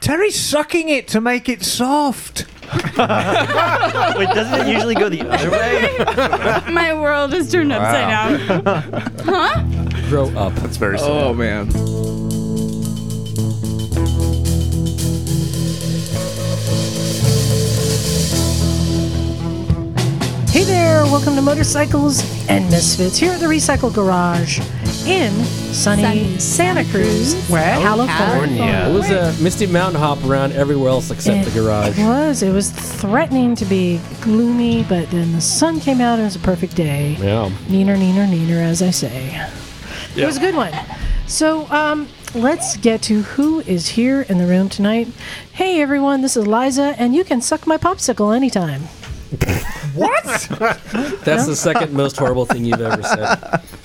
Terry's sucking it to make it soft. Wait, doesn't it usually go the other way? My world is turned upside down. Grow up. That's very sad. Oh man. Hey there, welcome to Motorcycles and Misfits here at the Recycle Garage in sunny, Sunny Santa Cruz, Oh, where California. It was a misty mountain hop around everywhere else except the garage. It was. It was threatening to be gloomy, but then the sun came out and it was a perfect day. Yeah. Neener, neener, neener, as I say. It was a good one. So um, let's get to who is here in the room tonight. Hey everyone, this is Liza, and you can suck my popsicle anytime. That's the second most horrible thing you've ever said.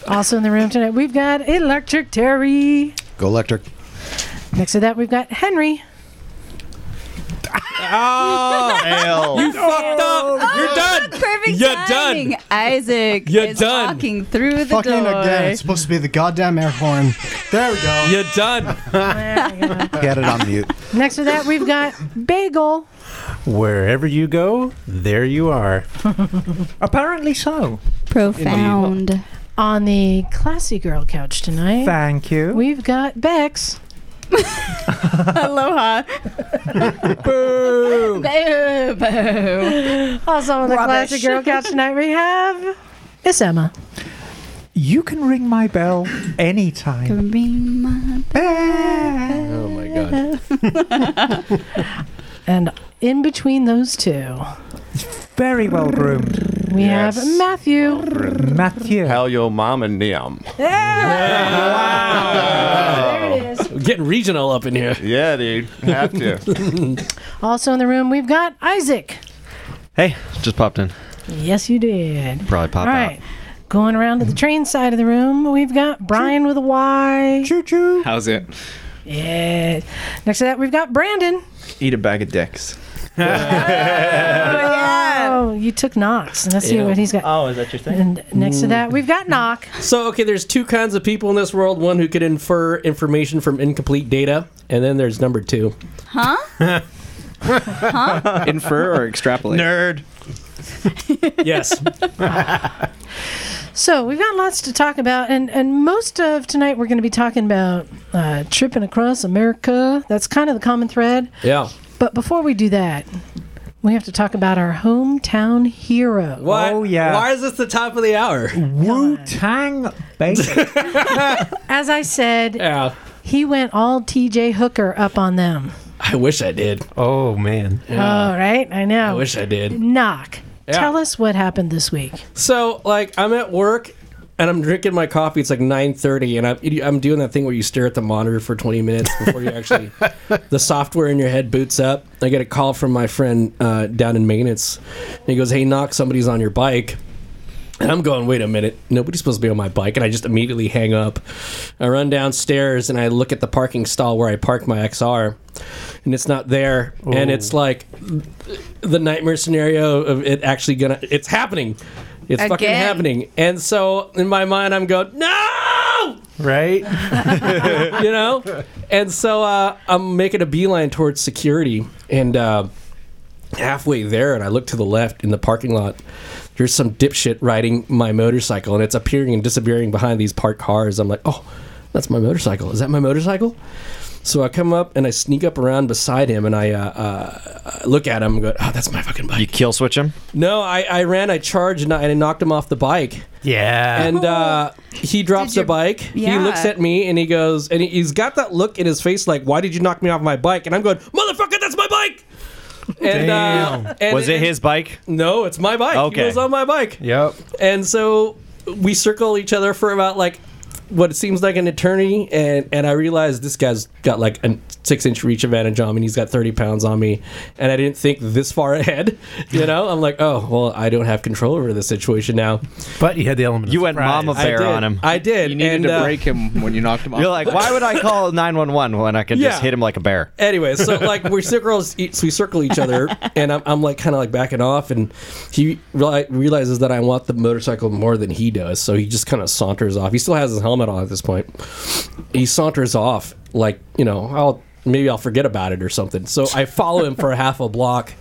Also in the room tonight, we've got Electric Terry. Go electric. Next to that, we've got Henry. Oh, Fucked up. You're done. Oh, Perfect You're timing. Isaac You're is done. walking through the Fucking door. again. It's supposed to be the goddamn air horn. There we go. You're done. Get it on mute. Next to that, we've got Bagel. Wherever you go, there you are. Apparently so. Profound. On the classy girl couch tonight, Thank you. we've got Bex. Aloha. boo. Boo. Boo. Also on the Rubbish. classy girl couch tonight, we have Miss Emma. you can ring my bell anytime. Ring my Bell. Oh my god. And in between those two, Very well groomed. we Yes. have Matthew. Matthew. Tell your mom and Niam. Oh, There it is. We're getting regional up in here. Yeah, dude. Have to. Also in the room, we've got Isaac. Hey, just popped in. Yes, you did. Probably popped All right. Going around to the train side of the room, we've got Brian with a Y. Choo choo. How's it? Yeah. Next to that, we've got Brandon. Eat a bag of dicks. Oh, you took Knox. And let's see Yeah. what he's got. Oh, is that your thing? And next to that, we've got Knock. Mm. So okay, there's two kinds of people in this world. One who could infer information from incomplete data, and then there's number two. Infer or extrapolate? Nerd. Yes. So we've got lots to talk about, and and most of tonight we're going to be talking about uh, tripping across America. That's kind of the common thread. Yeah. But before we do that, we have to talk about our hometown hero. Why, Oh, yeah. Why is this the top of the hour? Wu Tang Baby. As I said, Yeah. he went all T.J. Hooker up on them. I wish I did. Oh, man. oh, right, I know. I wish I did. Knock. Yeah. Tell us what happened this week. So like I'm at work and I'm drinking my coffee. It's like 9:30 and I'm I'm doing that thing where you stare at the monitor for 20 minutes before you actually the software in your head boots up. I get a call from my friend uh, down in maintenance. And he goes, "Hey, knock, somebody's on your bike." And I'm going, wait a minute, nobody's supposed to be on my bike. And I just immediately hang up. I run downstairs and I look at the parking stall where I parked my XR, and it's not there. And it's like the nightmare scenario of it actually gonna, it's happening. It's fucking Again. happening. And so in my mind, I'm going, no! Right? you know? And so uh, I'm making a beeline towards security and uh, halfway there, and I look to the left in the parking lot. There's some dipshit riding my motorcycle, and it's appearing and disappearing behind these parked cars. I'm like, oh, that's my motorcycle. Is that my motorcycle? So I come up and I sneak up around beside him, and I uh, uh, I look at him and go, oh, that's my fucking bike. You kill switch him? No, I, I ran, I charged, and I, and I knocked him off the bike Yeah. and uh, he drops Did you- the bike. He Yeah. looks at me and he goes, and he, he's got that look in his face, like, "Why did you knock me off my bike?" And I'm going, "Motherfucker, that's my bike." And, uh, and Was it his bike? No, it's my bike. Okay. He was on my bike. Yep. And so we circle each other for about like what it seems like an attorney, and and I realized this guy's got like a six inch reach advantage on me. And he's got thirty pounds on me, and I didn't think this far ahead. You know, I'm like, oh well, I don't have control over this situation now. But you had the element You went mama I bear did. on him. I did. You needed and, to uh, break him when you knocked him off. You're like, why would I call 911 when I could Yeah. just hit him like a bear? Anyway, so like we circle, so we circle each other, and I'm, I'm like kind of like backing off, and he reali- realizes that I want the motorcycle more than he does, so he just kind of saunters off. He still has his helmet on at this point. He saunters off, like you know, I'll maybe I'll forget about it or something. So I follow him for a half a block,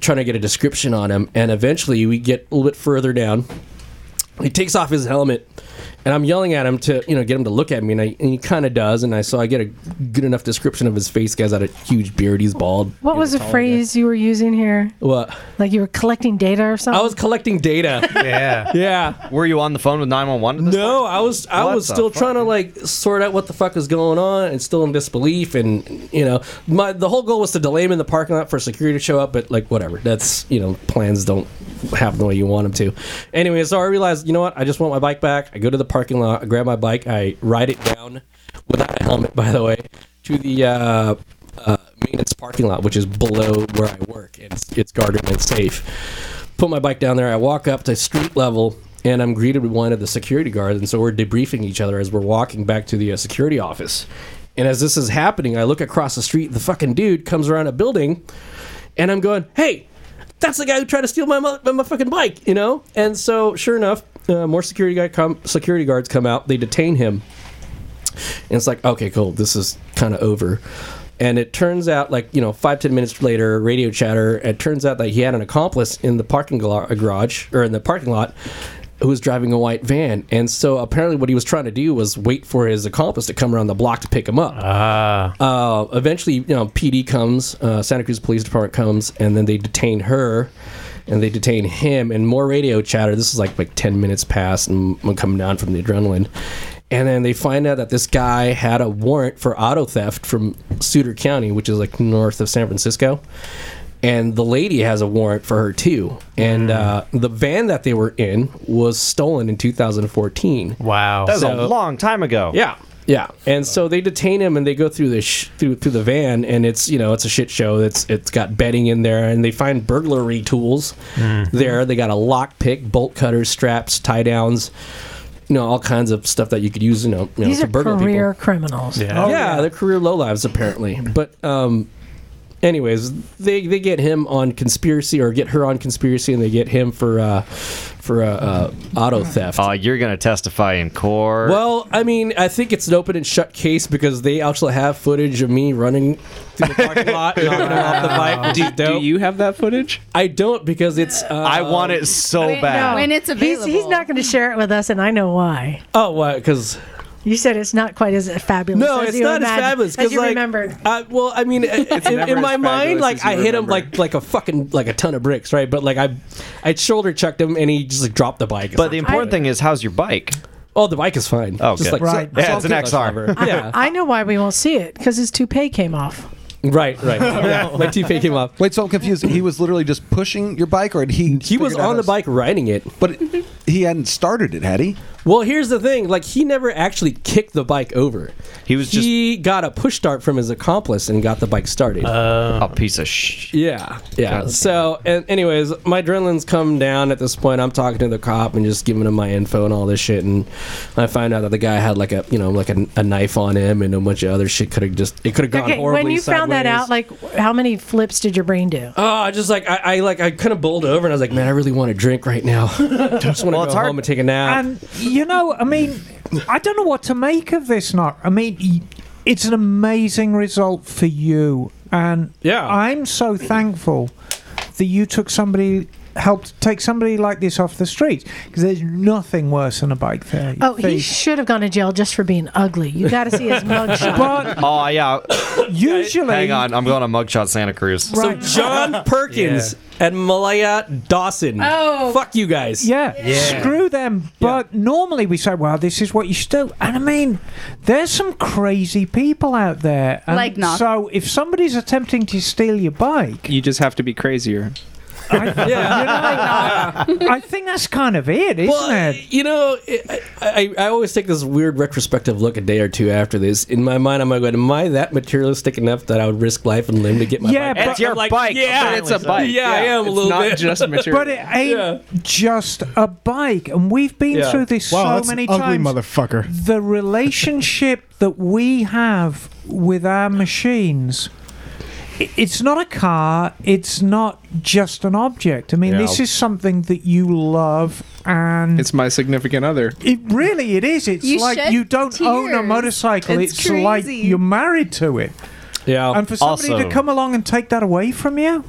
trying to get a description on him. And eventually we get a little bit further down. He takes off his helmet, and I'm yelling at him to you know get him to look at me, and, I, and he kind of does. And I so I get a good enough description of his face. Guy's got a huge beard. He's bald. What was the phrase you were using here? What? Like you were collecting data or something? I was collecting data. Yeah. yeah. Were you on the phone with 911? at this No, I was I What was the still fuck? trying to like sort out what the fuck is going on and still in disbelief and you know my the whole goal was to delay him in the parking lot for security to show up but like whatever that's you know plans don't happen the way you want them to. Anyway, so I realized you know what I just want my bike back. I go to the parking lot, I grab my bike, I ride it down without a helmet by the way to the uh, uh, maintenance parking lot which is below where I work. It's it's guarded and it's safe put my bike down there. I walk up to street level, and I'm greeted with one of the security guards. And so we're debriefing each other as we're walking back to the uh, security office. And as this is happening, I look across the street. The fucking dude comes around a building, and I'm going, "Hey, that's the guy who tried to steal my mo- my, my fucking bike," you know. And so, sure enough, uh, more security guy come, security guards come out. They detain him. And it's like, okay, cool, this is kind of over. And it turns out, like, you know, five, ten minutes later, radio chatter, it turns out that he had an accomplice in the parking gar- garage or in the parking lot who was driving a white van. And so apparently, what he was trying to do was wait for his accomplice to come around the block to pick him up. Ah. Uh, eventually, you know, PD comes, uh, Santa Cruz Police Department comes, and then they detain her, and they detain him, and more radio chatter. This is like like ten minutes past, and I'm coming down from the adrenaline, and then they find out that this guy had a warrant for auto theft from Sutter County, which is like north of San Francisco. And the lady has a warrant for her too. And uh, the van that they were in was stolen in 2014. wow. That was So- a long time ago. Yeah. Yeah, and so they detain him and they go through the sh- through through the van and it's you know it's a shit show. It's it's got bedding in there and they find burglary tools there. They got a lock pick, bolt cutters, straps, tie downs, you know all kinds of stuff that you could use. You know, you know These to are burgle people Oh, career Oh, criminals. yeah. yeah, they're career lowlives apparently. But um, anyways, they they get him on conspiracy or get her on conspiracy, and they get him for uh, for uh, uh, auto theft. Uh, you're going to testify in court. well, I mean, I think it's an open and shut case because they actually have footage of me running through the parking lot, knocking him off the bike. which is Do dope. you have that footage? I don't because it's. Uh, I want it so bad. Oh, When it's He's, available. he's not going to share it with us, and I know why. Oh, what? Because You said it's not quite as fabulous. No, as it's you not as imagined- fabulous as because you like, remembered. I, well, I mean, in, never in my as mind, fabulous like as you I hit him remember. like like a fucking like a ton of bricks, right? But like I, I shoulder chucked him and he just like dropped the bike. But the important thing is, how's your bike? oh, the bike is fine. Oh, Just, good. like, Right. Yeah, it's an good. XR. yeah, I know why we won't see it because his toupee came off. right, right. Yeah, my TP came up. Wait, so I'm confused. He was literally just pushing your bike, or did he? He was figured out on the how- bike riding it. but it- he hadn't started it, had he? Well, here's the thing: like he never actually kicked the bike over. He was just He got a push start from his accomplice and got the bike started. Oh, a piece of sh. Yeah, yeah. God. So, and anyways, my adrenaline's come down at this point. I'm talking to the cop and just giving him my info and all this shit, and I find out that the guy had like a, you know, like a, a knife on him and a bunch of other shit. Could have just it could have gone Okay, horribly. when you found that sideways. out, like how many flips did your brain do? oh, I just like I, I like I kind of bowled over and I was like, man, I really want a drink right now. I just want to go Well, it's hard- home and take a nap. And you know, I mean, I don't know what to make of this. Not, I mean, y- it's an amazing result for you, and Yeah. I'm so thankful that you took somebody, helped take somebody like this off the streets because there's nothing worse than a bike theft. Oh, he should have gone to jail just for being ugly. You got to see his mugshot. but Oh yeah. usually, Hang on, I'm going to mugshot Santa Cruz. so John Perkins and Malaya Dawson. Oh. fuck you guys. Yeah, screw them. But normally we say, well, this is what you should do. And I mean, there's some crazy people out there. And Like not. So if somebody's attempting to steal your bike, You just have to be crazier. I, you know, I think that's kind of it, isn't Well, it? you know, I, I, I always take this weird retrospective look a day or two after this. In my mind, I'm like, am I that materialistic enough that I would risk life and limb to get my Yeah, bike? but- back? It's your I'm like, bike, Yeah, apparently, It's a so- bike. Yeah, I am a it's little not bit. just material. But it ain't Yeah. just a bike. And we've been Yeah. through this so many times. motherfucker. the relationship that we have with our machines i- it's not a car it's not just an object i mean Yeah. this is something that you love and it's my significant other. it really it is it's You like shed you don't own a tears. motorcycle it's, It's like crazy. you're married to it Oh, Yeah. And for somebody Also- to come along and take that away from you,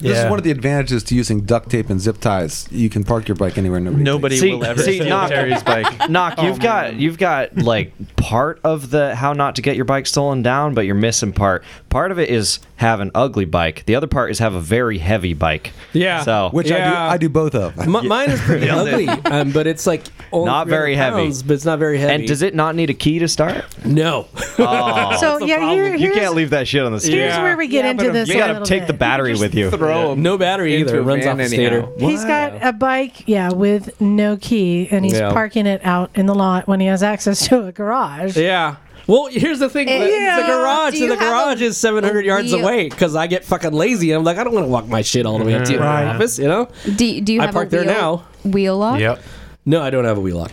This is Yeah. one of the advantages to using duct tape and zip ties. You can park your bike anywhere. Nobody. Nobody See- will ever see, steal knock- Terry's bike. Knock, Oh, you've got you've got like part of the how not to get your bike stolen down, but you're missing part. Part of it is have an ugly bike. The other part is have a very heavy bike. Yeah. So Which Yeah. I do. I do both of. M- Mine is pretty ugly, um, but it's like only Not very 300 heavy. pounds, but it's not very heavy. and does it not need a key to start? No. so yeah, here, Oh. You here's, can't leave that shit on the street. here's Yeah. where we get Yeah, but into if- this. You a gotta little take the bit. battery with you. Throw him. No battery Into either. It a runs van off the anyhow. stator. He's got a bike, yeah, with no key, and he's Yeah. parking it out in the lot when he has access to a garage. Yeah. Well, here's the thing. the- The Yeah. garage, Do you the have garage a- is 700 yards wheel? away because I get fucking lazy. I'm like, I don't want to walk my shit all the way up to your Right. office, you know? Do, do you I have parked a there wheel, now. wheel lock? Yep. Hmm. No, I don't have a wheel lock.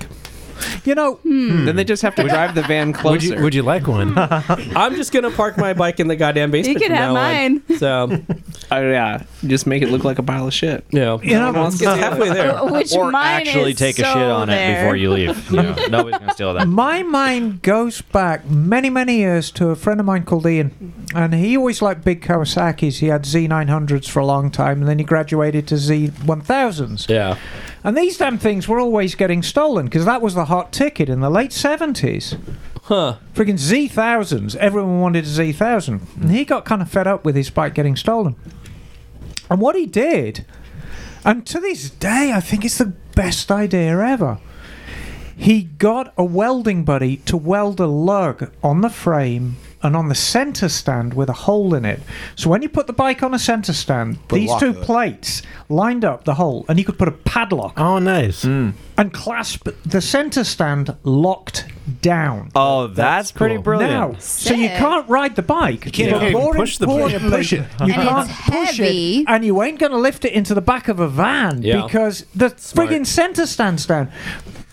you know, Hmm. hmm. Then they just have to drive the van closer. Would you, would you like one? I'm just gonna park my bike in the goddamn basement. can from have now on. mine. So Oh, yeah, just make it look like a pile of shit. you know, you know, it's halfway there. Which Or mine actually is take a so shit on it there. before you leave. You know, nobody's gonna steal that. My mind goes back many, many years to a friend of mine called Ian, and he always liked big Kawasaki's. He had Z900s for a long time, and then he graduated to Z1000s. Yeah, And these damn things were always getting stolen because that was the hot ticket in the late 70s. huh? Friggin' Z1000s. Everyone wanted a Z1000. And he got kind of fed up with his bike getting stolen. And what he did, and to this day, I think it's the best idea ever. He got a welding buddy to weld a lug on the frame and on the center stand with a hole in it. So when you put the bike on a center stand, Put a these lock two up. plates lined up the hole, and you could put a padlock oh, nice. Hmm. and clasp the center stand locked down. Oh, that's, pretty cool. brilliant. Now, so you Sick. can't ride the bike. You can't even push the bike. push it. You And can't it's push heavy. it, and you ain't going to lift it into the back of a van Yeah. because the friggin' center stands down.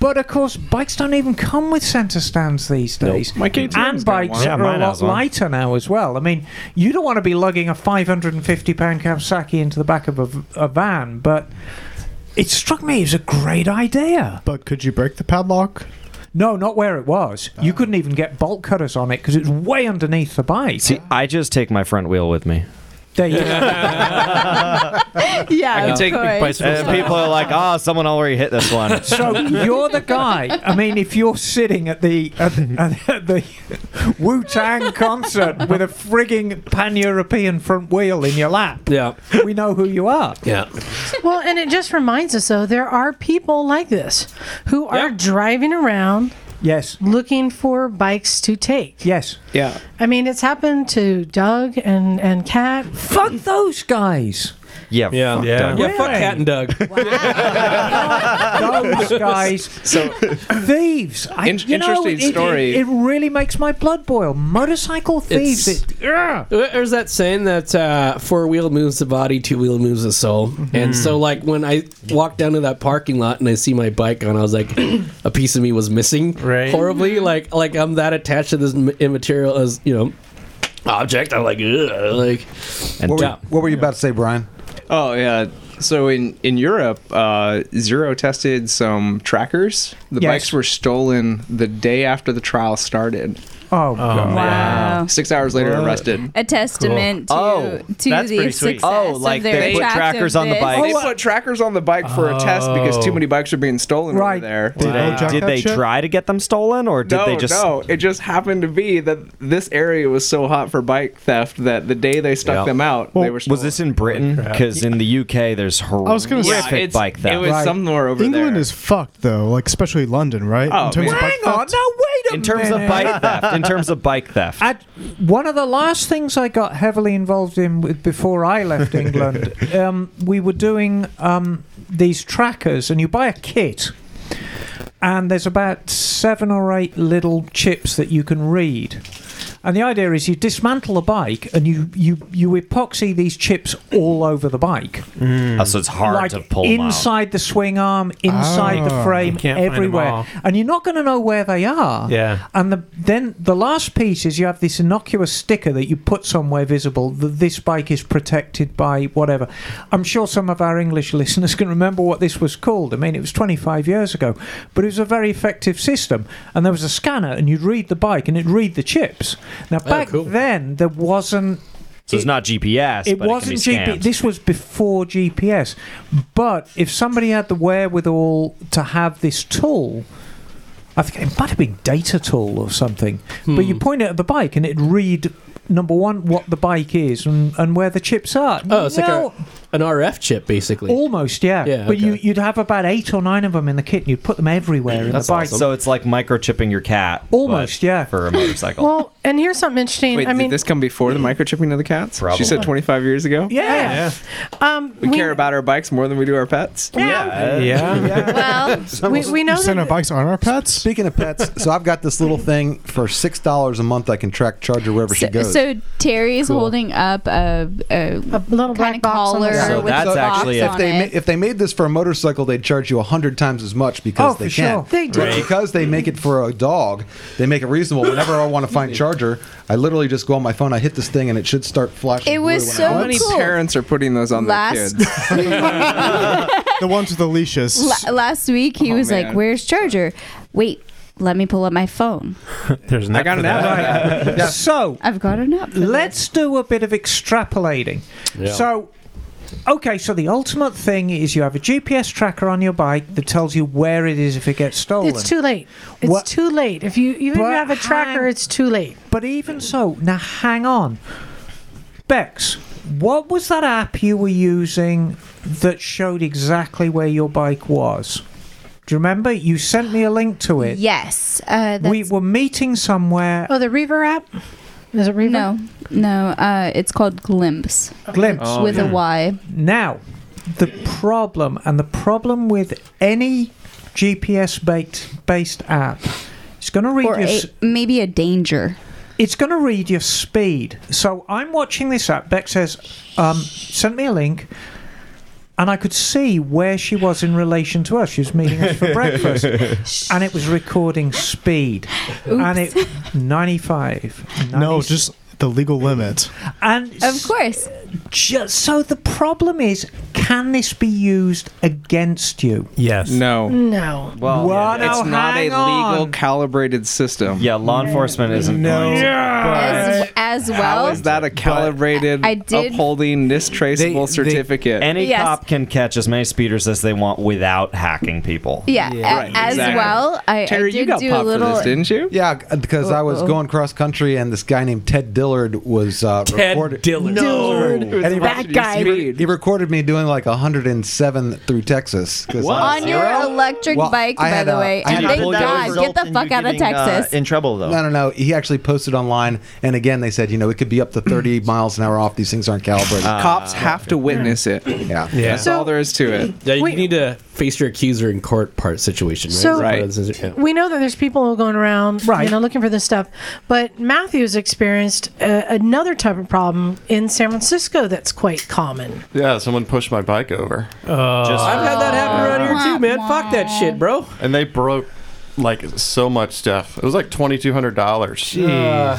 But of course, bikes don't even come with center stands these days. My KTM's and got bikes one. Yeah, are a mine lot has one. lighter now as well. I mean, you don't want to be lugging a 550 pound Kawasaki into the back of a, v- a van, but it struck me as a great idea. But could you break the padlock? Oh. No, not where it was. You couldn't even get bolt cutters on it because it's way underneath the bike. See, I just take my front wheel with me. There you go. Yeah, can Oh, of take course. Bicycle And stuff. people are like, "Ah, someone already hit this one." So you're the guy. I mean, if you're sitting at the at the, at the Wu Tang concert with a frigging pan European front wheel in your lap, Yeah, we know who you are. yeah. Well, and it just reminds us though there are people like this who are Yeah. driving around Yes, looking for bikes to take. yes. Yeah, I mean, it's happened to Doug and and Kat. Fuck those guys. Yeah, Yeah. fuck Yeah. Doug. Yeah, fuck Cat and Doug. Those guys. so thieves. I, In- you know, interesting it- it- story. It, really makes my blood boil. Motorcycle thieves. It's- it- ugh. There's that saying that uh, four wheel moves the body, two wheel moves the soul. And so, like when I walked down to that parking lot and I see my bike on, I was like, a piece of me was missing Right. horribly. Like like I'm that attached to this m- immaterial as you know object. I'm like, Ugh, like What And were, Doug. Yeah. what were you about to say, Brian? Oh yeah. So in in Europe, uh, Zero tested some trackers. The Yes. bikes were stolen the day after the trial started. Oh, Oh, Wow. Six hours later, arrested. A testament Oh, to, to that's the pretty sweet. success Oh, like of their they put trackers on the attractiveness. bike. They put trackers on the bike for a test because too many bikes are being stolen Right. over there. Did they jack Did that they shit? try to get them stolen, or did no, they just? no. It just happened to be that this area was so hot for bike theft that the day they Yeah. stuck them out, they were Was stolen. this in Britain? Because in the UK, there's horrific was gonna say- Yeah, it's, bike It theft. was Right. somewhere over there. England is fucked though, like especially London, right? Oh, man. of Hang on, theft. now wait a in terms minute. of bike theft. In terms of bike theft. I, one of the last things I got heavily involved in with before I left England, um, we were doing um, these trackers, and you buy a kit, and there's about seven or eight little chips that you can read. And the idea is you dismantle a bike and you, you, you epoxy these chips all over the bike. Oh, so it's hard Mm. like to pull 'em out. Oh. inside the swing arm, inside the Ah. frame, You can't find 'em everywhere. all. And you're not going to know where they are. Yeah. And the, then the last piece is you have this innocuous sticker that you put somewhere visible that this bike is protected by whatever. I'm sure some of our English listeners can remember what this was called. I mean, it was 25 years ago, but it was a very effective system. And there was a scanner, and you'd read the bike and it'd read the chips. Now, Oh, back cool. then, there wasn't So it's not GPS. it but wasn't it can be GPS. This was before GPS. But if somebody had the wherewithal to have this tool, I think it might have been data tool or something. But Hmm. you point it at the bike and it'd read number one what the bike is and, and where the chips are. Oh, it's like No, a, an RF chip, basically. almost yeah. Yeah, But you, okay. Mm, you'd have about eight or nine of them in the kit. and You'd put them everywhere in the bike. So it's like microchipping your cat. Almost, but yeah. For a motorcycle. Well, and here's something interesting. Wait, I mean, did this come before the microchipping of the cats? She Mm. Probably. said 25 years ago. yeah. um, We, care about our bikes more than we do our pets. yeah. Well, We, we You know send our that bikes on our pets? Speaking of pets, so I've got this little thing for six dollars a month. I can track Charger wherever she so, goes. so Terry's holding up a, a a little kind black of box on the collar side. So with that's a box actually it. on if they ma- it. if they made this for a motorcycle, they'd charge you a hundred times as much because Oh, they for can. sure. They do. But because they make it for a dog, they make it reasonable. Whenever I want to find Charger, I literally just go on my phone, I hit this thing, and it should start flashing. It blue was when I- so How many cool. parents are putting those on Last- their kids? The ones with the leashes. La- last week he Oh, was like, man. "Where's charger?" Wait, let me pull up my phone. There's an I got an that. app. So I've got an app. for this. let's do a bit of extrapolating. So, okay, so the ultimate thing is you have a GPS tracker on your bike that tells you where it is if it gets stolen. It's too late. It's What- too late. If you even if you But have a tracker, hang- it's too late. but even so, now hang on. Bex, what was that app you were using that showed exactly where your bike was? Do you remember? You sent me a link to it. Yes. Uh, that's, we were meeting somewhere. Oh, the Reaver app. Is it Reaver? no, no. Uh, it's called Glimpse Glimpse. with a Y. Oh, Now, the problem, and the problem with any GPS based based app, it's going to read Or your. a, s maybe a danger. it's going to read your speed. So I'm watching this app. Beck says, um, "Sent me a link." And I could see where she was in relation to us. She was meeting us for breakfast, and it was recording speed, and it ninety-five. No, 90 just the legal limit. and Of course. Just, so the problem is, can this be used against you? Yes. No. No. Well, Well, yeah, now it's not a hang legal on. calibrated system. yeah, law enforcement isn't going to- As, as well. How is that a calibrated I did- upholding this traceable They- they- certificate? Any Yes. cop can catch as many speeders as they want without hacking people. Yeah, a- Right, as exactly. well. I, Terry, I did you got do a popped little. for this, didn't you? Yeah, g- because I was Uh-oh. going cross country, and this guy named Ted Dillard was uh, Ted recorded. Dillard. It was And he- about your speed. He recorded me doing like 107 through Texas. 'cause I What? was- on your electric Well, bike, I by had the a- way. I had And a thank pulled God, get the fuck out of uh, Texas. in trouble though. No, no, no. He actually posted online, and again, they said, you know, it could be up to 30 miles an hour off. These things aren't calibrated. Ah, Cops have to witness it. yeah. Yeah. That's all there is to it. Yeah, you Wait. need to face your accuser in court part situation, right? So- Is that Right. what this is? Yeah. We know that there's people who are going around, Right. you know, looking for this stuff. But Matthew's experienced uh, another type of problem in San Francisco that's quite common. Yeah, someone pushed my bike over, I've had that happen around here too, man. Fuck that shit, bro. and they broke like so much stuff. It was like twenty two hundred dollars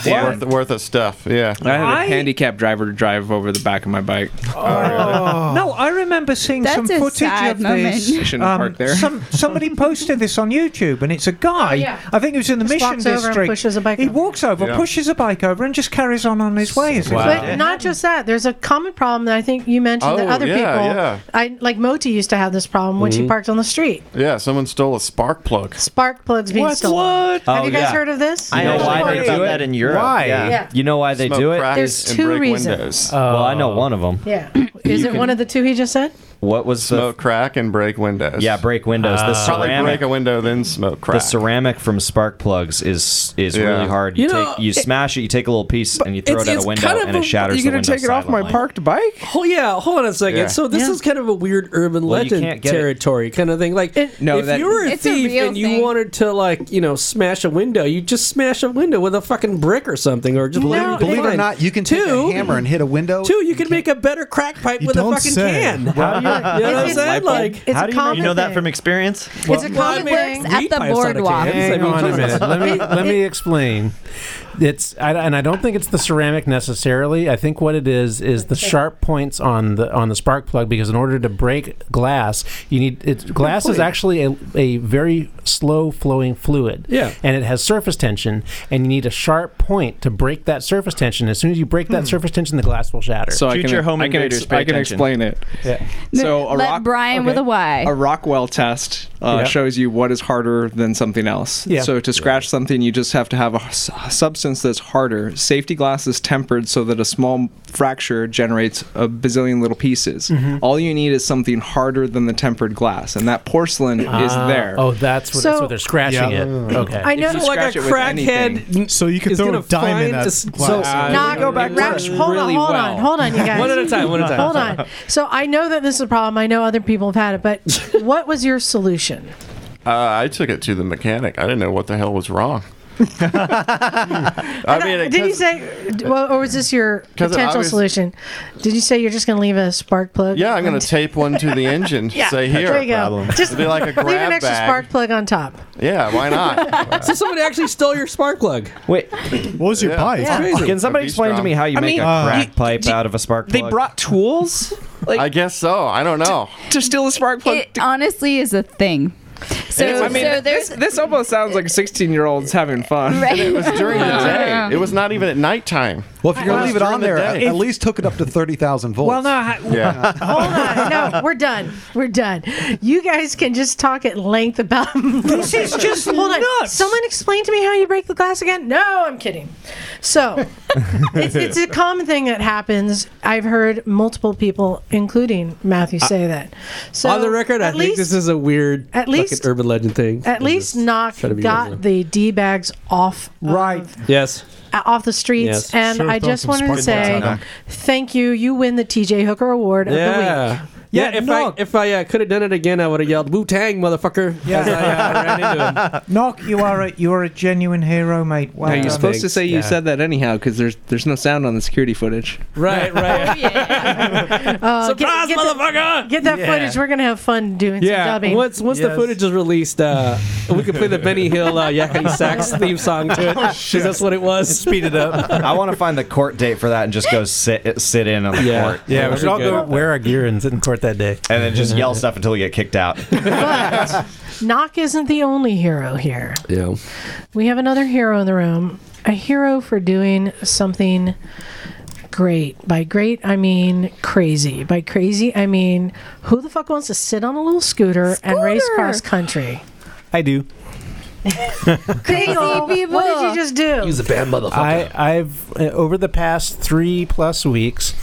worth worth of stuff. Yeah. I had a I- handicapped driver drive over the back of my bike. No, I remember seeing That's some a footage sad of this. um, moment. I shouldn't have parked there. some, somebody posted this on YouTube, and it's a guy. Oh, yeah. I think it was in the Just Mission walks over and District. pushes a bike he over. walks over, Yeah. pushes a bike over, and just carries on on his way. As if- Wow. But not just that. There's a common problem that I think you mentioned that Oh, other yeah, people, yeah. I like Moti used to have this problem when she parked on the street. Yeah, someone stole a spark plug. Spark plugs being stolen. Have Oh, you guys yeah. heard of this? You know why they do it? in Europe. Why? Yeah. You know why they Smoke do it? crack There's and two break reasons. windows. Well, I know one of them. Yeah. Is it one of the two he just said? What was smoke crack and break windows. the? Yeah, break windows. the Ah. Probably break ceramic. a window, then smoke The crack. ceramic from spark plugs is is Yeah. really hard. You, You take know, you it- smash it, you take a little piece, and you throw it's- it out it's a window, kind of and it a- shatters you the gonna window take it off my silently. parked bike? Oh yeah, hold on a second. Yeah. So this Yeah. is kind of a weird urban Well, you can't legend get it. territory kind of thing. Like, No, if that- you were a It's a thief real and you thing. wanted to like you know smash a window, you just smash a window with a fucking brick or something, or just whatever you can Believe it or find. not, you can two, take a hammer and hit a window. Two, you can make a better crack pipe You with a don't fucking say. can. How do you know It's- what I'm it's- saying? Like, it's how a do you, common you know that thing. from experience? It's a common thing. at the boardwalk. Hang on a minute. Let me let me explain. It's I, and I don't think it's the ceramic necessarily. I think what it is is the sharp points on the on the spark plug because in order to break glass, you need it's glass is point. actually a, a very slow flowing fluid. Yeah. and it has surface tension, and you need a sharp point to break that surface tension. As soon as you break that surface tension, the glass will shatter. So I Future can, home I can, invaders, pay I can attention. explain it. Yeah. So a Let rock, Brian with a Y. a Rockwell test uh, Yeah. shows you what is harder than something else. Yeah. So to scratch something, you just have to have a s- substance that's harder. Safety glass is tempered so that a small fracture generates a bazillion little pieces. Mm-hmm. All you need is something harder than the tempered glass, and that porcelain is Ah, there. Oh, that's what, So- so they're scratching Yeah. it. Okay. I know. you So like scratch a it with anything. crackhead. So you could It's throw gonna a dime find in that this- glass. so- Knock, go back to wrap- this hold really on, hold well. on, hold on, you guys. One at a time, one at a time. Hold on. So I know that this is a problem. I know other people have had it, but what was your solution? Uh, I took it to the mechanic. I didn't know what the hell was wrong. I mean, it did you cause- say, d- well, or was this your 'Cause it potential obvious- solution? Did you say you're just going to leave a spark plug? Yeah, I'm going on to t- tape one to the engine. Yeah, Say here. There you go. problem. Just It'd be like a leave grab an extra bag. spark plug on top. Yeah, why not? So somebody actually stole your spark plug. Wait, What was your Yeah. bike? Yeah. Crazy. can somebody A explain to V-strom. me how you I make mean, a uh, crack you- pipe you- out of a spark They plug? brought tools I guess so. I don't know. to steal a spark plug. It honestly is a thing. So, I mean, so this, there's this almost sounds like 16 year olds having fun. It was during the day. Yeah. It was not even at nighttime. Well, if you're Well, gonna leave it during on the there, day. at least hook it up to thirty thousand volts. well no ha- Yeah. Hold on. No, we're done. We're done. You guys can just talk at length about this. is just Hold on. nuts. Someone explain to me how you break the glass again. No, I'm kidding. So, it's, it's a common thing that happens. I've heard multiple people, including Uh, Matthew, say that. So, on the record, I at think least, this is a weird at fucking least- urban legend thing. At It least is- knock gotta be got urban. the d bags off of- right Yes. uh, off the streets. Yes. And Sure, I throw just some wanted to sparkles say, on them. thank you. You win the T.J. Hooker Award of the week. Yeah. Yeah, Yeah, if no. I if I uh, could have done it again, I would have yelled "Wu Tang, motherfucker!" Yeah. as I, uh, ran into him. knock you are a you are a genuine hero mate well Now, you're done. supposed to say you Yeah. said that anyhow because there's there's no sound on the security footage. Right, right. Uh, get- Surprise, get the- motherfucker! Get that footage. We're gonna have fun doing yeah. some dubbing. Once once the Yes. footage is released, uh, we could play the Benny Hill uh, Yakety Sax theme song to it. 'cause that's what it was. Speed it up. I want to find the court date for that and just go sit sit in on the Yeah. court Yeah, we That'd should be all go good. wear our gear and sit in court that day. and then just yell stuff until you get kicked out. But Knock isn't the only hero here. Yeah. We have another hero in the room. A hero for doing something great. By great, I mean crazy. By crazy, I mean who the fuck wants to sit on a little scooter, and race Scooter! cross country? I do. crazy What people. did you just do? He's a bad motherfucker. I, I've uh, over the past three plus weeks,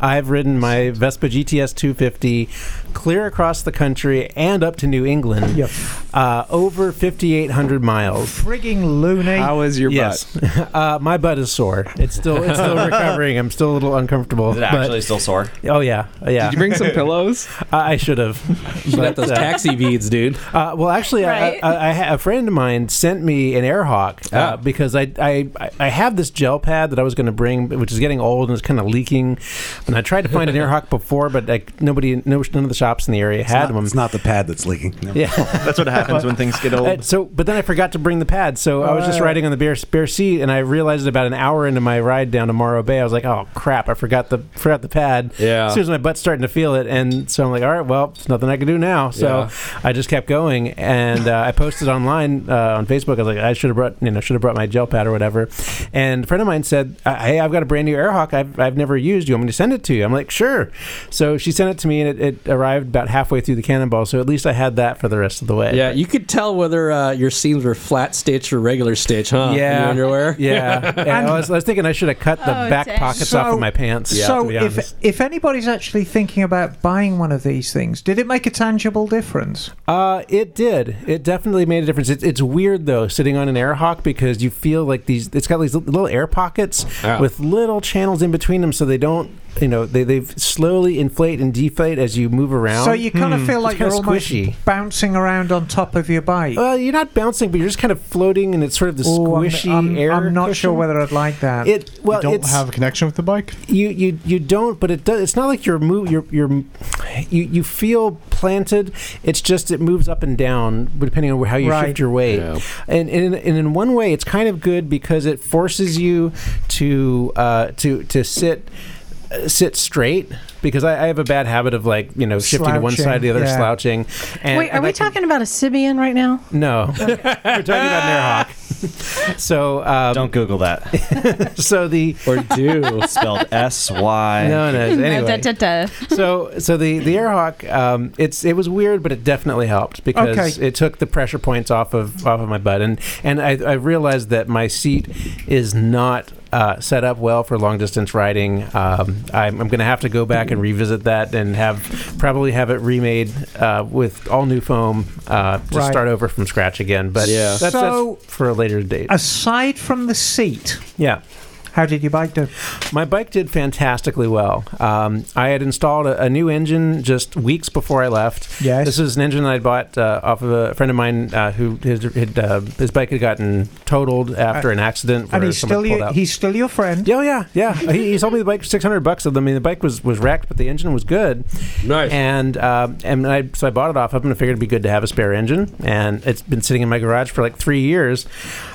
I've ridden my Vespa GTS 250 clear across the country and up to New England, Yep. uh, over 5,800 miles. frigging loony How is your butt? yes, uh, my butt is sore. It's still it's still recovering. I'm still a little uncomfortable. Is it actually still sore? but, oh yeah, yeah. Did you bring some pillows? I, I should have. You got those uh, taxi beads, dude. Uh, well, actually, I Right. I, I, I, ha- a friend of mine sent me an AirHawk uh, Ah. because I, I I- I have this gel pad that I was going to bring, which is getting old and it's kind of leaking. And I tried to find an AirHawk before, but like nobody, no, none of the shops in the area had them. It's not the pad that's leaking. No. yeah. That's what happens when things get Uh, so, but then I forgot to bring the pad, so I was just Oh. riding on the bare, bare seat, and I realized about an hour into my ride down to Morro Bay, I was like, "Oh crap, I forgot the forgot the pad." Yeah. As soon as my butt's starting to feel it, and so I'm like, "All right, well, there's nothing I can do now." So I just kept going, and uh, I posted online uh, on Facebook. I was like, "I should have brought, you know, should have brought my gel pad or whatever." And a friend of mine said, uh, "Hey, I've got a brand new AirHawk I've, I've never used. You want me to send it to you?" I'm like, "Sure." So she sent it to me, and it, it arrived about halfway through the cannonball. So at least I had that for the rest of the way. Yeah, you could tell whether uh, your seams were flat stitch or regular stitch, huh? in Yeah. your underwear. Yeah, Yeah, I, was, I was thinking I should have cut the Oh, back dang. pockets off of my pants. so to be if honest. if anybody's actually thinking about buying one of these things, did it make a tangible difference? uh, it did, it definitely made a difference. It, it's weird though, sitting on an air hawk because you feel like these. It's got these little air pockets Yeah. with little channels in between them, so they don't you know they they slowly inflate and deflate as you move around. So you kind of feel like hmm, kinda you're almost squishy. Uh, bouncing around on top of your bike. Well, you're not bouncing, but you're just kind of floating, and it's sort of the Ooh, I'm- squishy I'm, air. I'm not sure cushion. whether I'd like that. it. Well, you don't it's, have a connection with the bike. you you you don't but it does it's not like you're move you're you're you, you feel planted it's just it moves up and down depending on how you Right. shift your weight Yeah. and, and and in one way it's kind of good because it forces you to uh to to sit uh, sit straight because I, I have a bad habit of like you know shifting to one Slouching, side to the other yeah. slouching and Wait, are and we I can- talking about a Sibian right now? no we're talking about Nighthawk so um, Don't Google that. so the or do. Spelled S Y. no no anyway Da, da, da. so so the the airhawk um, it's it was weird but it definitely helped because Okay. it took the pressure points off of off of my butt and and i, I realized that my seat is not uh, set up well for long distance riding um, I'm, I'm gonna have to go back and revisit that and have probably have it remade uh, with all new foam uh, to Right. start over from scratch again but Yeah. that's, So- that's for a later date Aside from the seat, yeah how did your bike do? my bike did fantastically well. Um, I had installed a, a new engine just weeks before I left. Yes. This is an engine that I bought uh, off of a friend of mine uh, who his, had, uh, his bike had gotten totaled after an accident. Uh, And where he's someone still pulled your, out. he's still your friend. Yeah, oh, yeah, yeah. he, he sold me the bike for six hundred bucks. I mean, the bike was was wrecked, but the engine was good. Nice. And um, and I so I bought it off of him and figured it'd be good to have a spare engine. And it's been sitting in my garage for like three years.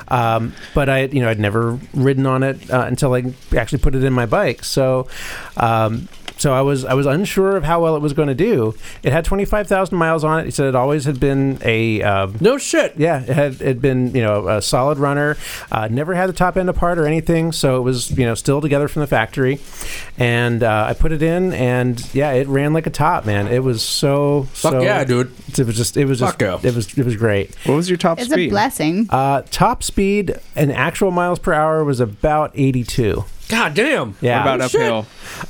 Um, but I you know I'd never ridden on it uh, until I actually put it in my bike. So. Um, so I was I was unsure of how well it was going to do. It had twenty five thousand miles on it. He said it always had been a um, No shit. yeah, it had it been you know a solid runner, uh, never had the top end apart or anything, so it was you know still together from the factory, and uh, I put it in, and yeah, it ran like a top man. It was so Fuck so, yeah, dude. It was just it was just, Fuck yeah. it was it was great. What was your top It's speed? a blessing. Uh, top speed and actual miles per hour was about eighty two. God damn. Yeah, What about Oh, shit. uphill?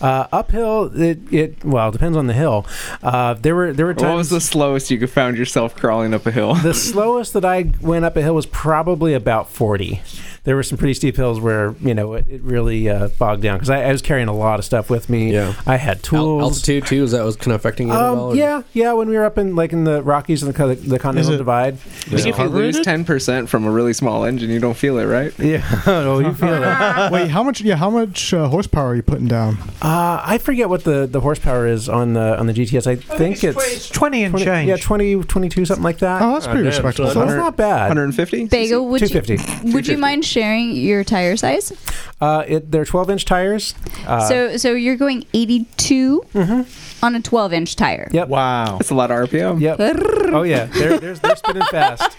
uh, uphill it, it well depends on the hill. Uh, there were there were times What was the slowest you could found yourself crawling up a hill? the slowest that I went up a hill was probably about 40. There were some pretty steep hills where, you know, it, it really uh, bogged down because I, I was carrying a lot of stuff with me. Yeah. I had Al- tools. altitude too. Is that was kind of affecting you? at all, or- um, yeah, yeah. When we were up in like in the Rockies and the, co- the Continental it- Divide, I think if you lose ten percent from a really small engine, you don't feel it, right? yeah. oh, you feel it. Uh, Wait, how much? Yeah, how much uh, horsepower are you putting down? Uh, I forget what the, the horsepower is on the on the GTS. I, think, it's, It's 20 and 20, change. yeah, 20, 22, something like that. Oh, that's pretty damn, respectable. so it's not bad. 150. Bagel, would you, 250. would you mind sharing your tire size? Uh, it, they're twelve inch tires. Uh, Mm-hmm. so so you're going 82 on a 12 inch tire. Yep. Wow. That's a lot of RPM. Yep. oh yeah, they're, they're, they're spinning fast.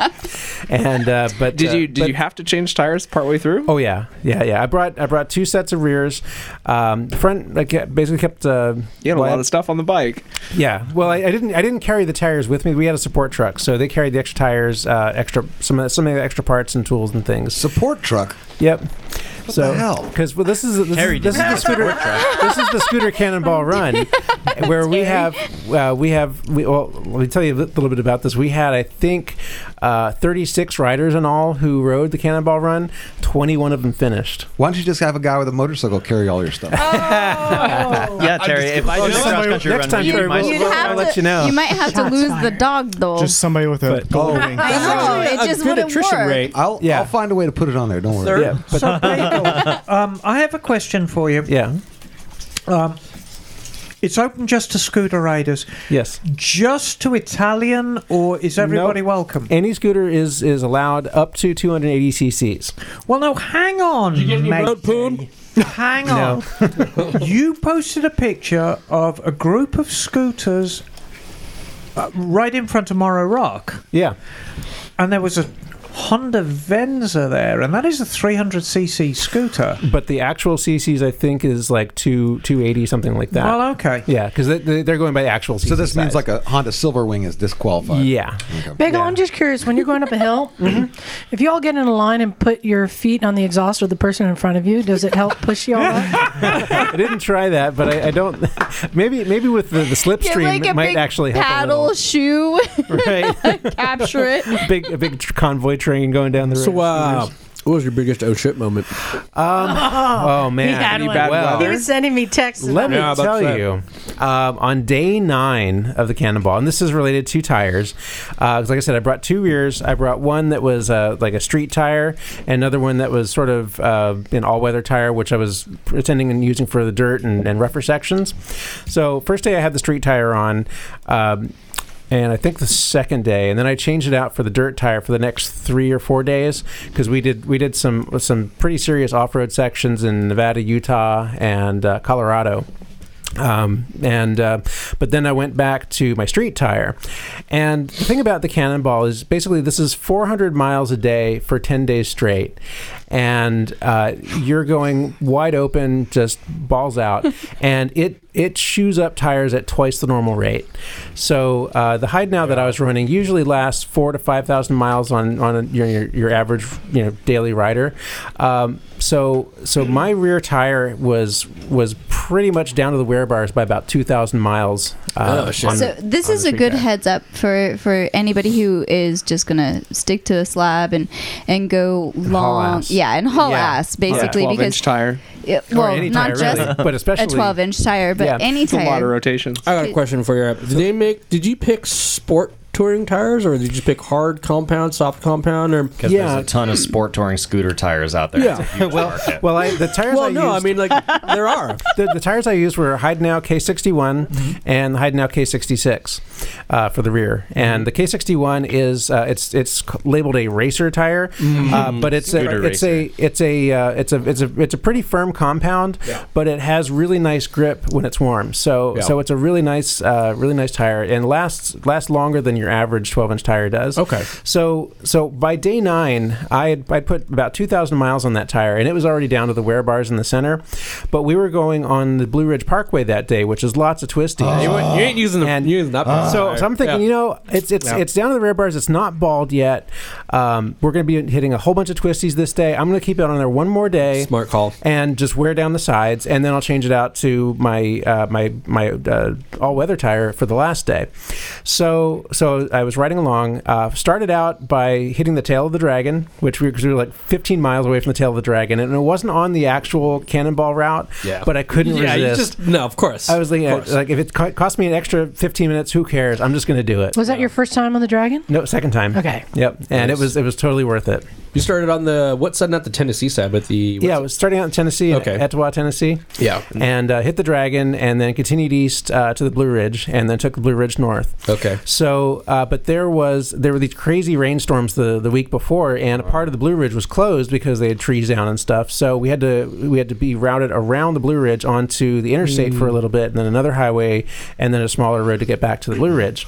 And uh, but Did uh, you did but- you have to change tires partway through? Oh yeah, yeah, yeah. I brought I brought two sets of rears. Um, the front I kept, basically kept. Uh, You had a wide- lot of stuff on the bike. Yeah. Well, I, I didn't I didn't carry the tires with me. We had a support truck, so they carried the extra tires, uh, extra some of the- some of the extra parts and tools and things. Support truck. Yep. so the hell? because well, this is this, is, this is the scooter this is the scooter cannonball run where we have uh, we have we well let me tell you a li- little bit about this we had I think uh, 36 riders in all who rode the cannonball run 21 of them finished Why don't you just have a guy with a motorcycle carry all your stuff? Yeah, Terry. If I do just- cross country Next time run, you- you might you- as well- I'll let you know. You might have to lose the dog though. Just somebody with a gold ring. I know, it just wouldn't work. I'll, Yeah. I'll find a way to put it on there. Don't worry. yeah but, So, Bagel, um, I have a question for you. yeah Um, it's open just to scooter riders, yes just to Italian, or is everybody Nope. welcome? any scooter is is allowed up to 280 cc's Well, no, hang on. Did you get any road poo? Hang on. you posted a picture of a group of scooters uh, right in front of Morrow Rock, yeah and there was a Honda Venza there, and that is a 300cc scooter. but the actual cc's I think is like two 280 something like that Well, okay. yeah because they, they, they're going by the actual CC So this means size. like a Honda Silverwing is disqualified. yeah Bagel, Yeah. Mm-hmm. I'm just curious. When you're going up a hill, if you all get in a line and put your feet on the exhaust of the person in front of you, does it help push you all up? I didn't try that, but I, I don't. Maybe maybe with the, the Get slipstream like a it might big actually help paddle shoe, a little, right? capture it. big a big tr- convoy train going down the road. So, uh, What was your biggest oh shit moment? Oh man, he had Pretty one. bad Well, weather. he was sending me texts. Let about me it. Yeah, about tell that. you, um, on day nine of the cannonball, and this is related to tires, because like I said, I brought two rears. I brought one that was uh, like a street tire, and another one that was sort of uh, an all-weather tire, which I was pretending and using for the dirt and, and rougher sections. So first day, I had the street tire on. Um, and I think the second day, and then I changed it out for the dirt tire for the next three or four days because we did we did some some pretty serious off road sections in Nevada, Utah, and uh, Colorado. Um, and uh, but then I went back to my street tire, and the thing about the cannonball is basically this is 400 miles a day for 10 days straight, and uh, you're going wide open, just balls out, and it it chews up tires at twice the normal rate. So uh, the hide now that I was running usually lasts four to five thousand miles on on a, your, your your average you know daily rider. Um, so so my rear tire was was pretty much down to the wear bars by about two thousand miles. Uh, Oh, shit. on- So this on is the a street good tire. heads up for for anybody who is just gonna stick to a slab and and go haul long, ass. yeah, and haul Yeah. ass basically 12 because inch tire. it- Or well, any not tire, just really, but a especially 12 inch tire, but Yeah. any It's a lot of tire. rotations. I got a question for you. Did they make? Did you pick sport touring tires, or did you pick hard compound, soft compound, or? Because Yeah. there's a ton of sport touring scooter tires out there. Yeah. It's a huge Well, market. well, I, the tires I Well, no, I used- mean like there are. Mm-hmm. the, the tires I used were Hyde Now K61 and the Hyde Now K66 uh, for the rear. Mm-hmm. And the K61 is uh, it's it's c- labeled a racer tire, Mm-hmm. uh, but it's a, Scooter it's a it's a uh, it's a it's a it's a pretty firm compound, but it has really nice grip when it's warm. So Yeah. so it's a really nice uh, really nice tire and lasts lasts longer than your average 12 inch tire does. Okay. So so by day nine, I had I put about two thousand miles on that tire, and it was already down to the wear bars in the center. But we were going on the Blue Ridge Parkway that day, which is lots of twisties. You, ain't- you ain't using the. Oh, And- you using that. So, so I'm thinking, you know, it's it's Yeah. it's down to the rear bars. It's not bald yet. Um, we're going to be hitting a whole bunch of twisties this day. I'm going to keep it on there one more day smart call. and just wear down the sides, and then I'll change it out to my uh, my my uh, all weather tire for the last day. So so I was riding along. Uh, started out by hitting the tail of the dragon, which we, 'cause we were like 15 miles away from the tail of the dragon, and it wasn't on the actual cannonball route. Yeah. but I couldn't Yeah, you resist. just no. Of course. I was like, Of yeah, course. like if it co- cost me an extra 15 minutes, who cares? I'm just going to do it. Was that your first time on the Dragon? No, second time. Okay. Yep, and Nice. it was it was totally worth it. You started on the what side? Not the Tennessee side, but the yeah, it was starting out in Tennessee, Okay. in Etowah, Tennessee. yeah. and uh, hit the dragon and then continued east uh, to the blue ridge and then took the blue ridge north Okay. so uh, but there was there were these crazy rainstorms the, the week before and a part of the blue ridge was closed because they had trees down and stuff so we had to we had to be routed around the blue ridge onto the interstate for a little bit and then another highway and then a smaller road to get back to the blue ridge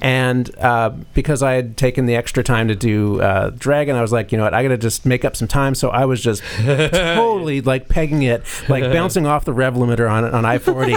and uh, because i had taken the extra time to do uh, dragon i was like you know what i gotta just make up some time so i was just totally like pegging it, like bouncing off the rev limiter on on I forty,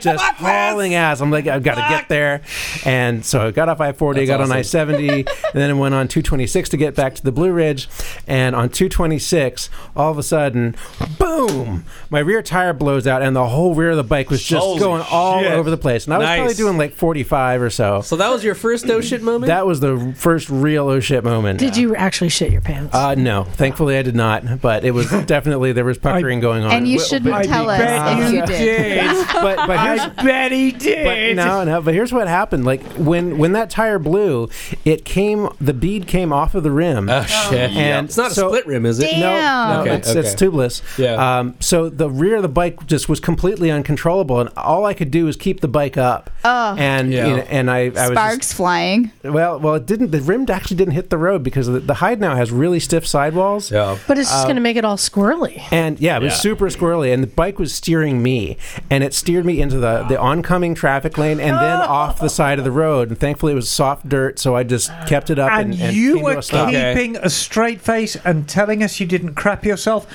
just hauling ass. I'm like, I've got to get there, and so I got off I forty, got on I seventy, and then I went on two twenty six to get back to the Blue Ridge, and on two twenty six, all of a sudden, boom, my rear tire blows out, and the whole rear of the bike was just Holy going all shit. over the place, and I was Nice. probably doing like forty five or so. So that was your first no shit moment. That was the first real oh shit moment. Did you actually shit your pants? Uh, no, thankfully I did not, but it was definitely there was puckering going on. And you shouldn't I tell us bet if you did. but but here's I bet he but did. no no but here's what happened like when when that tire blew it came the bead came off of the rim oh shit. And it's not so- a split rim, is it? Damn. no, no Okay, it's, it's okay. tubeless. Yeah. Um, so the rear of the bike just was completely uncontrollable, and all I could do was keep the bike up. Oh. And Yeah. you know, and I, I was just- Sparks flying. well well it didn't the rim actually didn't hit the road because the, the hide now has really stiff sidewalls. Um, Yeah. but it's just Uh, going to make it all squirrely. And yeah, it was Yeah. super squirrely, and the bike was steering me, and it steered me into the, the oncoming traffic lane, and then off the side of the road. And thankfully, it was soft dirt, so I just kept it up. And, and and you came to were a stop. keeping a straight face and telling us you didn't crap yourself.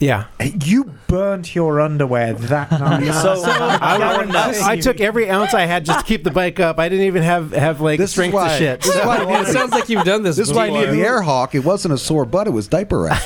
Yeah. You burnt your underwear that night. So I would I took every ounce I had just to keep the bike up. I didn't even have have like This is strength why- to shit. This is why I Well, it needed- sounds like you've done this. this is why I before. needed the air hawk. It wasn't a sore butt; it was diaper rash.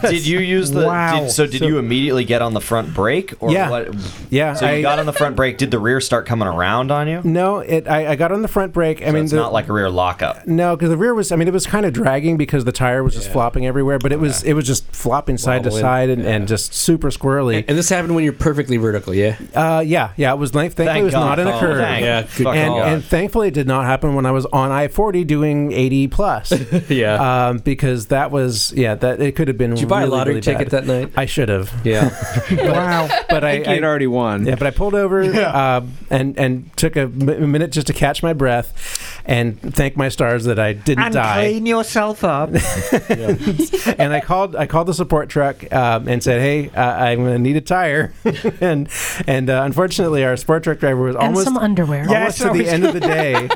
did you use the? Wow. Did, so did you immediately get on the front brake? Or Yeah. What, Yeah, So you I- got on the front brake. Did the rear start coming around on you? No, it. I, I got on the front brake. I So mean, it's the, not like a rear lockup. No, because the rear was. I mean, it was kind of dragging because the tire was just flopping everywhere. But it was it was just flopping side to Wobbling. side and, and just super squirrely. And this happened when you're perfectly vertical, yeah. Uh, yeah, yeah. It was length. Thankfully, Thank it was God. not in a Oh, curve. thank Yeah, good fucking And, call. God. and thankfully, it did not happen when I was on I forty doing eighty plus. Yeah. um, because that was yeah that it could have been. Did you buy really, a lottery really ticket bad. that night? I should have, Yeah. wow. but I, He had I- already won. yeah, but I pulled over uh, and and took a m- minute just to catch my breath, and thank my stars that I didn't And die. clean yourself up. and I called I called the support truck um, and said, "Hey, uh, I'm going to need a tire." and and uh, unfortunately, our support truck driver was and almost some underwear. Yeah. almost Yes, I to the was- end of the day,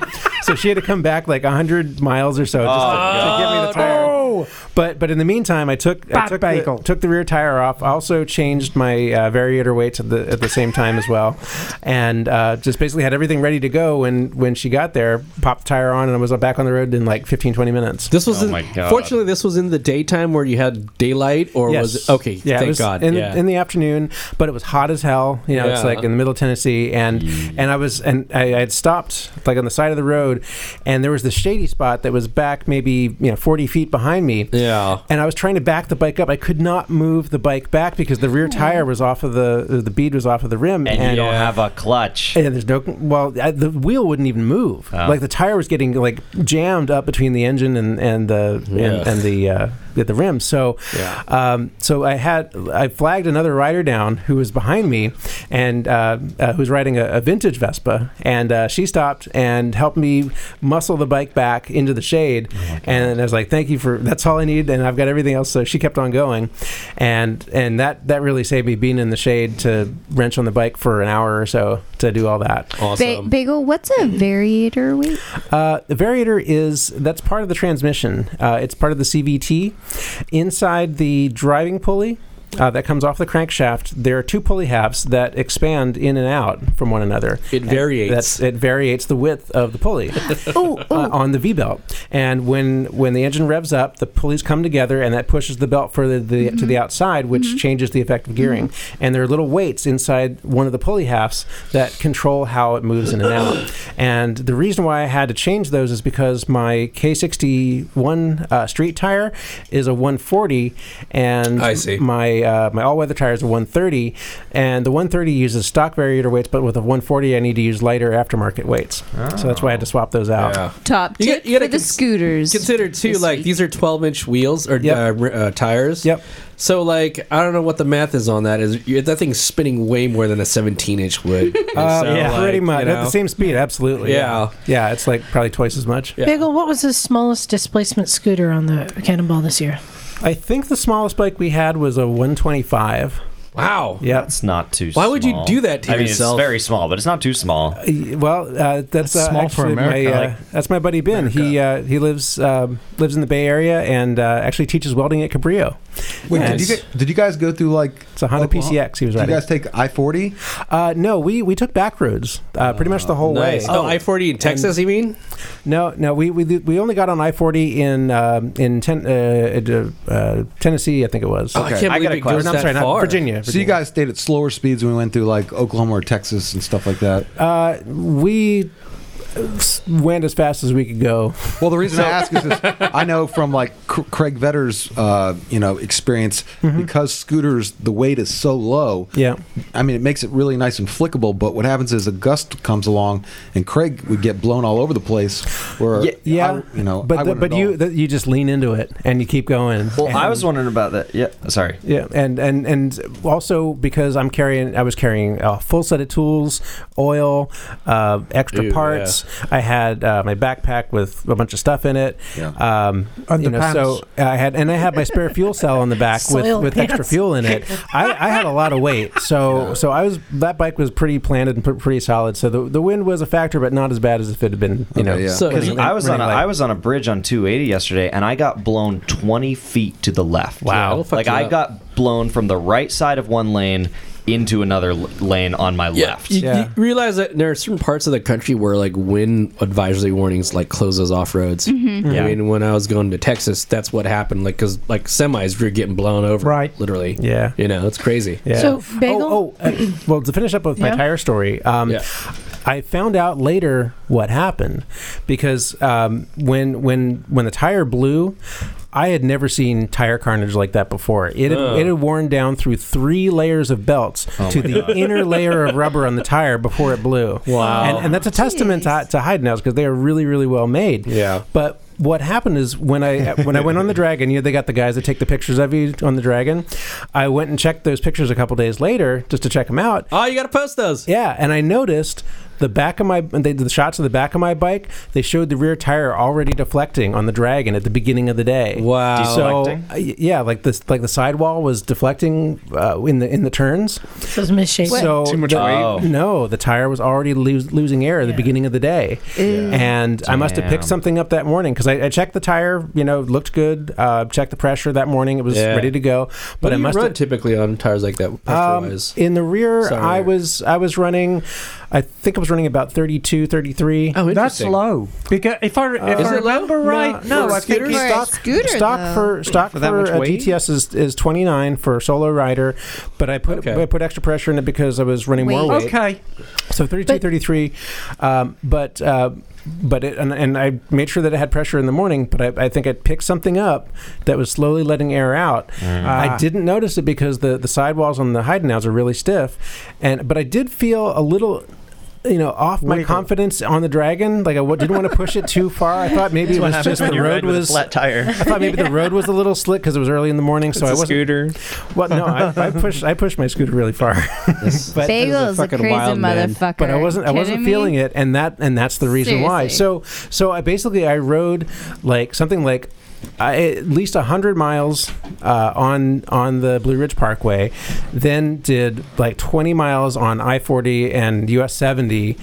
so she had to come back like hundred miles or so just to, to get me the tire. Oh, But but in the meantime, I took I Bat took bagel. the, took the rear tire off. I also changed my uh, variator weights at the at the same time as well, and uh, just basically had everything ready to go when when she got there. Popped the tire on, and I was back on the road in like 15, 20 minutes. This was Oh in, my God. fortunately this was in the daytime where you had daylight or Yes. was it okay, Yeah, it thank was God. In, yeah. in the afternoon, but it was hot as hell. You know, it's Yeah. like in the middle of Tennessee, and Mm. and I was and I, I had stopped like on the side of the road, and there was this shady spot that was back maybe you know forty feet behind me. yeah. And I was trying to back the bike up. I could not move the bike back because the rear tire was off of the the bead was off of the rim, And, you don't Yeah. have a clutch. and there's no well, I, the wheel wouldn't even move. Oh. Like the tire was getting like jammed up between the engine and and the Yeah. and, and the uh, at the rim. So, Yeah. um, so I had I flagged another rider down who was behind me, and uh, uh, who was riding a, a vintage Vespa, and uh, she stopped and helped me muscle the bike back into the shade, and I was like, "Thank you for that's all I need," and I've got everything else. So she kept on going, and and that that really saved me being in the shade to wrench on the bike for an hour or so to do all that. Awesome. Ba- Bagel, what's a variator weight? Uh, the variator is that's part of the transmission. Uh, it's part of the CVT. Inside the driving pulley uh, that comes off the crankshaft, there are two pulley halves that expand in and out from one another. It variates. That's it variates the width of the pulley Oh, uh, on the V belt. And when when the engine revs up, the pulleys come together, and that pushes the belt further to the, to the outside, which changes the effective gearing. Mm-hmm. And there are little weights inside one of the pulley halves that control how it moves in and out. And the reason why I had to change those is because my K61 uh, street tire is a 140, and I see. my uh, my all weather tire is a 130, and the 130 uses stock variator weights, but with a 140, I need to use lighter aftermarket weights. So that's why I had to swap those out. Oh. yeah. top You got- tip you gotta for the cons- scooters. Consider too, This like week. these are 12 inch wheels or Yep. uh, r- uh, tires. Yep. So like, I don't know what the math is on that. Is you- that thing's spinning way more than a 17 inch would? Uh, So, like, pretty you much at know. the same speed. Absolutely. Yeah. Yeah, it's like probably twice as much. Yeah. Bagel, what was the smallest displacement scooter on the Cannonball this year? I think the smallest bike we had was a 125. Wow. Yep. That's not too. Why would you small. do that to I mean, yourself? It's very small, but it's not too small. Uh, Well, uh, that's, That's uh, small for actually America. My, uh, Like- that's my buddy Ben. He uh, he lives um, lives in the Bay Area and uh, actually teaches welding at Cabrillo. Wait, Nice. did you get, did you guys go through like? It's a Honda Oklahoma- PCX. He was Did you riding. guys take I forty? uh, no, we we took back roads uh, pretty much the whole Nice. way. Oh, I 40 in Texas, you mean? No, no, we we, we only got on I forty in um, in ten, uh, uh, uh, Tennessee, I think it was. Oh, I can't I believe got a it question. goes No, I'm that sorry, not far. Virginia. So you Virginia. guys stayed at slower speeds when we went through like Oklahoma or Texas and stuff like that. Uh, we went as fast as we could go. Well, the reason I ask is, this, I know from like C- Craig Vetter's uh, you know experience because scooters the weight is so low. Mm-hmm. Yeah. I mean it makes it really nice and flickable. But what happens is a gust comes along and Craig would get blown all over the place. Where Ye- Yeah, I- you know, but I the- wouldn't but at you all. the, you just lean into it and you keep going. Well, and, I was wondering about that. Yeah, sorry. Yeah, and, and and also because I'm carrying, I was carrying a full set of tools, oil, uh, extra Ew, yeah. parts. I had uh, my backpack with a bunch of stuff in it. Yeah. Um, you know, Underpants. so I had, and I had my spare fuel cell on the back with, Soiled with extra pants. fuel in it. I, I had a lot of weight, so so I was that bike was pretty planted and pr- pretty solid. So the, the wind was a factor, but not as bad as if it had been, you know. Okay, yeah. So Because Running- I was on a, running light. I was on a bridge on 280 yesterday, and I got blown 20 feet to the left. Wow. Yeah, it'll fuck like you I up. got blown from the right side of one lane into another l- lane on my left. You, you realize that there are certain parts of the country where like wind advisory warnings like closes off roads. Mm-hmm. Yeah. I mean, when I was going to Texas, that's what happened. Like, cause like semis were getting blown over, Right. Literally. Yeah. You know, it's crazy. Yeah. So, Bagel- Oh, oh, uh, well, to finish up with my Yeah. tire story, um, Yeah. I found out later what happened because um, when when when the tire blew. I had never seen tire carnage like that before. It had, it had worn down through three layers of belts to the inner layer of rubber on the tire before it blew. Wow! And, and that's a testament to, to hide nails because they are really, really well made. Yeah. But what happened is when I when I went on the dragon, you know, they got the guys that take the pictures of you on the dragon. I went and checked those pictures a couple days later just to check them out. Oh, you got to post those. Yeah, and I noticed the back of my when they did the shots of the back of my bike. They showed the rear tire already deflecting on the dragon at the beginning of the day. Wow. So Deflecting? uh, y- yeah, like this, like the sidewall was deflecting uh, in the in the turns. This is misshapen. So Too much the- weight. Oh. No, the tire was already lose, losing air at the Yeah. beginning of the day, Ew. and I must have picked Damn. something up that morning because I, I checked the tire. You know, looked good. Uh, checked the pressure that morning; it was Yeah. ready to go. But But I you must run have. typically on tires like that. Um, pressure-wise? in the rear, Sorry. I was I was running, I think I was running about 32, 33. oh, That's interesting. low. Because if I, Uh, if Is I it low? remember right, No, no, for I think scooters? he's For a stock. scooter, stock though. for stock for, For that much a weight? DTS is, is 29 for a solo rider, but I put Okay. I put extra pressure in it because I was running more Weight. weight. Okay. So 32, But- 33, um, but uh, but it, and, and I made sure that it had pressure in the morning. But I, I think I picked something up that was slowly letting air out. Ah. I didn't notice it because the the sidewalls on the hide nows are really stiff, and but I did feel a little. You know, off my Wiggle. confidence on the dragon. Like I w- didn't want to push it too far. I thought maybe it was just the road was. I tire. thought maybe the road was a little slick because it was early in the morning. So I it's a wasn't. scooter. Well, no, I, I pushed. I pushed my scooter really far. But- Bagel's a, fucking crazy wild man. motherfucker. but I wasn't I wasn't feeling it, and that and that's the reason why. So Seriously. so I basically I rode like something like. I, at least hundred miles uh, on on the Blue Ridge Parkway, then did like twenty miles on I forty and US seventy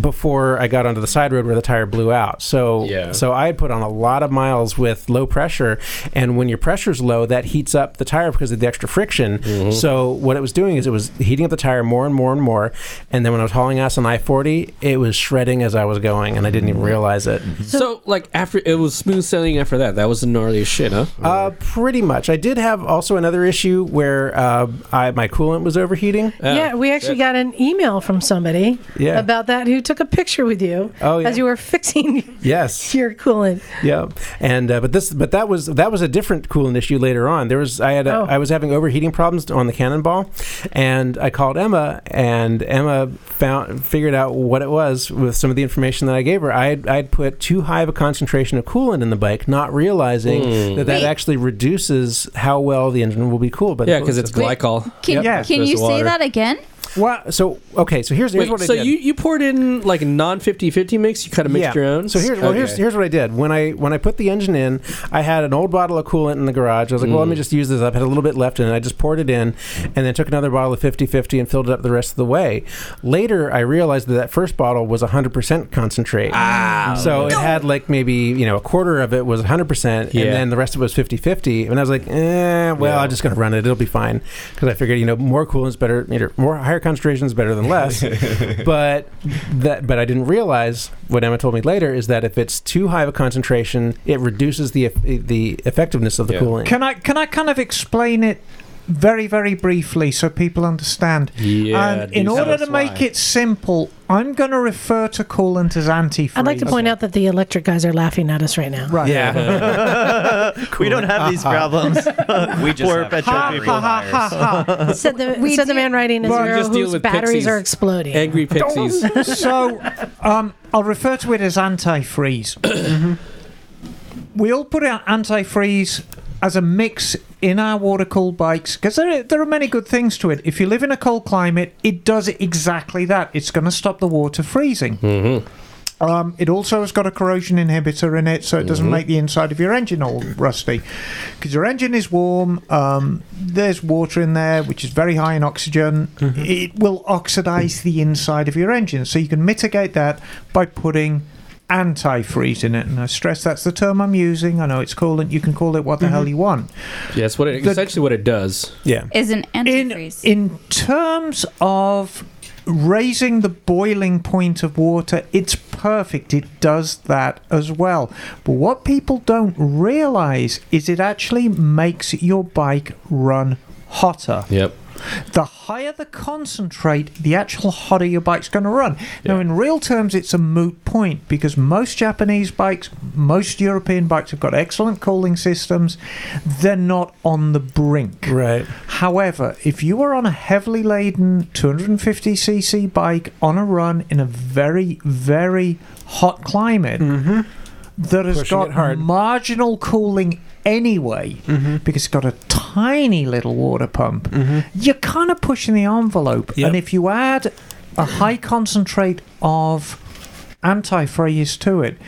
before I got onto the side road where the tire blew out. So Yeah. so I had put on a lot of miles with low pressure, and when your pressure's low, that heats up the tire because of the extra friction. Mm-hmm. So what it was doing is it was heating up the tire more and more and more, and then when I was hauling ass on I forty, it was shredding as I was going, and I didn't Mm-hmm. even realize it. So, like, after it was smooth sailing after that. That was the gnarliest shit, huh? Uh, pretty much. I did have also another issue where uh, I my coolant was overheating. yeah, we actually got an email from somebody Yeah. about that who took a picture with you Oh, yeah. as you were fixing Yes. your coolant. Yeah, and uh, but this but that was that was a different coolant issue later on. There was I had a, Oh. I was having overheating problems on the cannonball, and I called Emma, and Emma found figured out what it was with some of the information that I gave her. I had, I had put too high of a concentration of coolant in the bike, not realizing Hmm. that that Wait. actually reduces how well the engine will be cooled. But Yeah, because it's Wait. glycol. Can, Yeah. can you Supposed to say water. that again? well, so okay. So here's here's Wait, what I so did. you, you poured in like non 50 50 mix? You kind of mixed your own? So here's well, here's here's what I did. When I when I put the engine in, I had an old bottle of coolant in the garage. I was like, well, let Mm. me just use this up. Had a little bit left in it. I just poured it in, and then took another bottle of 50-50 and filled it up the rest of the way. Later, I realized that that first bottle was 100% concentrate. Ah, so it had like maybe you know a quarter of it was 100%, Yeah. and then the rest of it was 50-50. And I was like, eh, well, I'm just gonna run it. It'll be fine because I figured you know more coolant's better. You know, more higher concentration is better than less. but that but I didn't realize what Emma told me later is that if it's too high of a concentration, it reduces the eff- the effectiveness of the Yeah. cooling. Can I can I kind of explain it very very briefly so people understand? Yeah. and in dude, order to that's why. make it simple, I'm going to refer to coolant as antifreeze. I'd like to point out that the electric guys are laughing at us right now. Right. We don't have these problems. we just have Ha, petrol ha, ha, people. ha, ha. Said the, said the do- man writing in Well, zero just deal whose with batteries pixies. are exploding. Angry Pixies. so um, I'll refer to it as antifreeze. Mm-hmm. We all put out antifreeze as a mix in our water cooled bikes because there, are- there are many good things to it. If you live in a cold climate, it does exactly that. It's going to stop the water freezing. Mm-hmm. Um, it also has got a corrosion inhibitor in it, so it Mm-hmm. doesn't make the inside of your engine all rusty. Because your engine is warm, um, there's water in there, which is very high in oxygen. It will oxidize the inside of your engine, so you can mitigate that by putting antifreeze in it, and I stress that's the term I'm using. I know it's coolant. You can call it what the hell you want. Yeah, it's what it, The- essentially what it does. Yeah. Is an in antifreeze. in terms of raising the boiling point of water it's perfect it does that as well but what people don't realize is it actually makes your bike run hotter Yep. the higher the concentrate, the actual hotter your bike's going to run. Now, in real terms, it's a moot point because most Japanese bikes, most European bikes have got excellent cooling systems. They're not on the brink. Right. However, if you are on a heavily laden 250cc bike on a run in a very, very hot climate that has Mm-hmm. Pushing it got hard. marginal cooling anyway, because it's got a tiny little water pump, you're kind of pushing the envelope. Yep. And if you add a high concentrate of antifreeze to it,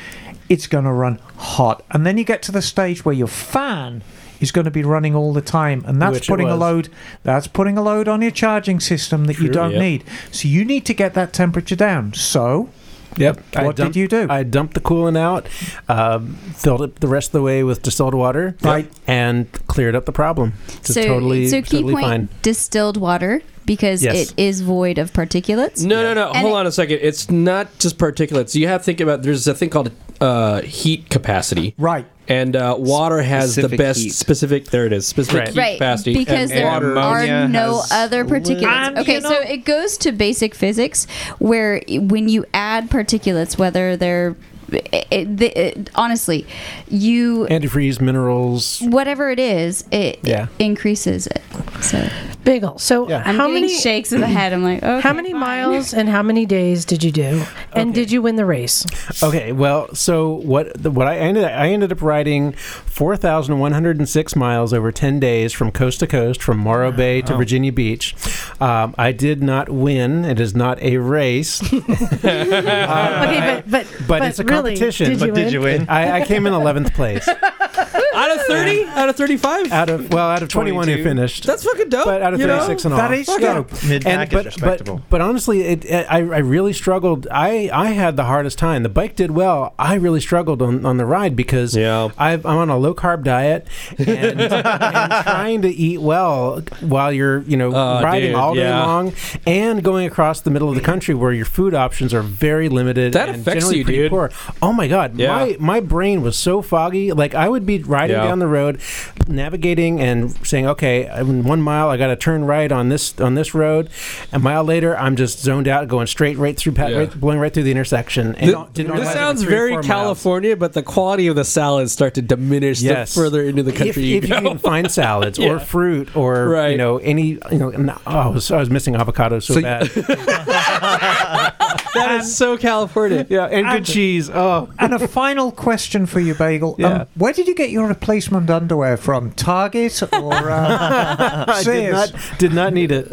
it's going to run hot. And then you get to the stage where your fan is going to be running all the time and that's Which it putting a was. load that's putting a load on your charging system that you True, don't yep. need so you need to get that temperature down so Yep. I what did dumped- you do I dumped the coolant out, um, filled it the rest of the way with distilled water, Right. and cleared up the problem. It's so, totally, so key totally point fine. distilled water because Yes. Mm. it is void of particulates. No, no, no. And Hold it- on a second. It's not just particulates. You have to think about there's a thing called uh, heat capacity. right And uh, water has the Specific best heat. specific. There it is, specific Right. heat Right, capacity. because and there water. ammonia are no has other particulates. And, okay, you know- so it goes to basic physics, where i- when you add particulates, whether they're it, it, it, honestly, you Antifreeze, minerals. whatever it is, it, Yeah. it increases it. So Bagel. So Yeah. I'm how getting many shakes of the head. I'm like, okay, how many fine. miles and how many days did you do? And did you win the race? Okay, well, so what? The, what I ended, I ended up riding four thousand one hundred and six miles over ten days from coast to coast, from Morro Bay to Virginia Beach. Um, I did not win. It is not a race, Uh, okay, but but, but it's a really, competition. Did you But win? win? I, I came in eleventh place Out of thirty, out of thirty-five. out of well, out of twenty-one who 22. finished. That's fucking dope. but out of you know? thirty-six and all. that is dope. and, Mid-pack is but, respectable. But, but honestly, it, I, I really struggled. I, I had the hardest time. The bike did well. I really struggled on, on the ride because Yeah. I've, I'm on a low carb diet and, and trying to eat well while you're you know Oh, riding dude, all day yeah. long and going across the middle of the country where your food options are very limited. That and affects generally you, pretty dude. Poor. Oh my god, Yeah. my my brain was so foggy. Like I would be riding Yeah. down the road, navigating and saying, "Okay, in one mile I got to turn right on this on this road." A mile later, I'm just zoned out, going straight right through, pa- Yeah. right, blowing right through the intersection. And Th- don't- didn't this realize it sounds for three or very four miles. California, but the quality of the salads start to diminish Yes. the further into the If, country you if you go. can find salads or fruit or you Right. know any you know and- oh, I was, I was missing avocado so, So- bad that is so California. yeah and good cheese oh and a final question for you, Bagel. Um, Yeah. where did you get your replacement underwear from? Target or uh, I did Sears? not did not need it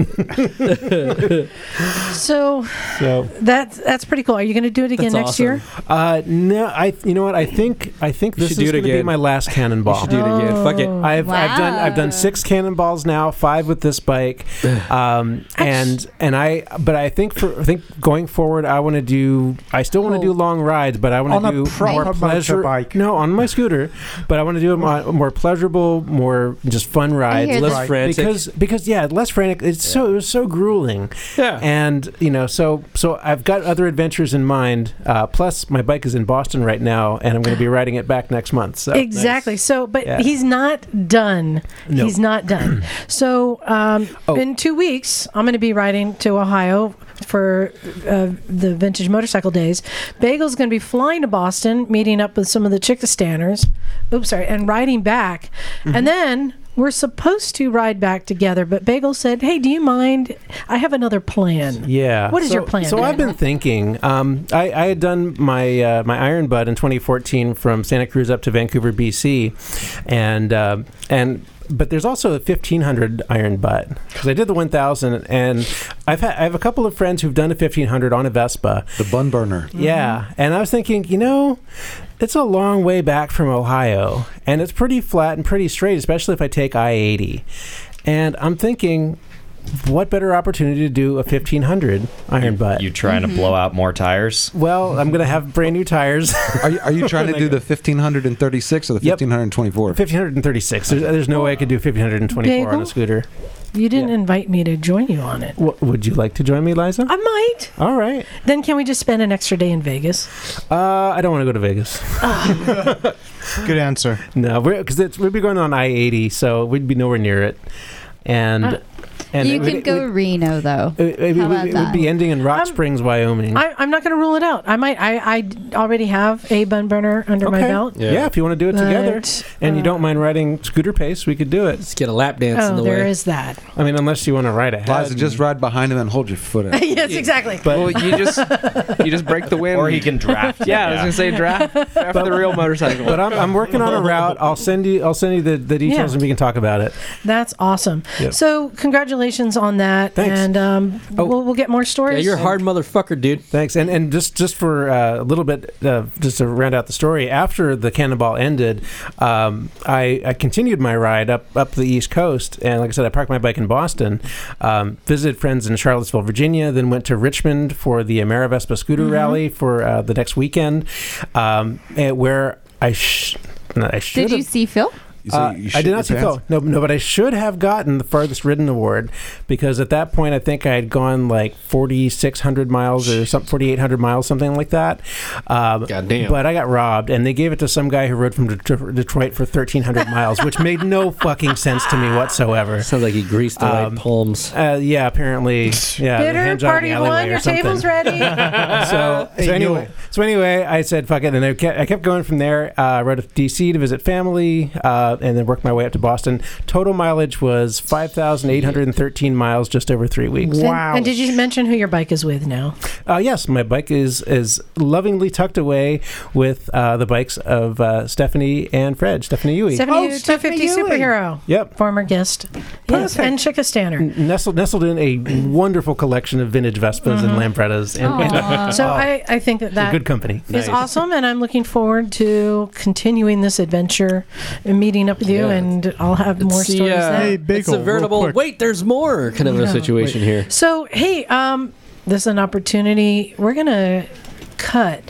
So so that's that's pretty cool. Are you going to do it again That's next awesome. year? Uh, no, I. You know what? I think I think You this is should do it going to be again. my last You cannonball. should do it again. Fuck it. I've, I've done I've Wow. done six cannonballs now, five with this bike, um, and and I but I think for I think going forward I want to do I still want to do Oh. Cool. long rides, but I want On to a do proper more pleasure motorbike. No, on my scooter, but I want to do a more pleasurable, more just fun rides. hear Less Right. frantic. because because yeah, less frantic. It's so it was so grueling. yeah. And you know, so so I've got other adventures in mind. Uh, plus, my bike is in Boston right now, and I'm going to be riding it back next month. So Exactly. So, but Yeah. he's not done. No. Oh. He's not done. so, um, in two weeks, I'm going to be riding to Ohio for uh, the vintage motorcycle days. Bagel's going to be flying to Boston, meeting up with some of the Chickastanners. Oops, sorry, and riding back, Mm-hmm. and then. We're supposed to ride back together, but Bagel said, "Hey, do you mind? I have another plan." Yeah. What is So- your plan? So I've been thinking. Um, I, I had done my uh, my Iron Bud in 2014 from Santa Cruz up to Vancouver, BC, and uh, and but there's also a 1500 Iron Butt because I did the 1000, and I've had I have a couple of friends who've done a 1500 on a Vespa, The bun burner. Yeah, and I was thinking, you know, it's a long way back from Ohio, and it's pretty flat and pretty straight, especially if I take I eighty. And I'm thinking, what better opportunity to do a 1500 iron butt? You trying Mm-hmm. to blow out more tires? well, I'm gonna have brand new tires. Are you, are you trying to do the 1536 or the Yep. 1524? 1536. There's, there's no way I could do 1524 on Bagel? a scooter. You didn't invite me to join you on it. What, would you like to join me, Liza? I might. All right. Then can we just spend an extra day in Vegas? Uh, I don't want to go to Vegas. Good answer. No, because we'd be going on I eighty, so we'd be nowhere near it. And Uh, and you it would- could go Reno though. It, it, it How would, about it would be that? Um, ending in Rock I'm- Springs, Wyoming. I, I'm not going to rule it out. I might. I, I already have a bun burner under my Okay. belt. Oh, yeah. if you want to do it together, but, and you uh, don't mind riding scooter pace, we could do it. Let's get a lap dance in Oh, the there is way. that. I mean, unless you want to ride ahead. Liza, just ride behind him and hold your foot out. yes, exactly. But- well, you just you just break the wind. Or he can draft. it, yeah, I was gonna say draft after the real motorcycle. but I'm, I'm working on a route. I'll send you. I'll send you the, the details, Yeah. and we can talk about it. That's awesome. Yep. So congratulations on that, Thanks. and um, Oh. we'll, we'll get more Yeah, stories. you're a hard motherfucker, dude. Thanks. And and just just for uh, a little bit, uh, just to round out the story. After the cannonball ended, um, I, I continued my ride up up the East Coast, and like I said, I parked my bike in Boston, um, visited friends in Charlottesville, Virginia, then went to Richmond for the AmeriVespa Scooter Mm-hmm. Rally for uh, the next weekend, um, and where I. Sh- no, I should Did you see Phil? uh, I did not see Phil. No, no, but I should have gotten the farthest ridden award because at that point I think I had gone like forty six hundred miles or some forty eight hundred miles, something like that. Um, Goddamn. But I got robbed, and they gave it to some guy who rode from Det- Detroit for thirteen hundred miles, which made no fucking sense to me whatsoever. Sounds like he greased the Um, right palms. Uh, yeah, apparently, yeah, the Bitter hand job in party the alleyway one. or Your something table's ready. so, so anyway, so anyway, I said fuck it, and I kept, I kept going from there. Uh, I rode to DC to visit family, uh, and then worked my way up to Boston. Total mileage was five thousand eight hundred and thirteen miles, just over three weeks. And- And, did you mention who your bike is with now? Uh, yes, my bike is is lovingly tucked away with uh, the bikes of uh, Stephanie and Fred. Stephanie Huey. Seventy Oh, two Stephanie fifty Ewing. superhero, Yep. former guest. Yes, Perfect. and Chickastaner. N- Nestled, nestled in a wonderful collection of vintage Vespas and Lambrettas, and, Oh. and Aw. Mm-hmm. So I, I think that that good company. is awesome, and I'm looking forward to continuing this adventure and meeting up with you, Yeah. and I'll have more It's the, stories. uh, then. Hey, it's Bagel, a real veritable quick. wait. There's more kind of a situation here. So hey, um, this is an opportunity. We're gonna cut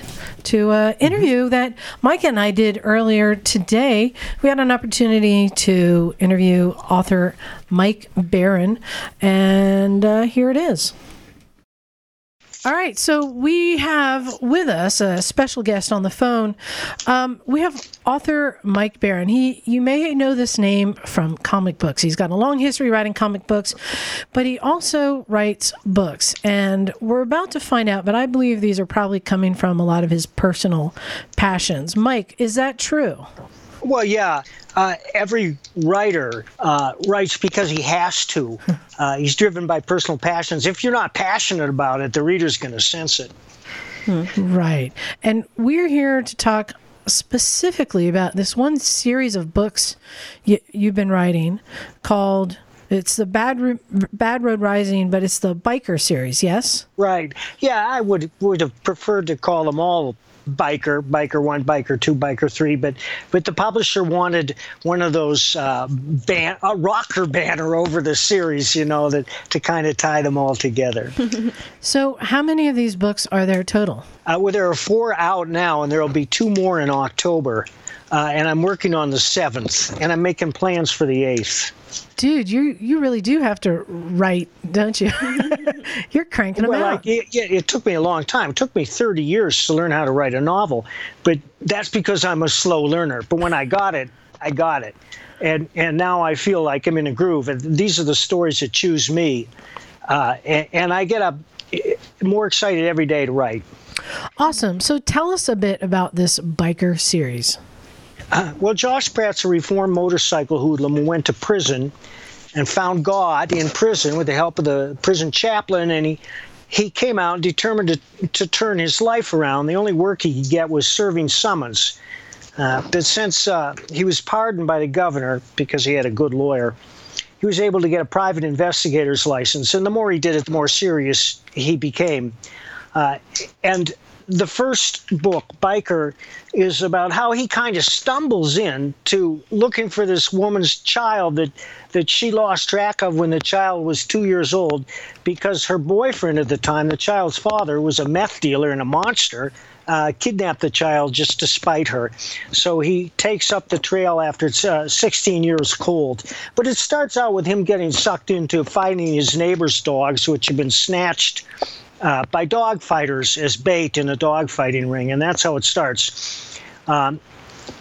to an Mm-hmm. interview that Mike and I did earlier today. We had an opportunity to interview author Mike Barron, and uh, here it is. All right, so we have with us a special guest on the phone. Um, we have author Mike Barron. He, you may know this name from comic books. He's got a long history writing comic books, but he also writes books. And we're about to find out, but I believe these are probably coming from a lot of his personal passions. Mike, is that true? Well, yeah. Uh, every writer uh, writes because he has to. Uh, he's driven by personal passions. If you're not passionate about it, the reader's going to sense it. Right. And we're here to talk specifically about this one series of books you, you've been writing called it's the Bad Ro- Bad Road Rising, but it's the biker series, yes? Right. Yeah, I would would have preferred to call them all biker, biker one, biker two, biker three, but but the publisher wanted one of those uh, ban- a rocker banner over the series, you know, that to kind of tie them all together. So, how many of these books are there total? Uh, well, there are four out now, and there will be two more in October. Uh, and I'm working on the seventh, and I'm making plans for the eighth. Dude, you you really do have to write, don't you? You're cranking them Well, out. like, it, yeah, it took me a long time. It took me 30 years to learn how to write a novel, but that's because I'm a slow learner. But when I got it, I got it, and and now I feel like I'm in a groove. And these are the stories that choose me, uh, and, and I get up eh, more excited every day to write. awesome. So, tell us a bit about this biker series. Uh, Well, Josh Pratt's a reformed motorcycle hoodlum who went to prison and found God in prison with the help of the prison chaplain, and he he came out determined to, to turn his life around. The only work he could get was serving summons. Uh, but since uh, he was pardoned by the governor because he had a good lawyer, he was able to get a private investigator's license. And the more he did it, the more serious he became. Uh, and the first book, Biker, is about how he kind of stumbles in to looking for this woman's child that that she lost track of when the child was two years old, because her boyfriend at the time, the child's father, was a meth dealer and a monster. Uh, kidnapped the child just to spite her. So he takes up the trail after it's uh, 16 years cold. But it starts out with him getting sucked into fighting his neighbor's dogs, which have been snatched uh, by dog fighters as bait in a dog fighting ring, and that's how it starts. Um,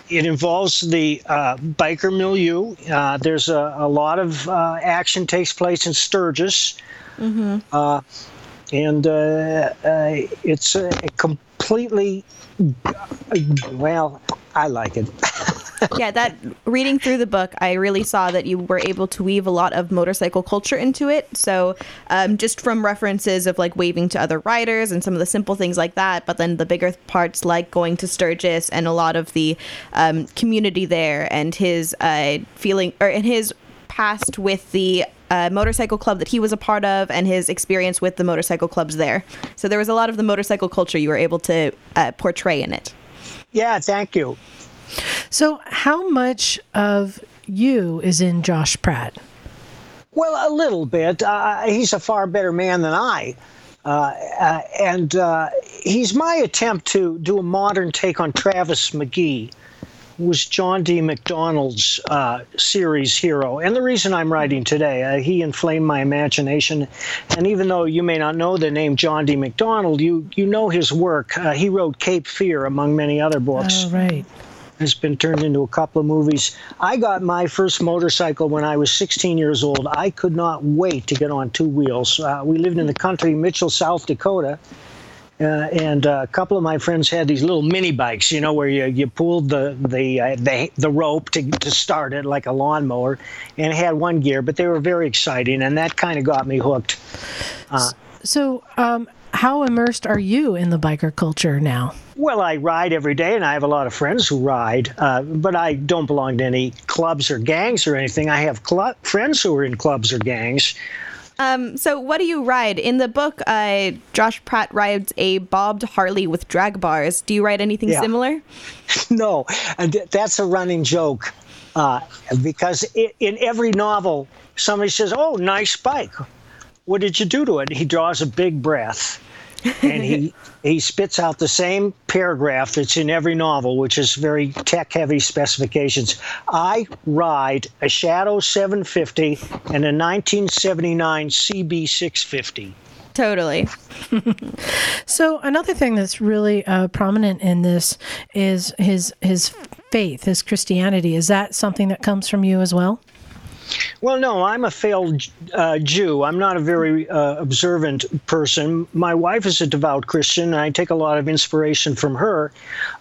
it involves the uh, biker milieu. Uh, there's a, a lot of uh, action takes place in Sturgis, Mm-hmm. uh, and uh, uh, it's a completely well. I like it. yeah, that reading through the book, I really saw that you were able to weave a lot of motorcycle culture into it. So, um, just from references of like waving to other riders and some of the simple things like that, but then the bigger parts like going to Sturgis and a lot of the um, community there and his uh, feeling or and his past with the uh, motorcycle club that he was a part of and his experience with the motorcycle clubs there. So, there was a lot of the motorcycle culture you were able to uh, portray in it. Yeah, thank you. So, how much of you is in Josh Pratt? Well, a little bit. Uh, he's a far better man than I. Uh, uh, and uh, he's my attempt to do a modern take on Travis McGee, who was John D. McDonald's uh, series hero. And the reason I'm writing today, uh, he inflamed my imagination. And even though you may not know the name John D. McDonald, you, you know his work. Uh, he wrote Cape Fear, among many other books Oh, right. has been turned into a couple of movies. I got my first motorcycle when I was 16 years old. I could not wait to get on two wheels. Uh, we lived in the country, Mitchell, South Dakota. Uh, and uh, a couple of my friends had these little mini bikes, you know, where you, you pulled the the, uh, the the rope to, to start it like a lawnmower, and it had one gear, but they were very exciting, and that kind of got me hooked. Uh, So, um, how immersed are you in the biker culture now? Well, I ride every day, and I have a lot of friends who ride, uh, but I don't belong to any clubs or gangs or anything. I have cl- friends who are in clubs or gangs. Um, so what do you ride? In the book, uh, Josh Pratt rides a bobbed Harley with drag bars. Do you ride anything Yeah. similar? no, and th- that's a running joke uh, because i in every novel, somebody says, "Oh, nice bike. What did you do to it?" He draws a big breath. and he he spits out the same paragraph that's in every novel, which is very tech heavy specifications. I ride a Shadow 750 and a 1979 CB 650. Totally. So another thing that's really uh, prominent in this is his his faith, his Christianity. Is that something that comes from you as well? Well, no, I'm a failed uh, Jew. I'm not a very uh, observant person. My wife is a devout Christian, and I take a lot of inspiration from her.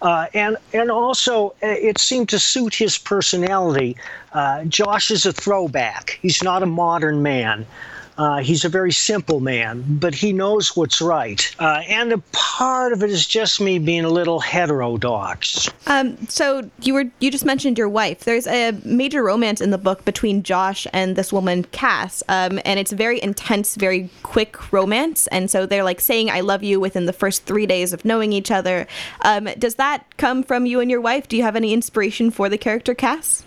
Uh, and and also, uh, it seemed to suit his personality. Uh, Josh is a throwback. He's not a modern man. Uh, he's a very simple man, but he knows what's right. Uh, and a part of it is just me being a little heterodox. Um, so you were you just mentioned your wife. There's a major romance in the book between Josh and this woman Cass, um, and it's a very intense, very quick romance. And so they're like saying "I love you" within the first three days of knowing each other. Um, does that come from you and your wife? Do you have any inspiration for the character Cass?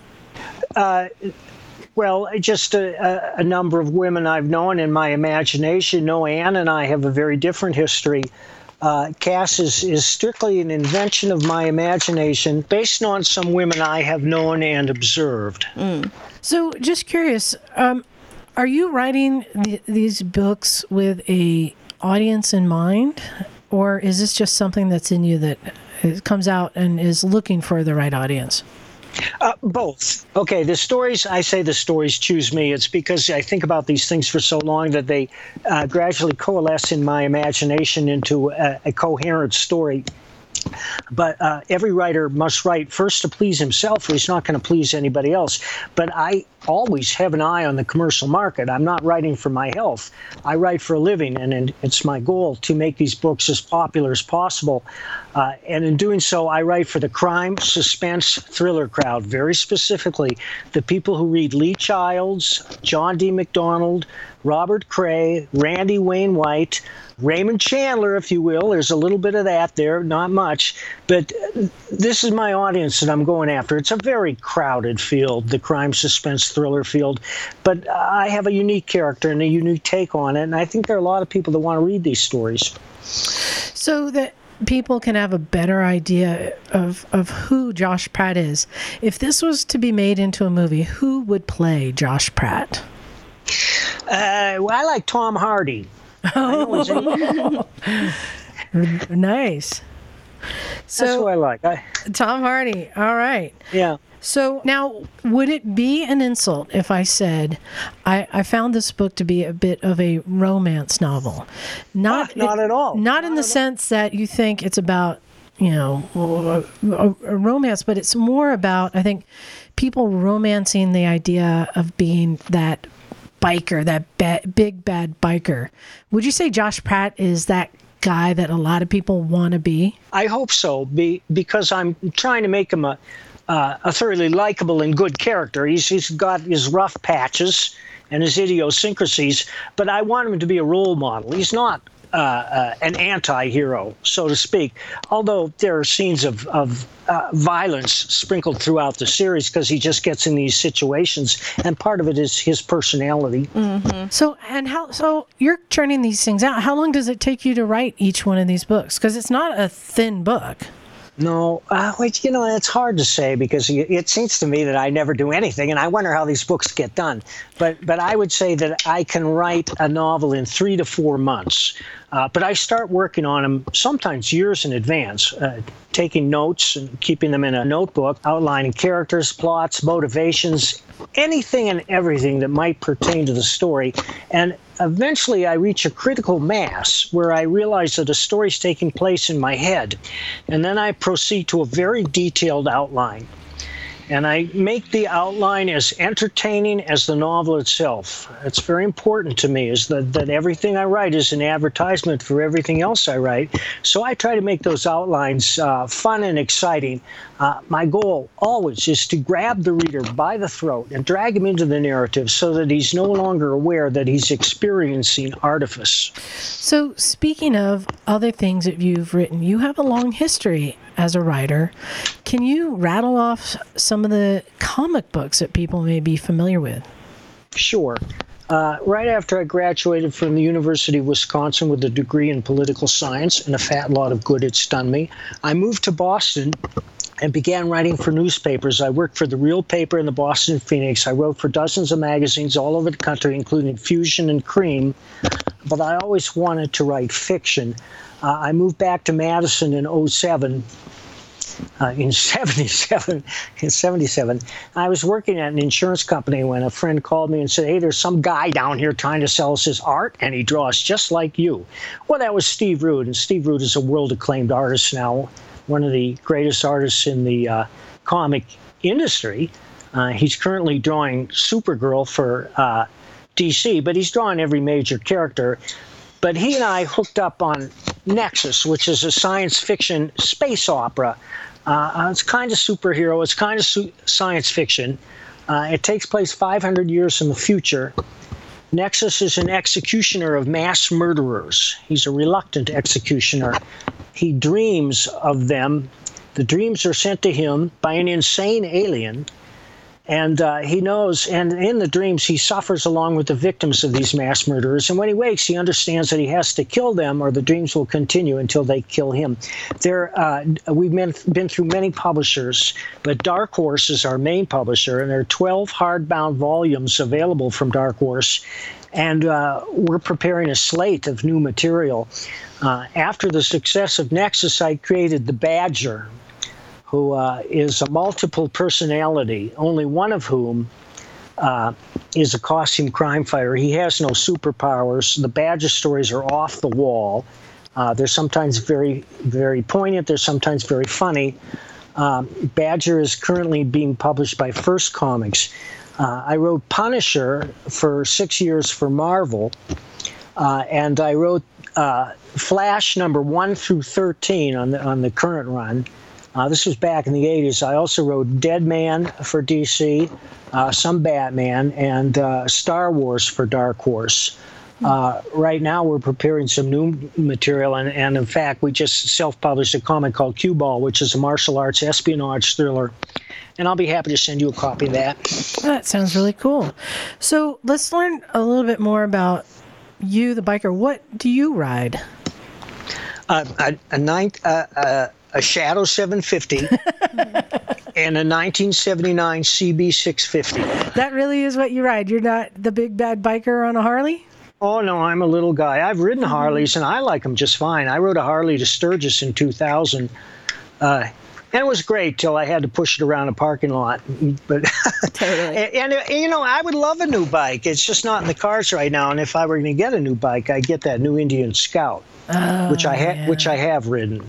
Uh, well, just a, a, a number of women I've known in my imagination. No, Anne and I have a very different history. Uh, Cass is, is strictly an invention of my imagination based on some women I have known and observed. Mm. So just curious, um, are you writing th- these books with a audience in mind, or is this just something that's in you that uh, comes out and is looking for the right audience? Uh, both. Okay, the stories, I say the stories choose me. It's because I think about these things for so long that they uh, gradually coalesce in my imagination into a, a coherent story. But uh, every writer must write first to please himself, or he's not going to please anybody else. But I always have an eye on the commercial market. I'm not writing for my health. I write for a living, and, and it's my goal to make these books as popular as possible. Uh, and in doing so, I write for the crime, suspense, thriller crowd, very specifically the people who read Lee Childs, John D. MacDonald, Robert Cray, Randy Wainwright, Raymond Chandler, if you will. There's a little bit of that there, not much. But uh, this is my audience that I'm going after. It's a very crowded field, the crime suspense thriller field. But I have a unique character and a unique take on it. And I think there are a lot of people that want to read these stories. So that people can have a better idea of, of who Josh Pratt is. If this was to be made into a movie, who would play Josh Pratt? Uh, well, I like Tom Hardy. Oh, nice. So That's who I like. I, Tom Hardy. All right. Yeah. So now, would it be an insult if I said I, I found this book to be a bit of a romance novel? Not, Ah, not at all. Not, in the sense that you think it's about you know a, a- a romance, but it's more about I think people romancing the idea of being that biker, that ba- big bad biker. Would you say Josh Pratt is that guy that a lot of people want to be? I hope so, be, because I'm trying to make him a, uh, a thoroughly likable and good character. He's, he's got his rough patches and his idiosyncrasies, but I want him to be a role model. He's not uh, uh, an anti hero, so to speak, although there are scenes of, of uh, violence sprinkled throughout the series because he just gets in these situations, and part of it is his personality. So and how so you're churning these things out. How long does it take you to write each one of these books? Because it's not a thin book. No, uh, which you know, it's hard to say because y- it seems to me that I never do anything, and I wonder how these books get done. But but I would say that I can write a novel in three to four months, uh, but I start working on them sometimes years in advance, uh, taking notes and keeping them in a notebook, outlining characters, plots, motivations, anything and everything that might pertain to the story, and eventually I reach a critical mass where I realize that a story's taking place in my head. And then I proceed to a very detailed outline. And I make the outline as entertaining as the novel itself. It's very important to me is that, that everything I write is an advertisement for everything else I write. So I try to make those outlines uh, fun and exciting. Uh, my goal always is to grab the reader by the throat and drag him into the narrative so that he's no longer aware that he's experiencing artifice. So speaking of other things that you've written, you have a long history as a writer. Can you rattle off some of the comic books that people may be familiar with? Sure. Uh, right after I graduated from the University of Wisconsin with a degree in political science and a fat lot of good it's done me, I moved to Boston and began writing for newspapers. I worked for the Real Paper and the Boston Phoenix. I wrote for dozens of magazines all over the country, including Fusion and Cream, but I always wanted to write fiction. Uh, I moved back to Madison in 07 uh, in 77 in 77 i was working at an insurance company when a friend called me and said hey there's some guy down here trying to sell us his art and he draws just like you well that was steve rude and steve rude is a world acclaimed artist now one of the greatest artists in the uh, comic industry uh, he's currently drawing supergirl for uh, dc but he's drawing every major character but he and I hooked up on Nexus, which is a science fiction space opera. Uh, it's kind of superhero, it's kind of su- science fiction. Uh, it takes place 500 years in the future. Nexus is an executioner of mass murderers. He's a reluctant executioner. He dreams of them. The dreams are sent to him by an insane alien and uh, he knows and in the dreams he suffers along with the victims of these mass murderers and when he wakes he understands that he has to kill them or the dreams will continue until they kill him there uh, we've been, been through many publishers but dark horse is our main publisher and there are 12 hardbound volumes available from dark horse and uh, we're preparing a slate of new material uh, after the success of nexus i created the badger who uh, is a multiple personality, only one of whom uh, is a costume crime fighter. He has no superpowers. The Badger stories are off the wall. Uh, they're sometimes very, very poignant. They're sometimes very funny. Um, Badger is currently being published by First Comics. Uh, I wrote Punisher for six years for Marvel, uh, and I wrote uh, Flash number one through thirteen on the on the current run. Uh, this was back in the 80s. I also wrote Dead Man for DC, uh, some Batman, and uh, Star Wars for Dark Horse. Uh, right now, we're preparing some new material, and, and in fact, we just self published a comic called Cue Ball, which is a martial arts espionage thriller. And I'll be happy to send you a copy of that. That sounds really cool. So let's learn a little bit more about you, the biker. What do you ride? Uh, a, a, ninth, uh, uh, a Shadow 750 and a 1979 CB 650. That really is what you ride. You're not the big bad biker on a Harley? Mm-hmm. Oh no, I'm a little guy. I've ridden Harleys and I like them just fine. I rode a Harley to Sturgis in 2000, uh, and it was great till I had to push it around a parking lot. But totally. and, and, you know, I would love a new bike. It's just not in the cars right now. And if I were going to get a new bike, I'd get that new Indian Scout, Oh, which I ha- which I have ridden.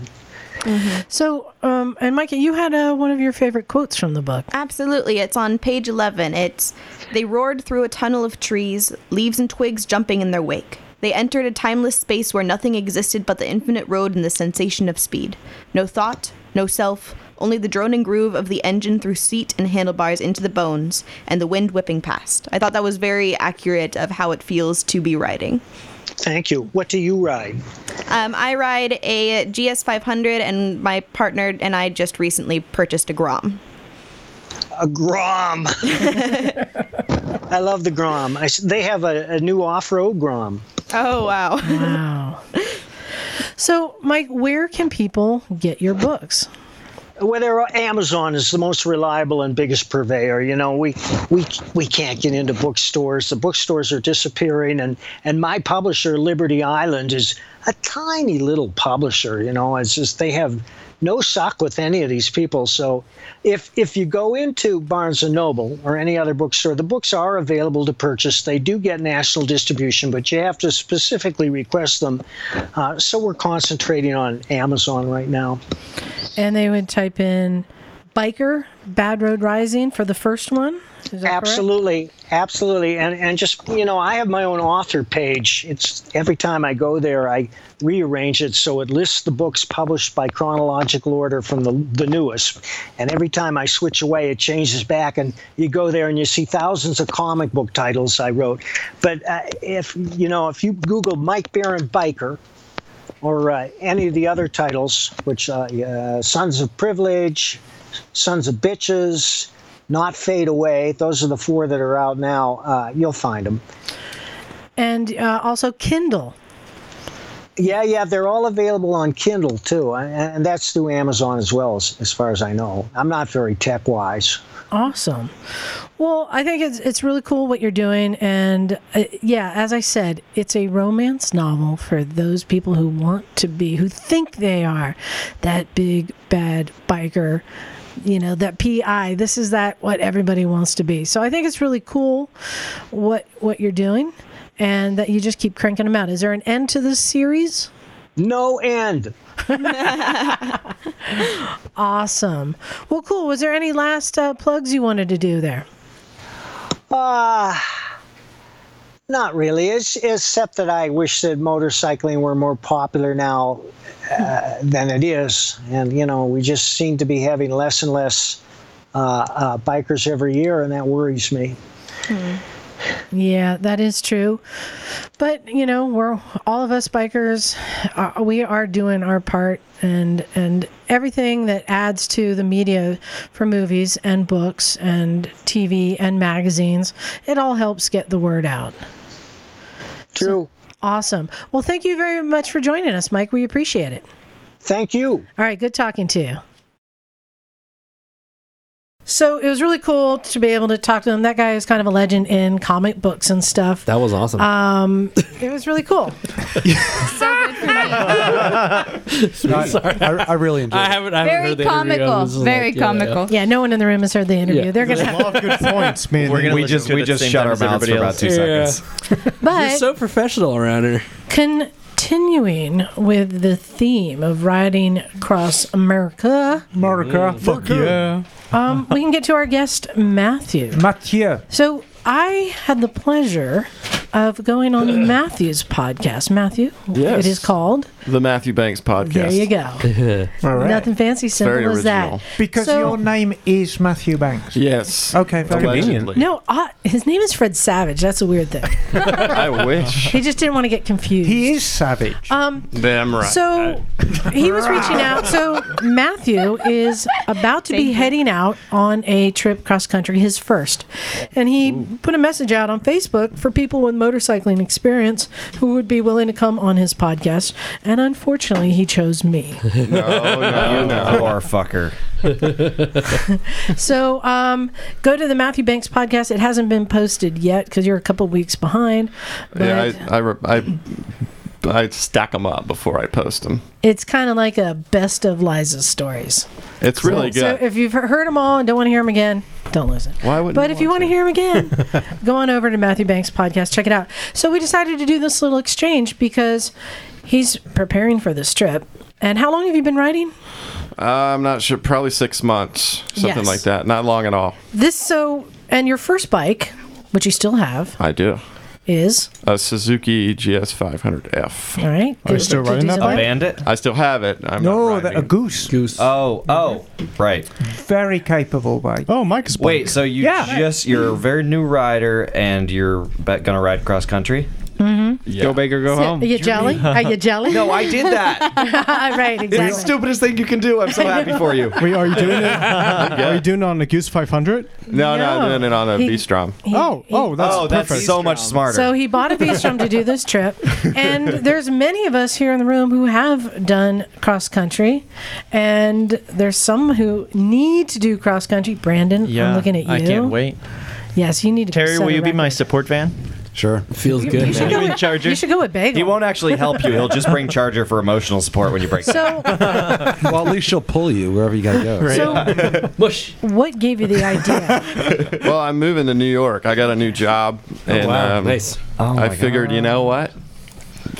So, um, and Micah, you had uh, one of your favorite quotes from the book. Absolutely. It's on page 11. It's They roared through a tunnel of trees, leaves and twigs jumping in their wake. They entered a timeless space where nothing existed but the infinite road and the sensation of speed. No thought, no self, only the droning groove of the engine through seat and handlebars into the bones, and the wind whipping past. I thought that was very accurate of how it feels to be riding. Thank you. What do you uh, ride? Um, I ride a GS500, and my partner and I just recently purchased a Grom. A Grom. I love the Grom. I s they have a, a new off-road Grom. Oh, uh, wow. Wow. so, Mike, where can people get your books? Whether Amazon is the most reliable and biggest purveyor, you know, we we we can't get into bookstores. The bookstores are disappearing, and and my publisher, Liberty Island, is a tiny little publisher. You know, it's just they have no suck with any of these people. So, if if you go into Barnes and Noble or any other bookstore, the books are available to purchase. They do get national distribution, but you have to specifically request them. Uh, so we're concentrating on Amazon right now. And they would type in biker, bad road rising for the first one. absolutely absolutely and and just you know i have my own author page it's every time i go there i rearrange it so it lists the books published by chronological order from the, the newest and every time i switch away it changes back and you go there and you see thousands of comic book titles i wrote but uh, if you know if you google mike barron biker or uh, any of the other titles, which uh, uh, Sons of Privilege, Sons of Bitches, Not Fade Away. Those are the four that are out now. Uh, you'll find them. And uh, also Kindle. Yeah, yeah, they're all available on Kindle too, and- and that's through Amazon as well, as, as far as I know. I'm not very tech wise. Awesome. Well, I think it's it's really cool what you're doing, and uh, yeah, as I said, it's a romance novel for those people who want to be, who think they are that big bad biker, you know, that PI. This is that what everybody wants to be. So I think it's really cool what what you're doing, and that you just keep cranking them out. Is there an end to this series? No end. Awesome. Well, cool. Was there any last uh, plugs you wanted to do there? Uh, not really. It's, except that I wish that motorcycling were more popular now uh, than it is. And, you know, we just seem to be having less and less uh, uh, bikers every year, and that worries me. Hmm. Yeah, that is true. But you know, we're all of us bikers. Uh, we are doing our part, and and everything that adds to the media for movies and books and TV and magazines, it all helps get the word out. True. awesome. Well, thank you very much for joining us, Mike. We appreciate it. Thank you. All right. Good talking to you. So it was really cool to be able to talk to him. That guy is kind of a legend in comic books and stuff. That was awesome. Uh, Um, it was really cool. No, I, I, I really enjoyed. I it. haven't. Very comical. Very comical. Yeah, no one in the room has heard the interview. Yeah. They're gonna There's a lot of good points, man. We're gonna we listen just to it we at the just same shut time our as everybody mouths for about two else. Yeah. seconds. But You're so professional around here. continuing with the theme of riding across America. America, fuck yeah. Um, we can get to our guest Matthew. Mathieu. So I had the pleasure of going on the Matthews podcast. Matthew, Yes. it is called. The Matthew Banks podcast. There you go. All right. Nothing fancy, It's very simple as that. original. Because So- your name is Matthew Banks. Yes. Okay, very good. Allegedly. No, uh, his name is Fred Savage. That's a weird thing. I wish. he just didn't want to get confused. He is savage. Um, Damn right. So he was reaching out. So Matthew is about to be heading out on a trip cross country, his first. And he put a message out on Facebook for people with motorcycling experience who would be willing to come on his podcast. And unfortunately, he chose me. no, no. Poor fucker. so um, go to the Matthew Banks podcast. It hasn't been posted yet because you're a couple weeks behind. But Yeah, I, I, re- I, I stack them up before I post them. it's kind of like a best of Liza's stories. It's really So- good. So if you've he- heard them all and don't want to hear them again, don't listen. Why would? But if you want to hear them again, go on over to Matthew Banks' podcast. Check it out. So we decided to do this little exchange because he's preparing for this trip. And how long have you been riding? Uh, I'm not sure. Probably six months, something Yes. like that. Not long at all. This so and your first bike, which you still have, I do. is A Suzuki GS500F. all right. good- good diesel bike. bandit? I still have it. I'm no, that, a goose. Goose. Oh, oh, right. Very capable bike. Oh, Mike's Wait, so you Yeah. just you're a very new rider and you're be- gonna ride cross country? Mm-hmm. Go Baker, go Are you jelly? Are you jelly? No, I did that. right, exactly. It's the stupidest thing you can do. I'm so happy for you. Wait, are you doing it? Are you doing it on the Goose 500? No, no, No. I'm doing it on a He- V-Strom. oh, oh, that's Oh, that's perfect. so much smarter. So he bought a Beastrom to do this trip, and there's many of us here in the room who have done cross country, and there's some who need to do cross country. Brandon, I'm looking at you. I can't wait. Yes, you need to. Terry, set will a you be record. my support van? Sure. Feels You- good, you should man. go in with- Charger? You should go with Bagel. He won't actually help you. He'll just bring Charger for emotional support when you break down. So, well, at least she'll pull you wherever you gotta go. so what gave you the idea? well, I'm moving to New York. I got a new job, and wow. um, Nice. Oh I my figured, you know what?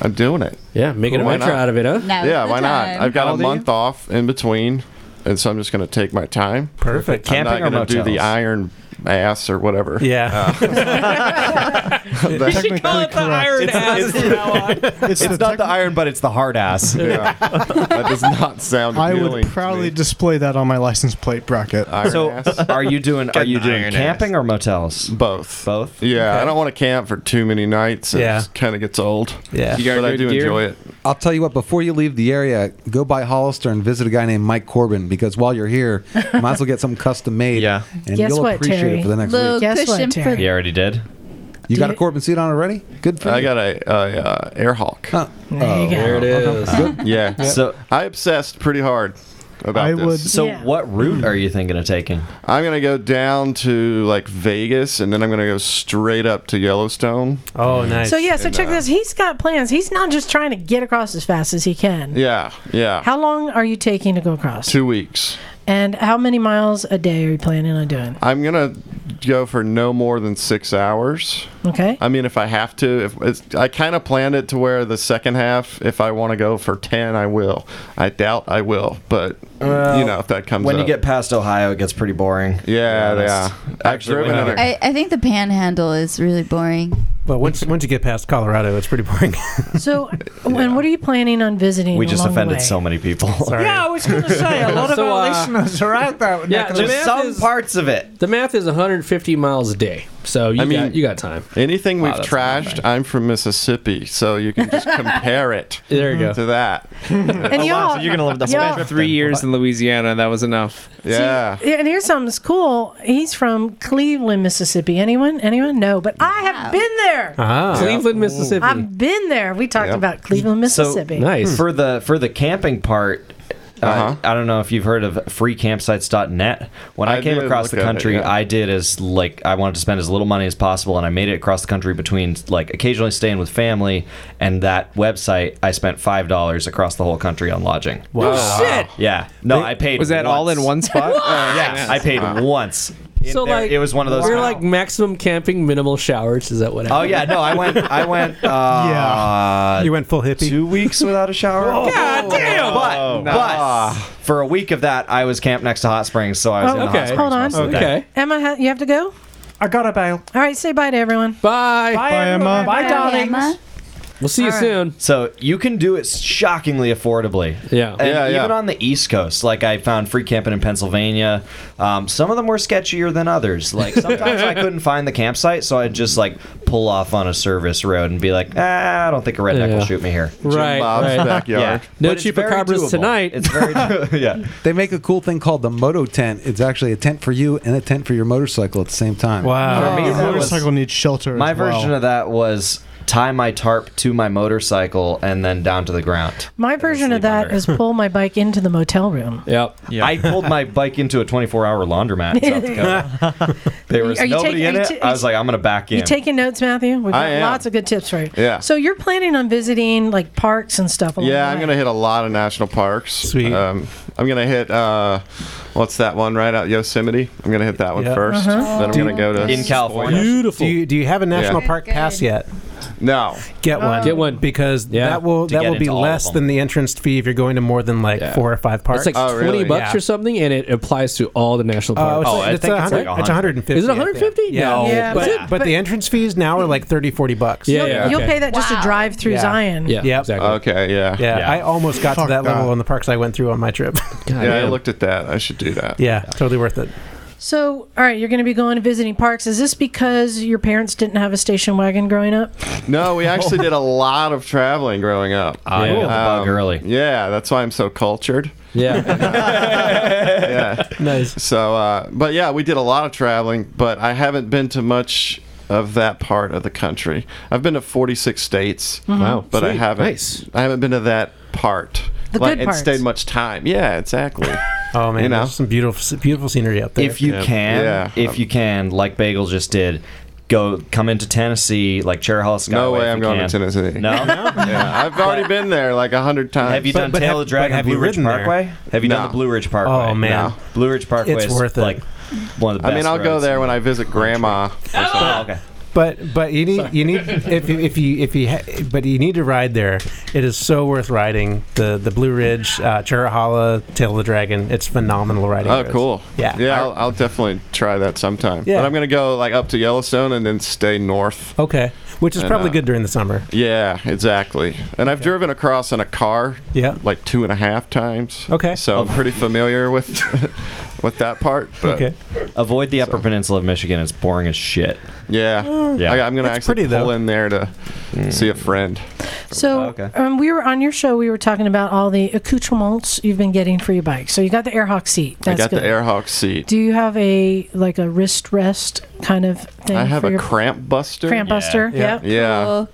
I'm doing it. Yeah, making Why a venture not? out of it, huh? Now's yeah, the why time. not? I've got How a old are you? month off in between, and so I'm just going to take my time. Perfect. I'm not Camping or gonna do the motels? iron ass or whatever. Uh, Yeah. That's- It's, it's- it's not the iron, but it's the hard ass. Yeah. that does not sound I appealing. would proudly display that on my license plate bracket. Iron So, ass. are you doing are you doing iron camping or motels? Both. Both. Yeah, I don't want to camp for too many nights. It Yeah. kind of gets old. Yeah. You but I do enjoy it. I'll tell you what, before you leave the area, go by Hollister and visit a guy named Mike Corbin because while you're here, might as well get something custom made. Yeah. And Guess you'll what, appreciate Terry? it for the next Little week. Guess what, cushion Terry? for You already did. You got a you- Corbin suit on already? Good for I you. got a, a uh, air hawk. Huh. Oh, There you go. There it is. Yeah. So I obsessed pretty hard about I this. would. so Yeah. what route are you thinking of taking? I'm gonna go down to like Vegas, and then I'm gonna go straight up to Yellowstone. oh, nice. So yeah, so And, check uh, this. He's got plans. He's not just trying to get across as fast as he can. Yeah, yeah. How long are you taking to go across? Two weeks. And how many miles a day are you planning on doing? I'm gonna go for no more than six hours. Okay. I mean, if I have to, if it's, I kind of planned it to where the second half, if I want to go for ten, I will. I doubt I will, but you know, if that comes When you up. get past Ohio, it gets pretty boring. yeah, yeah. I've that's actually driven another- it. I, I think the panhandle is really boring. well, once once you get past Colorado, it's pretty boring. So, and what are you planning on visiting? We just along the offended way? so many people. Sorry. Yeah, I was going to say a lot of So, our uh, listeners are out there. with yeah, Nicholas. The Just math some is- parts of it. The math is 150 miles a day, so you I mean- got you got time. Anything we've that's trashed, I'm from Mississippi, so you can just compare it. There you go. To that. And y'all, you're gonna live the y'all- three years in Louisiana, and that was enough. Yeah. Yeah, and here's something's cool. He's from Cleveland, Mississippi. Anyone? Anyone? No, but I have been there. Ah. Oh. Cleveland, Mississippi. I've been there. We talked Yep. about Cleveland, Mississippi. Hmm. nice. for the for the camping part uh, Uh-huh. I don't know if you've heard of freecampsites.net. When I, I came did across look the at it, country, yeah. I did as like I wanted to spend as little money as possible, and I made it across the country between like occasionally staying with family and that website. I spent five dollars across the whole country on lodging. Oh, shit. Yeah, no, I paid. Was that all once. in one spot? Oh, Yeah, I paid once. In So there- like it was one of those. We're like maximum camping, minimal showers. Is that what? oh Happened? yeah, no, I went. I went. Uh, You went full hippie. two weeks without a shower. Oh. God damn! Oh, But, but for a week of that, I was camped next to hot springs, so I was in Oh, the hot Ah. okay. springs. Hold on. most of the day. Okay. Emma, ha- you have to go. I gotta bail. All right, say bye to everyone. Bye. Bye, Bye, everyone. Emma. Bye, darlings. We'll see you All right. soon. So you can do it shockingly affordably. Yeah. And Yeah, yeah. even on the East Coast, like I found free camping in Pennsylvania. Um, some of them were sketchier than others. Like sometimes I couldn't find the campsite, so I'd just like pull off on a service road and be like, ah, I don't think a redneck will Yeah. shoot me here. Right, Bob's right. backyard. No But it's very chupacabras doable. tonight. It's very yeah. They make a cool thing called the moto tent. It's actually a tent for you and a tent for your motorcycle at the same time. For me, Your that was- motorcycle needs shelter. My as well. version of that was tie my tarp to my motorcycle and then down to the ground. My version of that is pull my bike into the motel room. Yep. I pulled my bike into a 24-hour laundromat in South Dakota. there was Are you nobody taking- in are you it. ta- I was like, I'm going to back in. You taking notes, Matthew? We've got I am. lots of good tips for you. Yeah. So you're planning on visiting like parks and stuff. Along Yeah, the I'm way. gonna hit a lot of national parks. Sweet. Um, I'm gonna hit uh, what's that one right out Yosemite? I'm gonna hit that one Yeah. first. Uh-huh. Then I'm Do- gonna go to In California. Beautiful. Do you- do you have a national park Good. pass yet? No. Get one. Get one because that will To that get will be into all of less them. than the entrance fee if you're going to more than like four or five parks. It's like 20 bucks or something, and it applies to all the national Oh, parks. it's, like, it's, a hundred- it's 150. Is it I think. 150? Yeah. No. Yeah, but, but, the entrance fees now are like 30, 40 bucks. Yeah, You'll- yeah, You'll pay that just to drive through Yeah. Zion. Yeah. Yep. Exactly. Okay. Yeah. Yeah, I almost got to that level on the parks I went through on my trip. Yeah, I looked at that. I should do that. Yeah, totally worth it. So, all right, you're going to be going and visiting parks. Is this because your parents didn't have a station wagon growing up? No, we actually did a lot of traveling growing up. I got the bug early. Yeah, that's why I'm so cultured. Yeah. yeah. Nice. So, uh, but yeah, we did a lot of traveling, but I haven't been to much of that part of the country. I've been to 46 states. Mhm. Wow. But I Sweet. haven't. Nice. I haven't been to that part. The good and parts. stayed much time. Yeah, exactly. Oh man, You know? there's some beautiful beautiful scenery up there. if you can, Yeah. if you can, like Bagel just did, go come into Tennessee, like Cherry Hall Skyway. No way if I'm you going to can. Tennessee. No? yeah, I've already been there like a hundred times. Have you done Tail of the Dragon Blue Ridge Parkway? Have you done the Blue Ridge Parkway? Oh, man. No. Blue Ridge Parkway It's is worth it. like one of the I best. Oh, mean, I'll go there when I visit grandma. Oh, okay. But but you need you need if you if you if you ha- but you need to ride there. It is so worth riding the the Blue Ridge, uh, Chirahala, Tail of the Dragon. It's phenomenal riding. Oh, roads. cool. Yeah. Yeah, I'll, I'll definitely try that sometime. Yeah. But I'm going to go like up to Yellowstone and then stay north. Okay, which is And, probably uh, good during the summer. Yeah, exactly. And I've driven across in a car. Yeah. Like two and a half times. Okay. So I'm pretty familiar with with that part. But Okay. Avoid the Upper Peninsula of Michigan. It's boring as shit. Yeah. Yeah. I, I'm going to actually pretty, though. pull in there to Hmm. see a friend. So, Oh, okay. um, we were on your show. We were talking about all the accoutrements you've been getting for your bike. So you got the Airhawk seat. I That's got good. the Airhawk seat. Do you have a like a wrist rest kind of thing? I have for a your- cramp buster. Cramp Yeah. buster, Yeah. yep. Cool.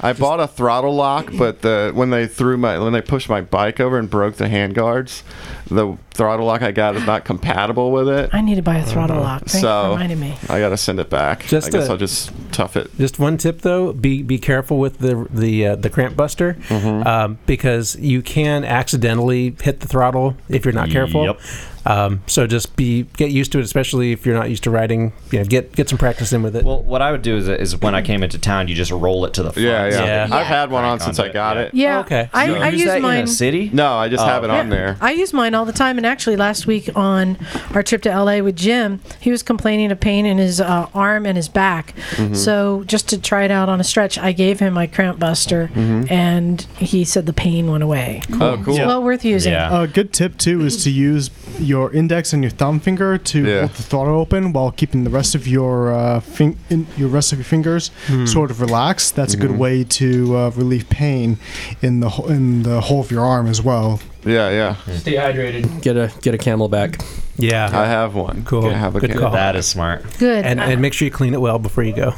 I bought a throttle lock, but the when they threw my when they pushed my bike over and broke the handguards, the throttle lock I got is not compatible with it. Uh-huh. I need to buy a throttle lock. Thanks for so reminding me. I got to send it back. Just I guess a- i I'll just tough it. Just one tip though: be be careful with the the uh, the cramp buster Mm-hmm. um, because you can accidentally hit the throttle if you're not careful. Yep. Um, so just be get used to it, especially if you're not used to riding. You know, get get some practice in with it. Well, what I would do is, is when I came into town, you just roll it to the front. Yeah, yeah. so that you I've had one on crack since onto I got it. Yeah. Okay. I- Oh, You I use that in mine- a city? No, I just have it on Yeah. there. I use mine all the time. And actually, last week on our trip to LA with Jim, he was complaining of pain in his uh, arm and his back. Mm-hmm. Mhm. So, just to try it out on a stretch, I gave him my cramp buster, Mm-hmm. Mhm. and he said the pain went away. Oh, It's well worth using. A good tip too is to use your index and your thumb finger to hold the throttle open while keeping the rest of your uh, fin- in your rest of your fingers Hmm. sort of relaxed. That's a Mm-hmm. Mhm. good way to uh, relieve pain in the ho- in the whole of your arm as well. Yeah, yeah. Stay hydrated. Get a get a camel back. Yeah. I have one. Cool. I have a Good camel call. back. That is smart. Good. And, and make sure you clean it well before you go.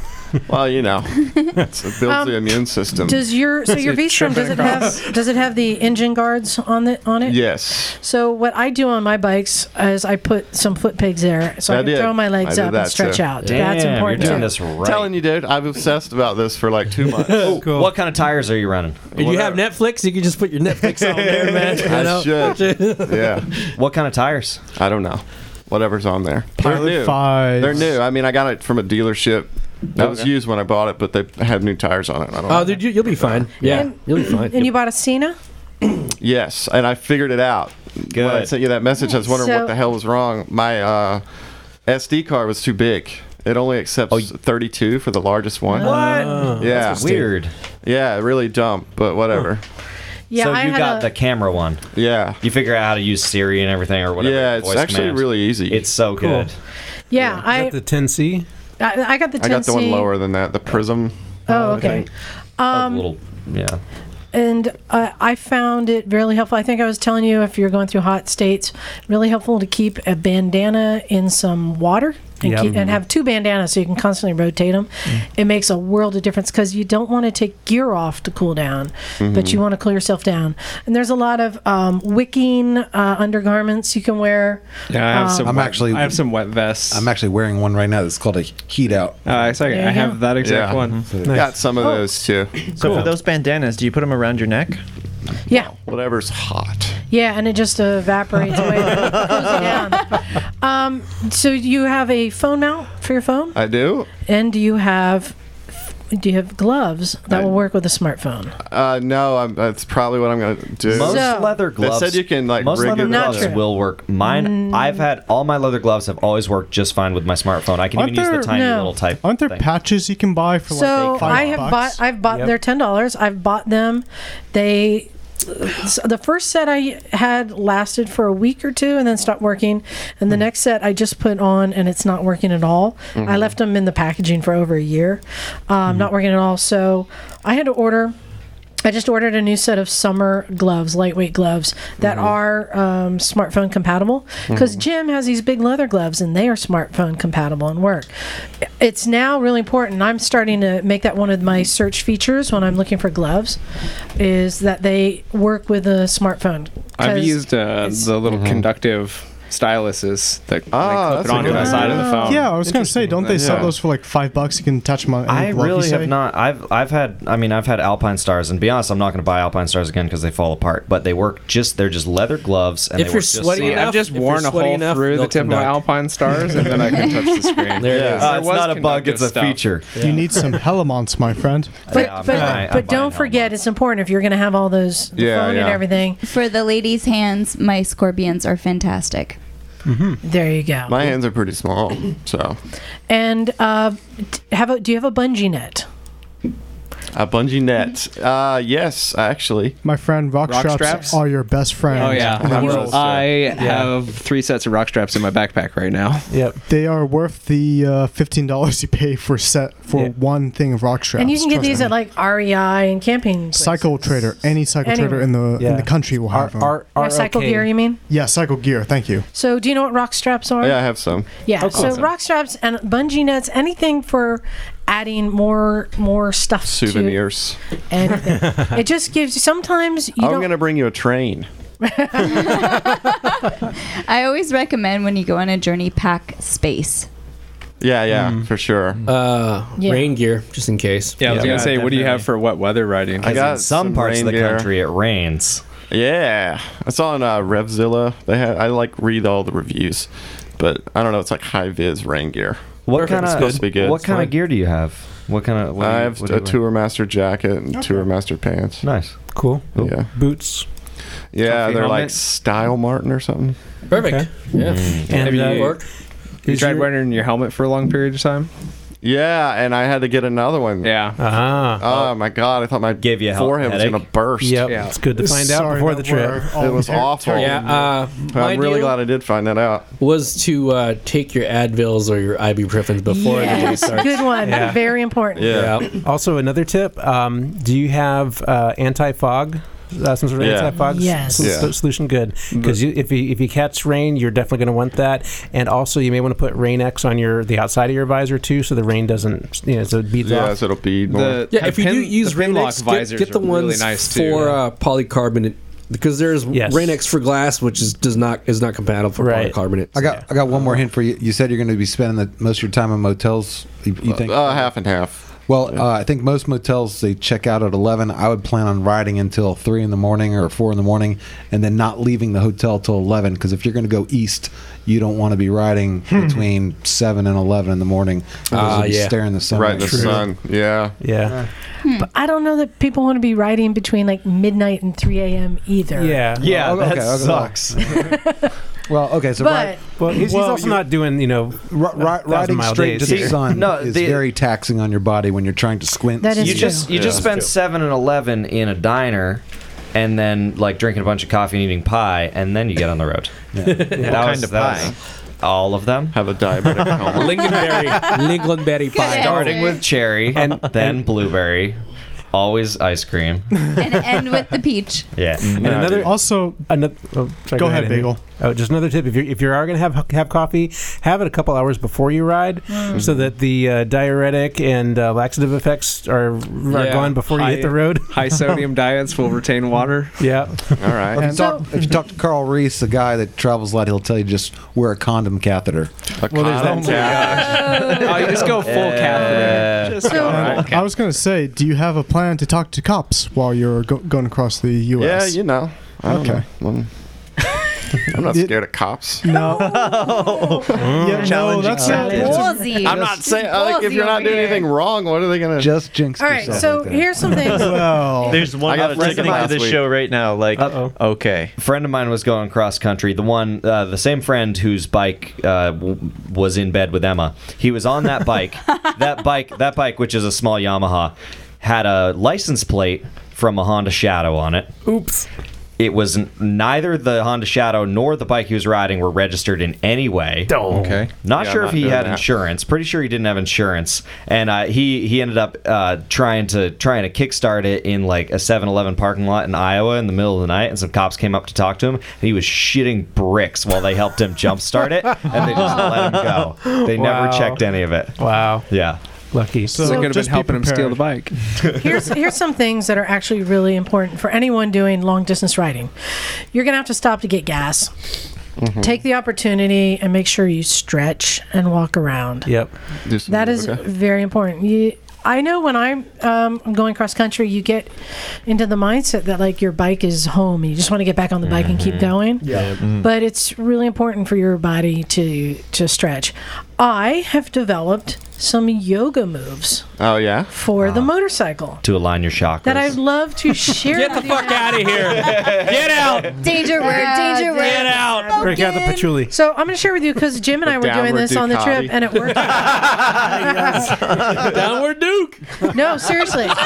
Well, you know, it's, it builds Um, the immune system. Does your so your V-Strom does it have does it have the engine guards on the on it? Yes. So what I do on my bikes is I put some foot pegs there, so I, I can did. throw my legs I did up that and stretch too. out. That's important. too. Telling you, dude, I'm obsessed about this for like two months. What kind of tires are you running? If you have Netflix, you can just put your Netflix on there, man. You I know? should. yeah. What kind of tires? I don't know. Whatever's on there. Pilot They're new. fives. They're new. I mean, I got it from a dealership. It was Okay. used when I bought it, but they had new tires on it. I don't know. Oh, dude, you, you'll be fine. Yeah, And- you'll be fine. And you bought a Cena? Yes, and I figured it out. When I Good. sent you that message, I was wondering So- what the hell was wrong. My uh, SD card was too big. It only accepts 32 for the largest one. What? Oh. yeah, Oh, That's weird. Yeah, really dumb, but whatever. Yeah, so I you had got a- the camera one. Yeah. You figure out how to use Siri and everything or whatever. Yeah, it's voice actually commands. really easy. It's so Cool. good. Yeah, I, the 10C. I I got the 10C. I got the one lower than that, the Prism. Oh, okay. Um, little, yeah. and uh, I found it really helpful. I think I was telling you if you're going through hot states, really helpful to keep a bandana in some water and, Yeah. keep, mm-hmm. and have two bandanas so you can constantly rotate them. Mm. It makes a world of difference because you don't want to take gear off to cool down, but Mhm. you Mm-hmm. want to cool yourself down. And there's a lot of um, wicking uh, undergarments you can wear. Yeah, I have Um, some. I'm actually. I have some wet vests. I'm actually wearing one right now. That's called a heat out. Uh, I, There you have go. that exact one. Nice. Got some of Oh. those too. So for those bandanas, do you put them around your neck? Yeah. Whatever's hot. Yeah, and it just evaporates away, it cools you down. Um, so you have a phone mount for your phone, I do. and do you have do you have gloves that will work with a smartphone? Uh, no, I'm, that's probably what I'm gonna do. Most So- leather gloves. They said you can like most rig leather it up. gloves will work. Mm. Mine, I've had all my leather gloves have always worked just fine with my smartphone. I can Aren't even there- use the tiny No. little type. Aren't there patches you can buy for So like five I have bucks? bought I've bought Yep. they're ten dollars. I've bought them. They so the first set I had lasted for a week or two and then stopped working. Hmm. And the next set I just put on and it's not working at all. I Mm-hmm. Mhm. left them in the packaging for over a year, um, not working at all. So I had to order. I just ordered a new set of summer gloves, lightweight gloves that Mm-hmm. are um, smartphone compatible. Because Jim has these big leather gloves, and they are smartphone compatible and work. It's now really important. I'm starting to make that one of my search features when I'm looking for gloves, is that they work with a smartphone. I've 'Cause- used uh, the little Mm-hmm. conductive styluses that like, Ah, that's clip a it onto good the idea. side of the Um, phone. Yeah, I was gonna say, don't they sell Yeah. those for like five bucks? You can touch my. I glove, you really say? have not. I've I've had. I mean, I've had Alpine Stars, and to be honest, I'm not going to buy Alpine Stars again because they fall apart. But they work just. They're just leather gloves, and If they you're work just sweaty fine. enough- I've just if you're worn a sweaty hole enough, through the they'll tip of my conduct. Alpine Stars, and then I can touch the screen. There it is. Uh, There it's was not a bug. It's a conductive feature. You need some Helamonts, my friend. But, but, but don't forget, it's important if you're going to have all those the Yeah, phone and yeah. everything. For the ladies' hands, my scorpions are fantastic. mm-hmm. There you go. My hands are pretty small, so And uh, t- have a, do you have a bungee net? a bungee net. Uh, yes, actually. My friend, rock, Rock straps, straps? are your best friend. Oh, yeah. Rock You- straps. I Yeah. have three sets of rock straps in my backpack right now. Yep. They are worth the uh, fifteen dollars you pay for set for one thing of rock straps. and you can get trust these me. at like REI and camping. Cycle Trader. Any Cycle Anywhere. Trader in the in Yeah. the country will have them. Or cycle gear, you mean? Yeah, Cycle Gear. Thank you. Oh, So do you know what rock straps are? Yeah, I have some. Yeah, so rock straps and bungee nets, anything for adding more more stuff souvenirs. to anything. it just gives you sometimes you I'm don't gonna bring you a train. I always recommend when you go on a journey, pack space. Yeah, yeah, Mm. for sure. Uh, Yeah. rain gear, just in case. Yeah, I was gonna say, what do you have for wet weather riding? I got it rains. Yeah, I saw on uh, Revzilla. They had I like read all the reviews, but I don't know. It's like high vis rain gear. What Perfect. kind It's of supposed to be good? What kind of gear do you have? What kind of? What do I you- have what do you a wear? Tour Master jacket and Tour Master pants. Nice, cool. Yeah, boots. Yeah, Comfy they're like helmet. Style Martin or something. Perfect. Yeah. Mm. And, Have you, uh, you is tried your- wearing your helmet for a long period of time? Yeah, and I had to get another one. Yeah. Uh-huh. Oh my god, I thought my Gave you a hel- forehead was headache. gonna burst. Yep, Yeah. it's good to find out Sorry before that the trip. we're all It was ter- awful. ter- Yeah, uh, my I'm really deal- glad I did find that out. Was to uh, take your Advils or your ibuprofens before the day Yes, starts. good one. Yeah. Very important. Also, another tip: um, Do you have uh, anti-fog? Uh, some sort of Yeah. anti-fog s- Yes. s- Yeah. solution. Good, because you, if you if you catch rain, you're definitely going to want that. And also, you may want to put rain X on your the outside of your visor too, so the rain doesn't you know so it beats Yeah, off. so it'll be more. The- Yeah, The if you pin- do use the pin lock Rain-X, get, visors get the are really ones nice, for too, uh, polycarbonate because there's Yes. Rain-X for glass, which is does not is not compatible for polycarbonate. I got I got one more hint for you. You said you're going to be spending the, most of your time in motels. You, you think? Uh, half and half. Well, uh, I think most motels they check out at eleven. I would plan on riding until three in the morning or four in the morning, and then not leaving the hotel till eleven. Because if you're going to go east, you don't want to be riding between seven and eleven in the morning. because Ah, you'll be yeah. staring the sun. Right in the sun. Yeah. Yeah. But I don't know that people want to be Oh, riding between like midnight and 3 a.m. either. Yeah. Yeah, that sucks. Well, okay, so But- right, Well, he's, he's also not doing you know riding straight to the sun No, is the- very taxing on your body when you're trying to squint. you just you just spend seven and eleven in a diner, and then like drinking a bunch of coffee and eating pie, and then you get on the road. What kind of pie? all of them have a diabetic coma. Lingonberry, Lingonberry pie. Starting with cherry, and then blueberry, always ice cream. and end with the peach. Yeah. And another also another. Oh, sorry, Go ahead, Bagel. Andy. Oh, just another tip: if you if you are going to have have coffee, have it a couple hours before you ride, Mm. so that the uh, diuretic and uh, laxative effects are, are Yeah. gone before you High- hit the road. high sodium diets will retain water. Yeah. All right. If you, talk, if you talk to Carl Reese, the guy that travels a lot, he'll tell you just wear a condom catheter. A Well, there's condom that too. Oh, you just go full catheter. Just go And full I was going to say, do you have a plan to talk to cops while you're go- going across the Yeah, U.S.? you know. I don't Okay. know. I'm, I'm not scared of cops. No. yeah, Challenging that's not- sentence. Ballsy. I'm not saying Ballsy like, if you're not over doing here. anything wrong, what are they gonna just jinx? All right, so here's some things. Oh. There's one I got that's listening to recognized this last show week. right now. Like, okay. friend of mine was going cross country. The one, uh, the same friend whose bike uh, w- was in bed with Emma. He was on that bike. that bike, that bike, which is a small Yamaha, had a license plate from a Honda Shadow on it. Oops. It was n- neither the Honda Shadow nor the bike he was riding were registered in any way. Okay. Not Yeah, sure I'm if not he doing had that. insurance. Pretty sure he didn't have insurance, and uh, he he ended up uh, trying to trying to kickstart it in like a 7-Eleven parking lot in Iowa in the middle of the night, and some cops came up to talk to him, and he was shitting bricks while they helped him jumpstart it, and they just let him go. They Wow. never checked any of it. Wow. Yeah. Lucky. So So they could have just been be helping him steal the bike. here's here's some things that are actually really important for anyone doing long distance riding. You're gonna have to stop to get gas. Take the opportunity and make sure you stretch and walk around. Yep. That is very important. You, I know when I'm um, I'm going cross country, you get into the mindset that like your bike is home and you just want to get back on the bike and keep Mm-hmm. going. Yeah. mm-hmm. Mhm. But it's really important for your body to to stretch. I have developed some yoga moves Oh yeah. for the motorcycle To align your shock. that I'd love to share. Get the with you. fuck out of here. Get out. Danger word, danger word. Get out. Break out the patchouli. So I'm going to share with you because Jim and I were doing downward this on the Ducati. trip, and it worked. Downward Duke. no, seriously. Nice.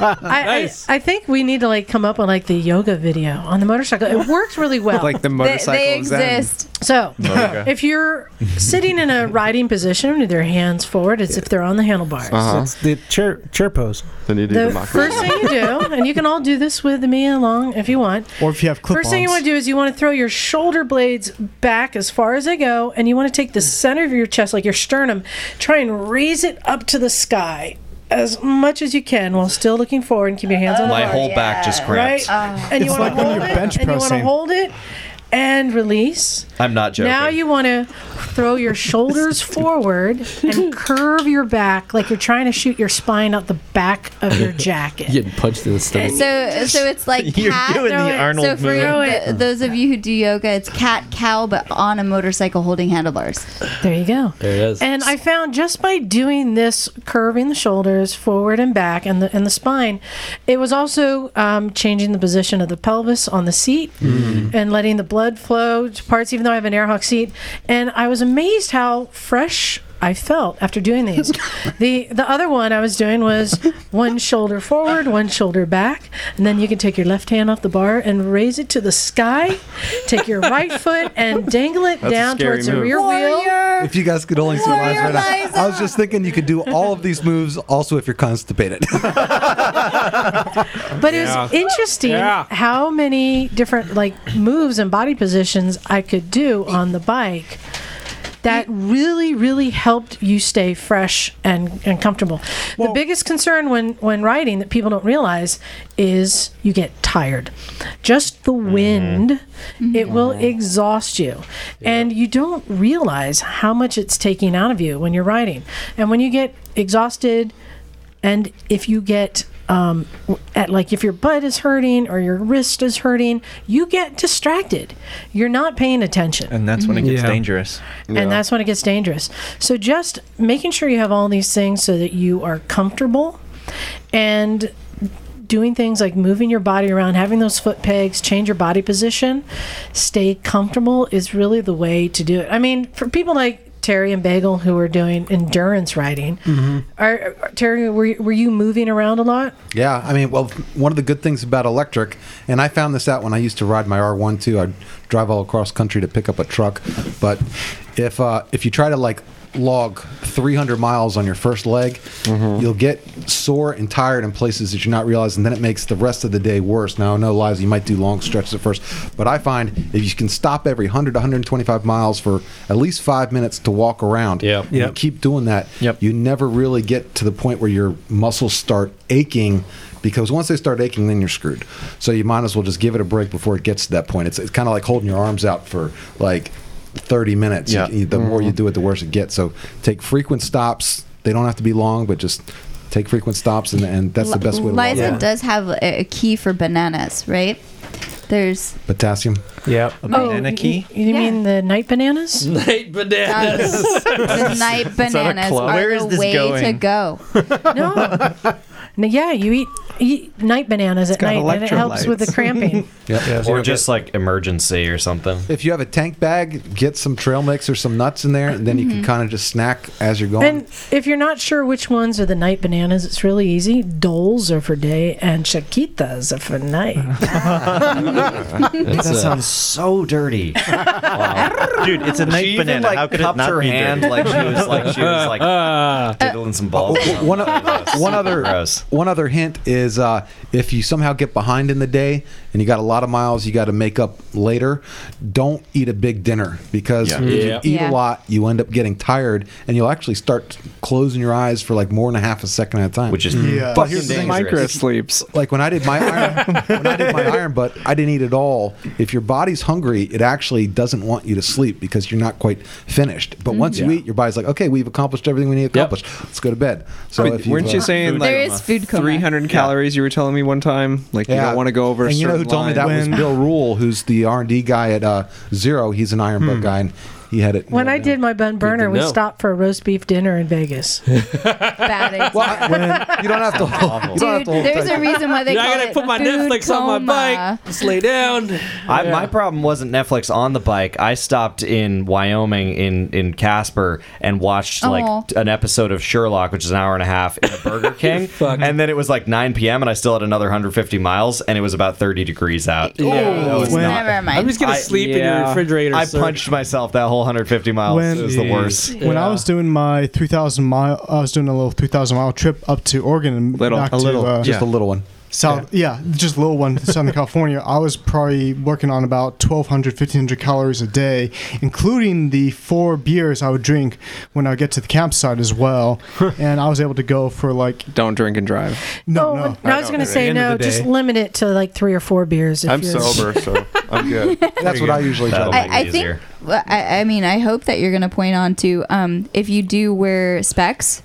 I, nice. I, I think we need to like come up with like the yoga video on the motorcycle. It worked really well. Like the They- motorcycle they zen. exist. So Motorca. if you're sitting in a riding position with your hands forward, as if they're on the handlebars. Uh-huh. It's the chair chair pose. Then you The first thing you do, and you can all do this with me along if you want. Or if you have clip-ons. First thing you want to do is you want to throw your shoulder blades back as far as they go, and you want to take the center of your chest, like your sternum, try and raise it up to the sky as much as you can while still looking forward and keep your hands on the My bar. whole back just cramped. Right? Uh, and you It's want like to when hold you're it, bench and you want to pressing. hold it, and release. I'm not joking. Now you want to throw your shoulders forward and curve your back like you're trying to shoot your spine out the back of your jacket. You get punched in the stomach. So, so it's like You're cat. doing the Throw it. Arnold so for move. Throw th- it. those of you who do yoga, it's cat cow, but on a motorcycle holding handlebars. There you go. There it is. And I found just by doing this, curving the shoulders forward and back, and the and the spine, it was also um, changing the position of the pelvis on the seat Mm. and letting the blood flow to parts. Even though I have an airhawk seat, and I was amazed how fresh I felt after doing these. the The other one I was doing was one shoulder forward, one shoulder back, and then you can take your left hand off the bar and raise it to the sky. Take your right foot and dangle it That's a down scary towards the move. rear wheel. If you guys could only see my eyes right now, I was just thinking you could do all of these moves also if you're constipated. But Yeah. it was interesting Yeah. how many different like moves and body positions I could do on the bike. That really, really helped you stay fresh and, and comfortable. the biggest concern when, when riding that people don't realize is you get tired. Just the wind, it will exhaust you. And you don't realize how much it's taking out of you when you're riding. And when you get exhausted, and if you get um, w- at like if your butt is hurting or your wrist is hurting, you get distracted. You're not paying attention. And that's when it gets dangerous. And that's when it gets dangerous. So just making sure you have all these things so that you are comfortable and doing things like moving your body around, having those foot pegs, change your body position, stay comfortable is really the way to do it. I mean, for people like Terry and Bagel who are doing endurance riding, Mm. are, are- Terry, were you, were you moving around a lot? Yeah, I mean, well, one of the good things about electric, and I found this out when I used to ride my R1 too. I'd drive all across country to pick up a truck, but if uh, if you try to like log 300 miles on your first leg, you'll get sore and tired in places that you're not realizing. Then it makes the rest of the day worse. Now, I know, Liza, you might do long stretches at first, but I find if you can stop every 100 to 125 miles for at least five minutes to walk around, yeah, Yep. keep doing that, you never really get to the point where your muscles start aching because once they start aching, then you're screwed. So you might as well just give it a break before it gets to that point. It's, it's kind of like holding your arms out for like 30 minutes. You- Yeah. you- the more Mm-hmm. you do it, the worse it gets. So take frequent stops. They don't have to be long, but just take frequent stops, and, and that's the Li- best way to log Liza it. does have a, a key for bananas, right? There's Potassium. Yeah. A banana you- key? Oh, You, you mean the night bananas? Night bananas. the night bananas club? are Where is the this way to going? go. No, yeah, you eat, eat night bananas at got night, and it helps with the electrolytes. cramping. or just like emergency or something. If you have a tank bag, get some trail mix or some nuts in there, and then you can Mhm. kind of just snack as you're going. And if you're not sure which ones are the night bananas, it's really easy. Doles are for day, and Chiquitas are for night. that uh, sounds so dirty. Dude, it's a night she banana. Even, like, How could it cupped not her be hand dirty? like she was like she was like diddling some balls. Uh, or something. Oh, one, o- one other Gross. one other hint is uh, if you somehow get behind in the day and you got a lot of miles you got to make up later don't eat a big dinner because if Yeah. Yeah. you eat Yeah. a lot you end up getting tired and you'll actually start closing your eyes for like more than a half a second at a time which is Yeah. but here's the thing dangerous. Micro sleeps like when I did my iron, when I did my iron butt, I didn't eat at all. If your body's hungry, it actually doesn't want you to sleep because you're not quite finished. But once you Yeah. eat, your body's like, okay, we've accomplished everything we need to accomplish. Let's go to bed. So Wait, if weren't you've, you uh, saying like 300 calories you were telling me one time? Like you Yeah. don't want to go over. And a you know who certain told me line. that was Bill Rule, who's the R and D guy at uh, Zero. He's an iron Hmm. butt guy, and he had it. when I did my bun burner, we know. stopped for a roast beef dinner in Vegas. you don't have to. You don't have to hold There's tight. a reason why they Yeah, I call gotta it put my food Netflix coma. on my bike. Just lay down. I, Yeah. My problem wasn't Netflix on the bike. I stopped in Wyoming in in Casper and watched Aw. like t- an episode of Sherlock, which is an hour and a half, in a Burger King. and then it was like 9 p.m. and I still had another 150 miles, and it was about 30 degrees out. Yeah. That was Well, not- never mind. I'm just gonna I- sleep in your refrigerator, I sir. punched myself that whole 150 miles. it was the worst. When I was doing my 3,000 mile, I was doing a little 3,000 mile trip up to Oregon and Little. back to, A little. uh, Just a little one. South, yeah. just a little one, to Southern California. I was probably working on about 1,200, 1,500 calories a day, including the four beers I would drink when I would get to the campsite as well. and I was able to go for like Don't drink and drive. no, no, Oh, I was going to say no. Just limit it to like three or four beers. If I'm you're- sober, so I'm good. That's what I usually try. to do. I, I think. well, I, I mean, I hope that you're going to point on to um, if you do wear specs,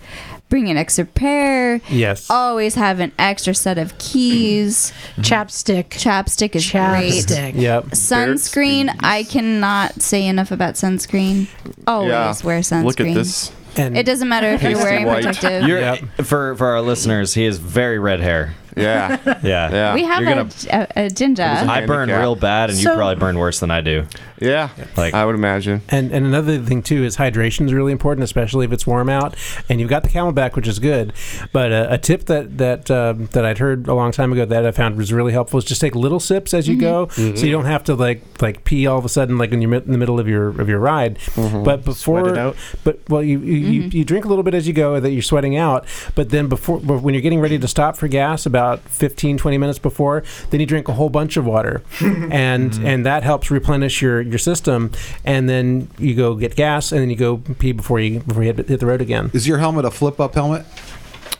bring an extra pair. Yes. Always have an extra set of keys. Mm-hmm. Chapstick. Chapstick is Chapstick. great. Yep. Sunscreen. I cannot say enough about sunscreen. Always wear sunscreen. Look at this. it doesn't matter if you're wearing protective. You're, For for our listeners, he has very red hair. Yeah, yeah, We have You're a, gonna- a, a ginger. I burn real bad, and So- you probably burn worse than I do. Yeah, like I would imagine. And and another thing too is hydration is really important, especially if it's warm out. And you've got the Camelback, which is good. But uh, a tip that that um that I'd heard a long time ago that I found was really helpful is just take little sips as you go, Mhm. so you don't have to like like pee all of a sudden like when you're mi- in the middle of your of your ride. But before, but well, you you, you you drink a little bit as you go that you're sweating out. But then before but when you're getting ready to stop for gas, about 15, 20 minutes before, then you drink a whole bunch of water, and Mm-hmm. and that helps replenish your your system. And then you go get gas, and then you go pee before you before you hit, hit the road again. Is your helmet a flip up helmet?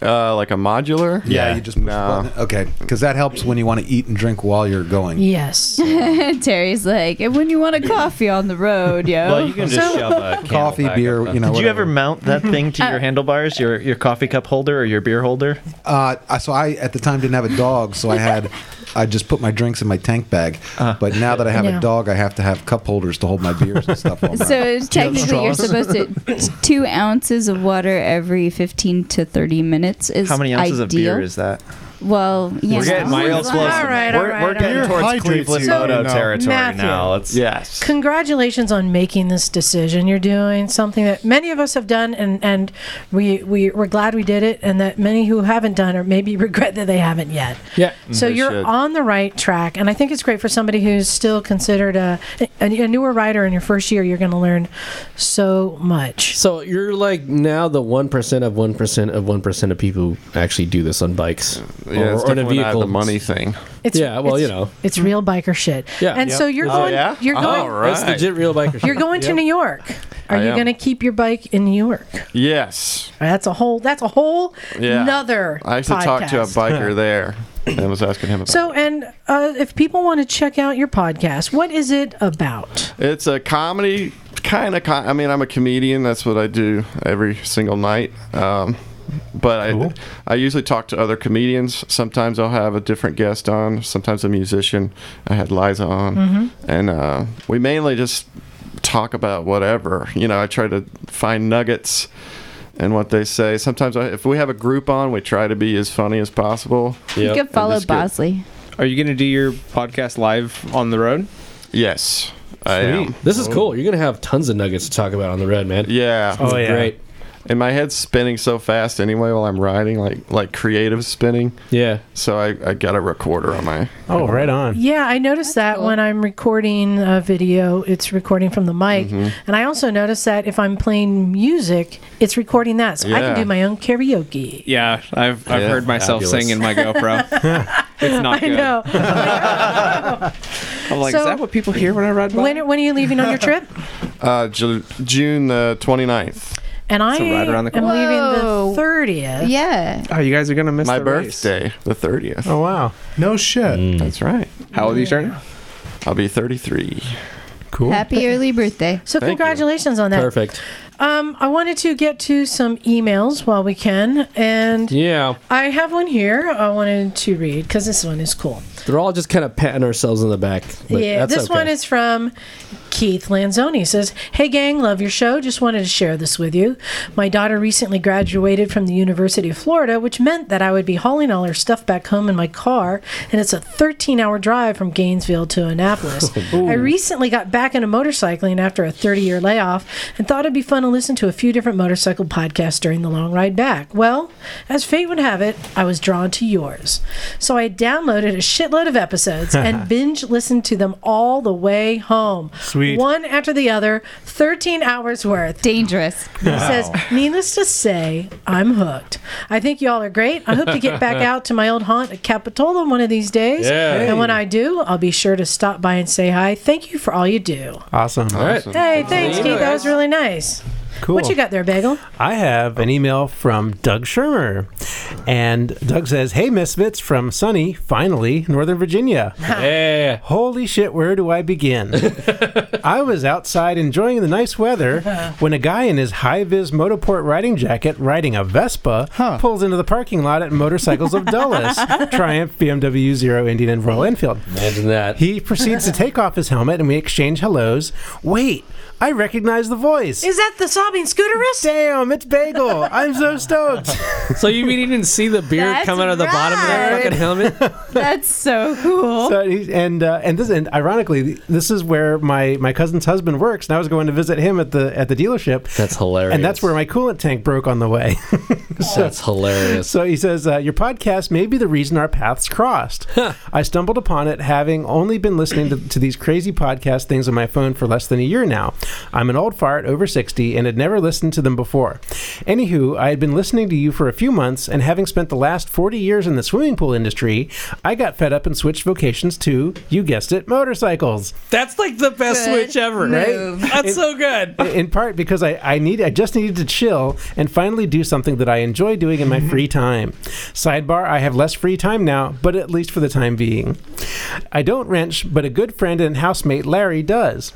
Uh, like a modular? Yeah, you just push the button. Okay, because that helps when you want to eat and drink while you're going. Yes. Terry's like, and when you want a coffee on the road, yo. coffee, beer, you know. Did you ever mount that thing to Uh, your handlebars, your your coffee cup holder or your beer holder? Uh, I- so I at the time didn't have a dog, so I had I just put my drinks in my tank bag. Uh-huh. but now that I have Yeah. a dog, I have to have cup holders to hold my beers and stuff. on. So it's Do you have technically, you're straws? supposed to it's two ounces of water every 15 to 30 minutes. Is How many ounces ideal. of beer is that? Well, you We're know. getting real close. All right, all we're, right, we're all getting right. towards Hydrates Cleveland you, Moto you know. territory Matthew. now. Let's yes. Congratulations on making this decision. You're doing something that many of us have done, and, and we, we, we're glad we did it, and that many who haven't done or maybe regret that they haven't yet. Yeah. So you're on the right track, and I think it's great for somebody who's still considered a, a, a newer writer in your first year. You're going to learn so much. So you're like now the one percent of one percent of one percent of people who actually do this on bikes Yeah, it's definitely not the money thing. It's, yeah, well, it's- you know, Mm-hmm. it's real biker shit. and so Oh, you're going, you're going, It's legit real biker. you're going to Yep. New York. Are I you am. going to keep your bike in New York? Yes. That's a whole. That's a whole Yeah. another. I used to talk to a podcast. biker there and was asking him about So, and uh, if people want to check out your podcast, what is it about? It's a comedy kind of. Com- I mean, I'm a comedian. That's what I do every single night. Um, but I, I usually talk to other comedians. Sometimes I'll have a different guest on. Sometimes a musician. I had Liza on, Mhm. and uh, we mainly just talk about whatever. You know, I try to find nuggets and what they say. Sometimes I, if we have a group on, we try to be as funny as possible. You And can follow just get- Bosley. Are you going to do your podcast live on the road? Yes, I am. This Oh. is cool. You're gonna have tons of nuggets to talk about on the road, man. Yeah. Oh, This is Great. And my head's spinning so fast anyway while I'm riding, like like creative spinning. Yeah. So I, I got a recorder on my. Oh, right on. Yeah, I noticed that when I'm recording a video, it's recording from the mic. Mhm. And I also noticed that if I'm playing music, it's recording that. So I can Yeah. do my own karaoke. Yeah, I've I've Yeah. heard myself Fabulous. sing in my GoPro. it's not I good. know. I'm like, So- is that what people hear when I ride by? When, are- when are you leaving on your trip? Uh, Ju- June the 29th. And I It's right around the am corner. leaving the 30th. Yeah. Oh, you guys are gonna miss my the race. birthday, the 30th. Oh wow. No shit. Mm. That's right. How old are you turning? I'll be 33. Cool. Happy early birthday. So Thank you. congratulations on that. Perfect. Um, I wanted to get to some emails while we can, and Yeah. I have one here I wanted to read because this one is cool. They're all just kind of patting ourselves in the back. But yeah, that's this okay. one is from Keith Lanzoni. He says, "Hey gang, love your show. Just wanted to share this with you. My daughter recently graduated from the University of Florida, which meant that I would be hauling all her stuff back home in my car, and it's a 13-hour drive from Gainesville to Annapolis. Ooh. I recently got back into motorcycling after a 30-year layoff, and thought it'd be fun to listen to a few different motorcycle podcasts during the long ride back. Well, as fate would have it, I was drawn to yours, so I downloaded a shitload of episodes and." binge listen to them all the way home. Sweet. One after the other, 13 hours worth. Dangerous. He says, Needless to say, I'm hooked. I think y'all are great. I hope to get back out to my old haunt at Capitola one of these days. Yeah. And when I do, I'll be sure to stop by and say hi. Thank you for all you do. Awesome. All right. Hey, thanks, Keith. That was really nice. Cool. What you got there, Bagel? I have an email from Doug Shermer. And Doug says, Hey, Misfits from sunny, finally, Northern Virginia. Yeah. Holy shit, where do I begin? I was outside enjoying the nice weather when a guy in his high vis Motoport riding jacket riding a Vespa pulls into the parking lot at Motorcycles of Dulles, Triumph BMW Zero Indian and Royal Enfield. Imagine that. He proceeds to take off his helmet and we exchange hellos. Wait, I recognize the voice. Is that the sobbing scooterist? Damn, it's Bagel. I'm so stoked. So you mean you didn't see the beard That's come out of the bottom of that right. fucking helmet? That's so cool. So he's, and uh, and this and ironically, this is where my, my cousin's husband works, and I was going to visit him at the at the dealership. That's hilarious. And that's where my coolant tank broke on the way. That's hilarious. So he says, uh, Your podcast may be the reason our paths crossed. I stumbled upon it having only been listening to, to these crazy podcast things on my phone for less than a year now. I'm an old fart over 60 and had never listened to them before. Anywho, I had been listening to you for a few months, and having spent the last 40 years in the swimming pool industry, I got fed up and switched vocations to, you guessed it, motorcycles. That's like the best switch ever, move. right? That's so good. in part because I, I need I just needed to chill and finally do something that I enjoy doing in my Mm-hmm. free time. Sidebar, I have less free time now, but at least for the time being. I don't wrench, but a good friend and housemate Larry does.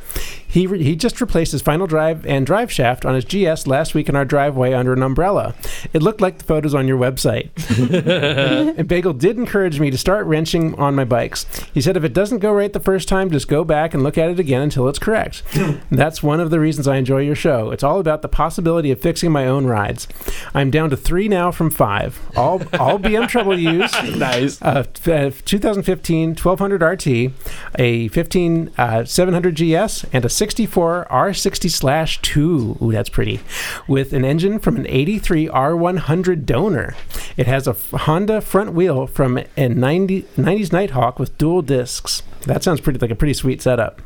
He re- he just replaced his final drive and drive shaft on his GS last week in our driveway under an umbrella. It looked like the photos on your website. and Bagel did encourage me to start wrenching on my bikes. He said if it doesn't go right the first time, just go back and look at it again until it's correct. That's one of the reasons I enjoy your show. It's all about the possibility of fixing my own rides. I'm down to three now from five. All all BMWs. nice. Uh, f- uh, 2015 1200 RT, a 15 uh, 700 GS, and a 64 R60 slash two. Ooh, that's pretty. With an engine from an 83 R100 donor. It has a f- Honda front wheel from a 90, 90s Nighthawk with dual discs. That sounds pretty like a pretty sweet setup.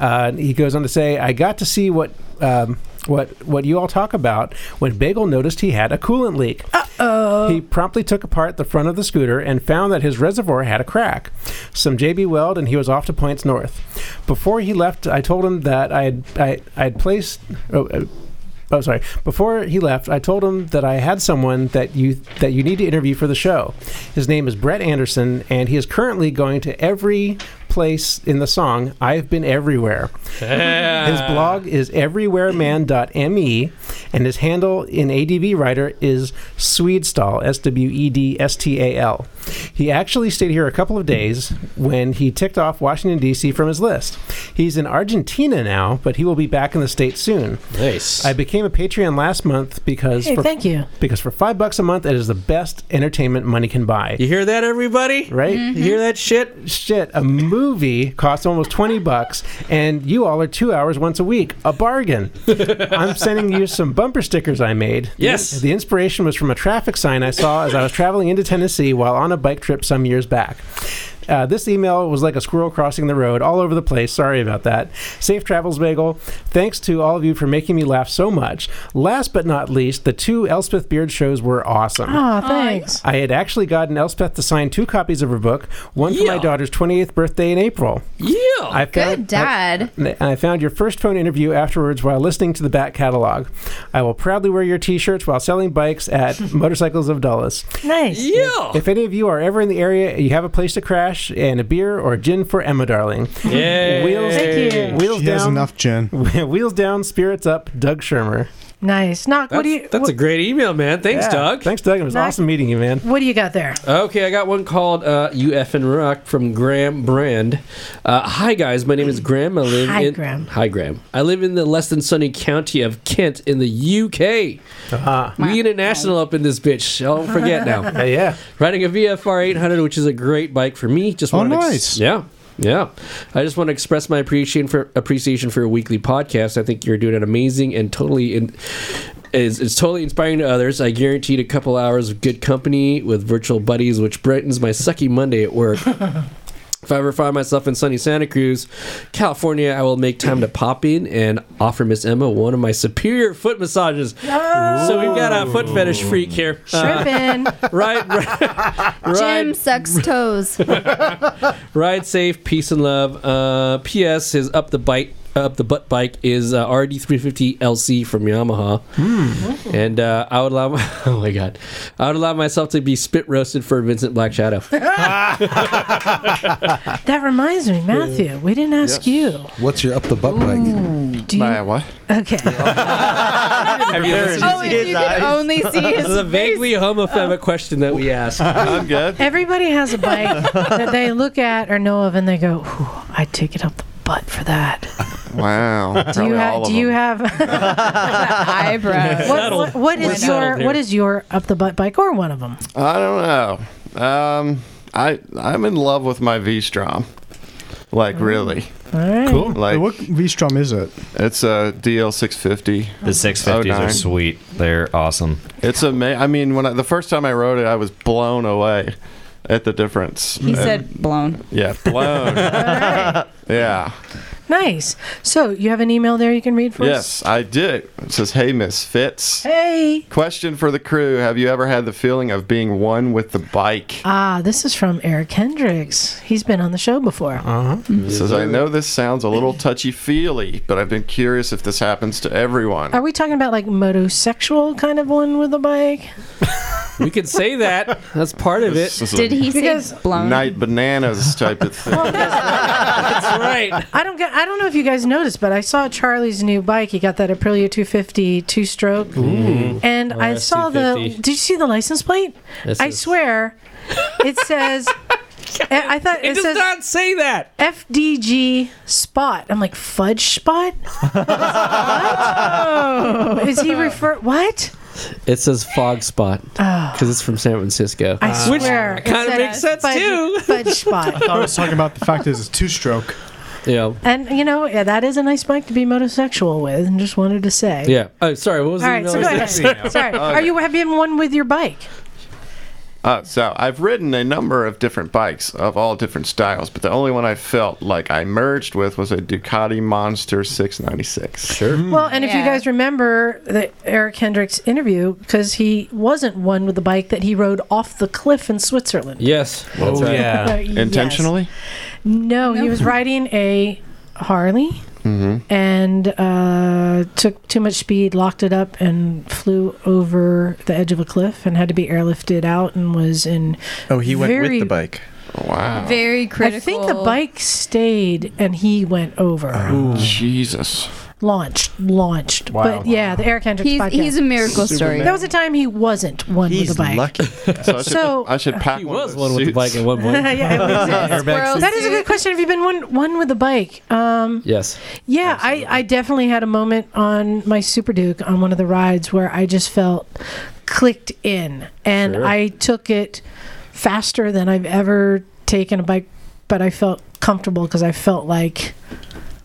Uh, he goes on to say, "I got to see what um, what what you all talk about when Bagel noticed he had a coolant leak. Uh-oh. He promptly took apart the front of the scooter and found that his reservoir had a crack. Some JB Weld, and he was off to Points North. Before he left, I told him that I had I, I had placed." Oh, uh, Oh, sorry. Before he left, I told him that I had someone that you that you need to interview for the show. His name is Brett Anderson, and he is currently going to every place in the song "I've Been Everywhere." Yeah. His blog is everywhereman.me, and his handle in ADV Writer is Swedestal, S W E D S T A L. He actually stayed here a couple of days when he ticked off Washington D.C. from his list. He's in Argentina now, but he will be back in the states soon. Nice. I became a Patreon last month because Hey, thank you. because for five bucks a month it is the best entertainment money can buy. You hear that, everybody? Right? Mm-hmm. You hear that shit? Shit, a movie costs almost twenty bucks, and you all are two hours once a week. A bargain. I'm sending you some bumper stickers I made. Yes. The, the inspiration was from a traffic sign I saw as I was traveling into Tennessee while on a bike trip some years back. Uh, this email was like a squirrel crossing the road, all over the place. Sorry about that. Safe travels, Bagel. Thanks to all of you for making me laugh so much. Last but not least, the two Elspeth Beard shows were awesome. Ah, thanks. I had actually gotten Elspeth to sign two copies of her book, one for my daughter's 28th birthday in April. Yeah. I found, Good dad. I, and I found your first phone interview afterwards while listening to the back catalog. I will proudly wear your t shirts while selling bikes at Motorcycles of Dulles. Nice. Yeah. If any of you are ever in the area, you have a place to crash and a beer or gin for Emma, darling. Yay. Wheels, Thank you. wheels She down. has enough gin. Wheels down, spirits up, Doug Shermer. Nice. Knock. That's, What do you? that's what, a great email, man. Thanks, Yeah. Doug. Thanks, Doug. It was Nice. awesome meeting you, man. what do you got there? Okay, I got one called uh, "You Effin' Rock" from Graham Brand. Uh, hi guys, my name is Graham. I live Hi, in Graham. Hi Graham. I live in the less than sunny county of Kent in the UK. We international up in this bitch. Don't forget now. Hey, yeah. Riding a VFR 800, which is a great bike for me. Just Oh, wanted to nice. yeah. Yeah, I just want to express my appreciation for appreciation for your weekly podcast. I think you're doing an amazing and totally in, is it's totally inspiring to others. I guaranteed a couple hours of good company with virtual buddies, which brightens my sucky Monday at work. If I ever find myself in sunny Santa Cruz, California, I will make time to pop in and offer Miss Emma one of my superior foot massages. So we've got a foot fetish freak here. Uh, Tripping. right, right, right. Jim sucks toes. Ride safe, peace and love. Uh, P.S. His up the bike, up the butt bike is uh, RD350 LC from Yamaha, and uh, I would allow. My, oh my god, I would allow myself to be spit roasted for Vincent Black Shadow. that reminds me, Matthew. We didn't ask you. What's your up the butt bike? Do you? My what? Okay. Have you listened oh, to if his you could eyes? only see this is a his. vaguely homophobic question that we asked. I'm good. Everybody has a bike that they look at or know of, and they go, "Ooh, "I'd take it up the butt for that." Wow. Do you have? Do you have? Eyebrows. what, what, what is Settled your here. What is your up the butt bike or one of them? I don't know. Um, I I'm in love with my V Strom. Mm. Like really. All right. Cool. Like- what V-Strom is it? It's a DL six fifty. The 650s Oh, are nine. sweet. They're awesome. It's amazing. I mean, when I, the first time I rode it, I was blown away at the difference. He And- said blown. "Yeah, blown." yeah. Nice. So you have an email there you can read for us. Yes, I did. It says, "Hey, Miss Fitz." Hey. Question for the crew: Have you ever had the feeling of being one with the bike? Ah, this is from Eric Hendricks. He's been on the show before. Uh-huh. It says, "I know this sounds a little touchy feely, but I've been curious if this happens to everyone." Are we talking about like motosexual kind of one with a bike? we could say that. That's part of it. This is a Did he say Because- blown? night bananas type of thing? That's right. I don't get. I don't know if you guys noticed, but I saw Charlie's new bike. He got that Aprilia 250 two stroke, Ooh. Oh, and I RS saw the. 250. Did you see the license plate? This I is- swear, it says. I I thought It it, does says not say that. FDG spot. I'm like fudge spot. what? Is he refer? What? It says fog spot Oh. because it's from San Francisco. Uh, I swear. it kinda said makes sense, fudge- too. Fudge spot. I thought I was talking about the fact is it's two stroke. Yeah. And you know, yeah, that is a nice bike to be motorosexual with, and just wanted to say. Yeah. Oh, sorry. What was All the right, email so go I ahead. said? Sorry. Are you have you been one with your bike? Uh, so I've ridden a number of different bikes of all different styles, but the only one I felt like I merged with was a Ducati Monster 696. Sure. Hmm. Hmm. Well, and if you Yeah. guys remember the Eric Hendricks interview, because he wasn't one with the bike that he rode off the cliff in Switzerland. Yes. Oh, yeah. Yes. Intentionally? No, he was riding a Harley Mm-hmm. and uh, took too much speed, locked it up, and flew over the edge of a cliff and had to be airlifted out and was in. Oh, he went very- with the bike. Wow. Very I think the bike stayed and he went over. Uh-huh. Jesus. Launched, launched. Wow. But yeah, the Eric Hendricks He's- podcast. he's a miracle Superman. story. There was a time he wasn't one with a bike. lucky. So I should, So- I should pack He one was of one with the bike at one point. yeah, it was. Airbags. that is a good question. Have you been one one with a bike? Um, Yes. yeah, I, I definitely had a moment on my Super Duke on one of the rides where I just felt clicked in, and Sure. I took it faster than I've ever taken a bike, but I felt comfortable because I felt like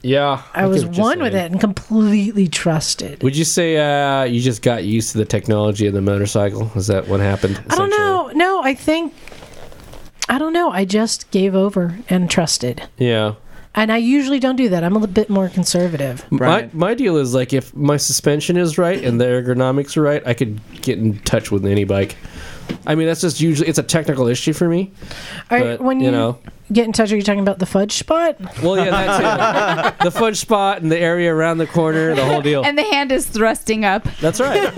Yeah. I, get was what you're one with saying. it and completely trusted. Would you say uh, you just got used to the technology of the motorcycle? Is that what happened? I don't know. No, I think I don't know. I just gave over and trusted. Yeah. And I usually don't do that. I'm a little bit more conservative. My, my deal is like if my suspension is right and the ergonomics are right, I could get in touch with any bike. I mean, that's just usually it's a technical issue for me. All right, but, when you, you know, get in touch, are you talking about the fudge spot? well, yeah, that's it. the fudge spot and the area around the corner, the whole deal. And the hand is thrusting up. That's right.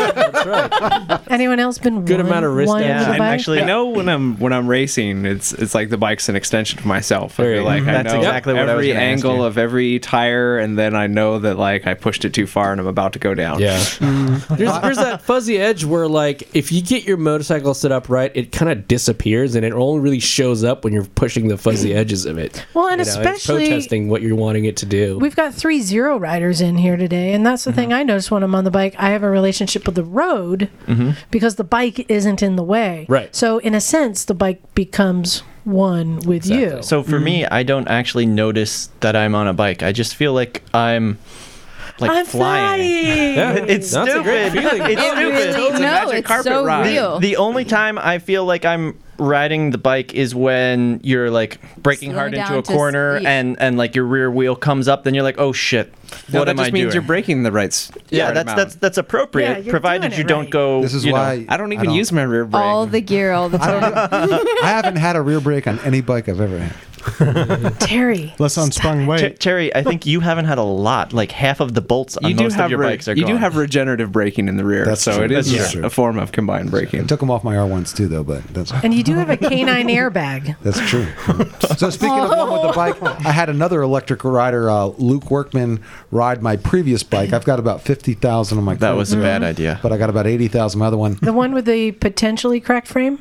Anyone else been Good one, amount of wrist one Yeah, with a and bike? actually- I know when I'm when I'm racing, it's it's like the bike's an extension of myself. I feel like I That's know exactly what I was every gonna ask angle you. of every tire, and then I know that like I pushed it too far and I'm about to go down. Yeah. There's, there's that fuzzy edge where, like, if you get your motorcycle set up right, it kind of disappears and it only really shows up when you're pushing the fuzzy edges of it. Well, and You know, especially- protesting what you're wanting it to do. We've got three zero riders in here today, and that's the thing Mm-hmm. I notice when I'm on the bike. I have a relationship with the road because the bike isn't in the way. Right. So, in a sense, the bike becomes one with you. So for Mm-hmm. me, I don't actually notice that I'm on a bike. I just feel like I'm like I'm flying. Yeah, it's that's a stupid. great feeling. It's It stupid. really- It's a no, magic it's carpet so ride. real. The only time I feel like I'm riding the bike is when you're like braking Slow hard into down a to corner speed. and and like your rear wheel comes up. Then you're like, oh shit, No, what that am just I means doing? you're breaking the right. s- yeah, right that's amount. that's that's appropriate, provided you don't go. This is you know- why I don't even use my rear brake. All the gear, all the time. I haven't had a rear brake on any bike I've ever had. Terry. Less unspun Ter- weight. Terry, I think you haven't had a lot. Like half of the bolts on You do most have of your re- bikes are you gone. do have regenerative braking in the rear, That's so true. it is That's true. a form of combined braking. I took them off my R1s too, though, but that's And you do have a canine airbag. That's true. so speaking of one with the bike, I had another electric rider, uh, Luke Workman, ride my previous bike. I've got about fifty thousand on my. That was a bad Mhm. idea. But I got about eighty thousand my other one. The one with the potentially cracked frame?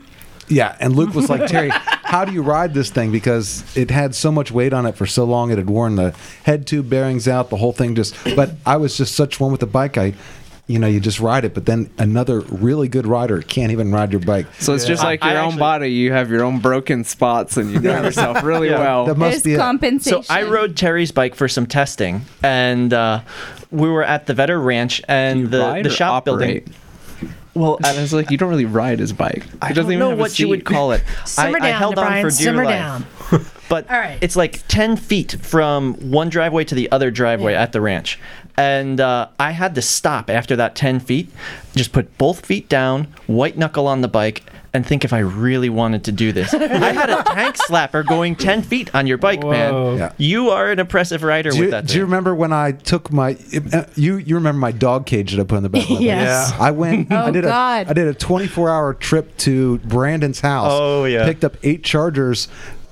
Yeah, and Luke was like, Terry, how do you ride this thing? Because it had so much weight on it for so long, it had worn the head tube bearings out, the whole thing just. But I was just such one with the bike, I. You know, you just ride it, but then another really good rider can't even ride your bike. So it's just like your own body. You have your own broken spots, and you know yourself really Yeah. well. That must There's be it. compensation. So I rode Terry's bike for some testing, and uh, we were at the Vetter Ranch and the, ride the or shop operate? building. Well, and it's like you don't really ride his bike. I don't know what you would call it. Simmer I, I down, held on Brian, for dear simmer life. down. But it's like 10 feet from one driveway to the other driveway at the ranch. And uh, I had to stop after that 10 feet, just put both feet down, white knuckle on the bike, and think if I really wanted to do this. I had a tank slapper going 10 feet on your bike, man. You are an oppressive rider Do with you, that. do you remember when I took my uh, you you remember my dog cage that I put in the back? of my bike? Yes. Yeah. I went. I Oh, did God. A, I did a 24 hour trip to Brandon's house. Oh, yeah. Picked up eight chargers.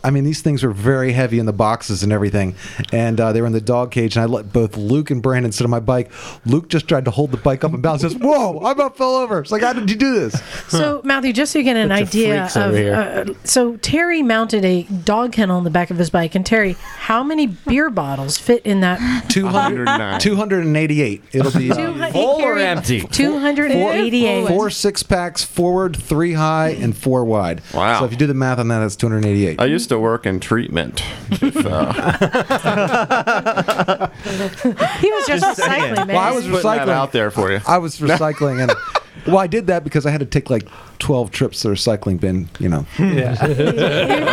I mean, these things were very heavy in the boxes and everything, and uh, they were in the dog cage. And I let both Luke and Brandon sit on my bike. Luke just tried to hold the bike up and bounce. Says, "Whoa, I about fell over." It's like, how did you do this? So, Matthew, just so you get an Bunch of idea freaks of. over here. Uh, so, Terry mounted a dog kennel on the back of his bike. And, Terry, how many beer bottles fit in that? 200, 288. It'll be uh, Full or empty? 288. Four, four six packs forward, three high, and four wide. Wow. So if you do the math on that, that's 288. I used to work in treatment. If, uh, he was just, Just saying. recycling, man. Well, I was Putting that recycling out there for you. I was recycling, and well, I did that because I had to take like 12 trips to the recycling bin. You know. Hmm.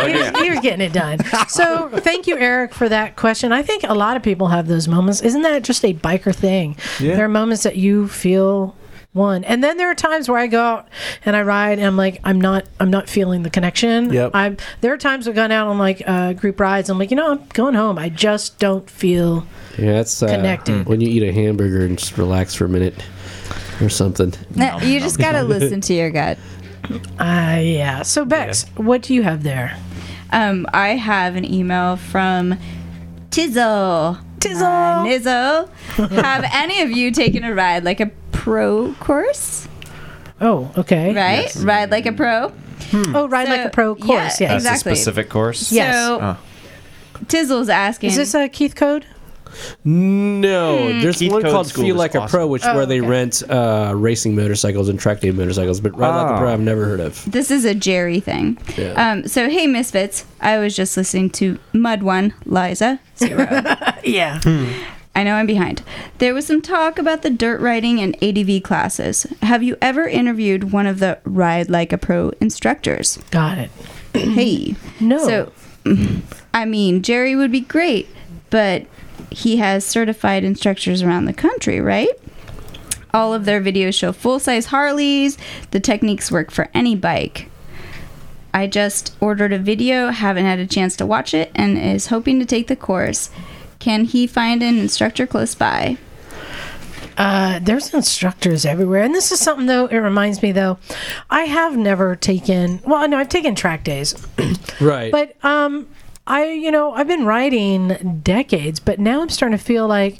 Oh, he, was, he was getting it done. So thank you, Eric, for that question. I think a lot of people have those moments. Isn't that just a biker thing? Yeah. There are moments that you feel one, and then there are times where I go out and I ride, and I'm like, I'm not, I'm not feeling the connection. Yep. I'm. There are times I've gone out on like uh, group rides. I'm like, you know, I'm going home. I just don't feel. Yeah, that's uh, Connected. when you eat a hamburger and just relax for a minute or something. No, you just gotta listen to your gut. Ah, yeah. So Bex, what do you have there? Um, I have an email from Tizzle. Tizzle. Nizzle. have any of you taken a ride like a pro course? Oh, okay. Right? Ride like a pro. Oh, ride like a pro course. Yeah, yes. That's exactly. a specific course. Yes. So- Oh. Tizzle's asking. Is this a Keith code? No, Hmm. there's Keith one Code called School Feel is Like a Pro, awesome. which Oh, where they okay. rent uh, racing motorcycles and track day motorcycles, but Ride Like a Oh. Pro I've never heard of. This is a Jerry thing. Yeah. Um, so, hey, Misfits. I was just listening to Mud One, Liza, yeah. I know I'm behind. There was some talk about the dirt riding and ADV classes. Have you ever interviewed one of the Ride Like a Pro instructors? Got it. Hey. No. So, I mean, Jerry would be great, but he has certified instructors around the country, right? All of their videos show full size Harleys. The techniques work for any bike. I just ordered a video, haven't had a chance to watch it, and is hoping to take the course. Can he find an instructor close by? Uh, there's instructors everywhere, and this is something though. It reminds me though, I have never taken. Well, no, I've taken track days, Right. but um, I you know I've been riding decades, but now I'm starting to feel like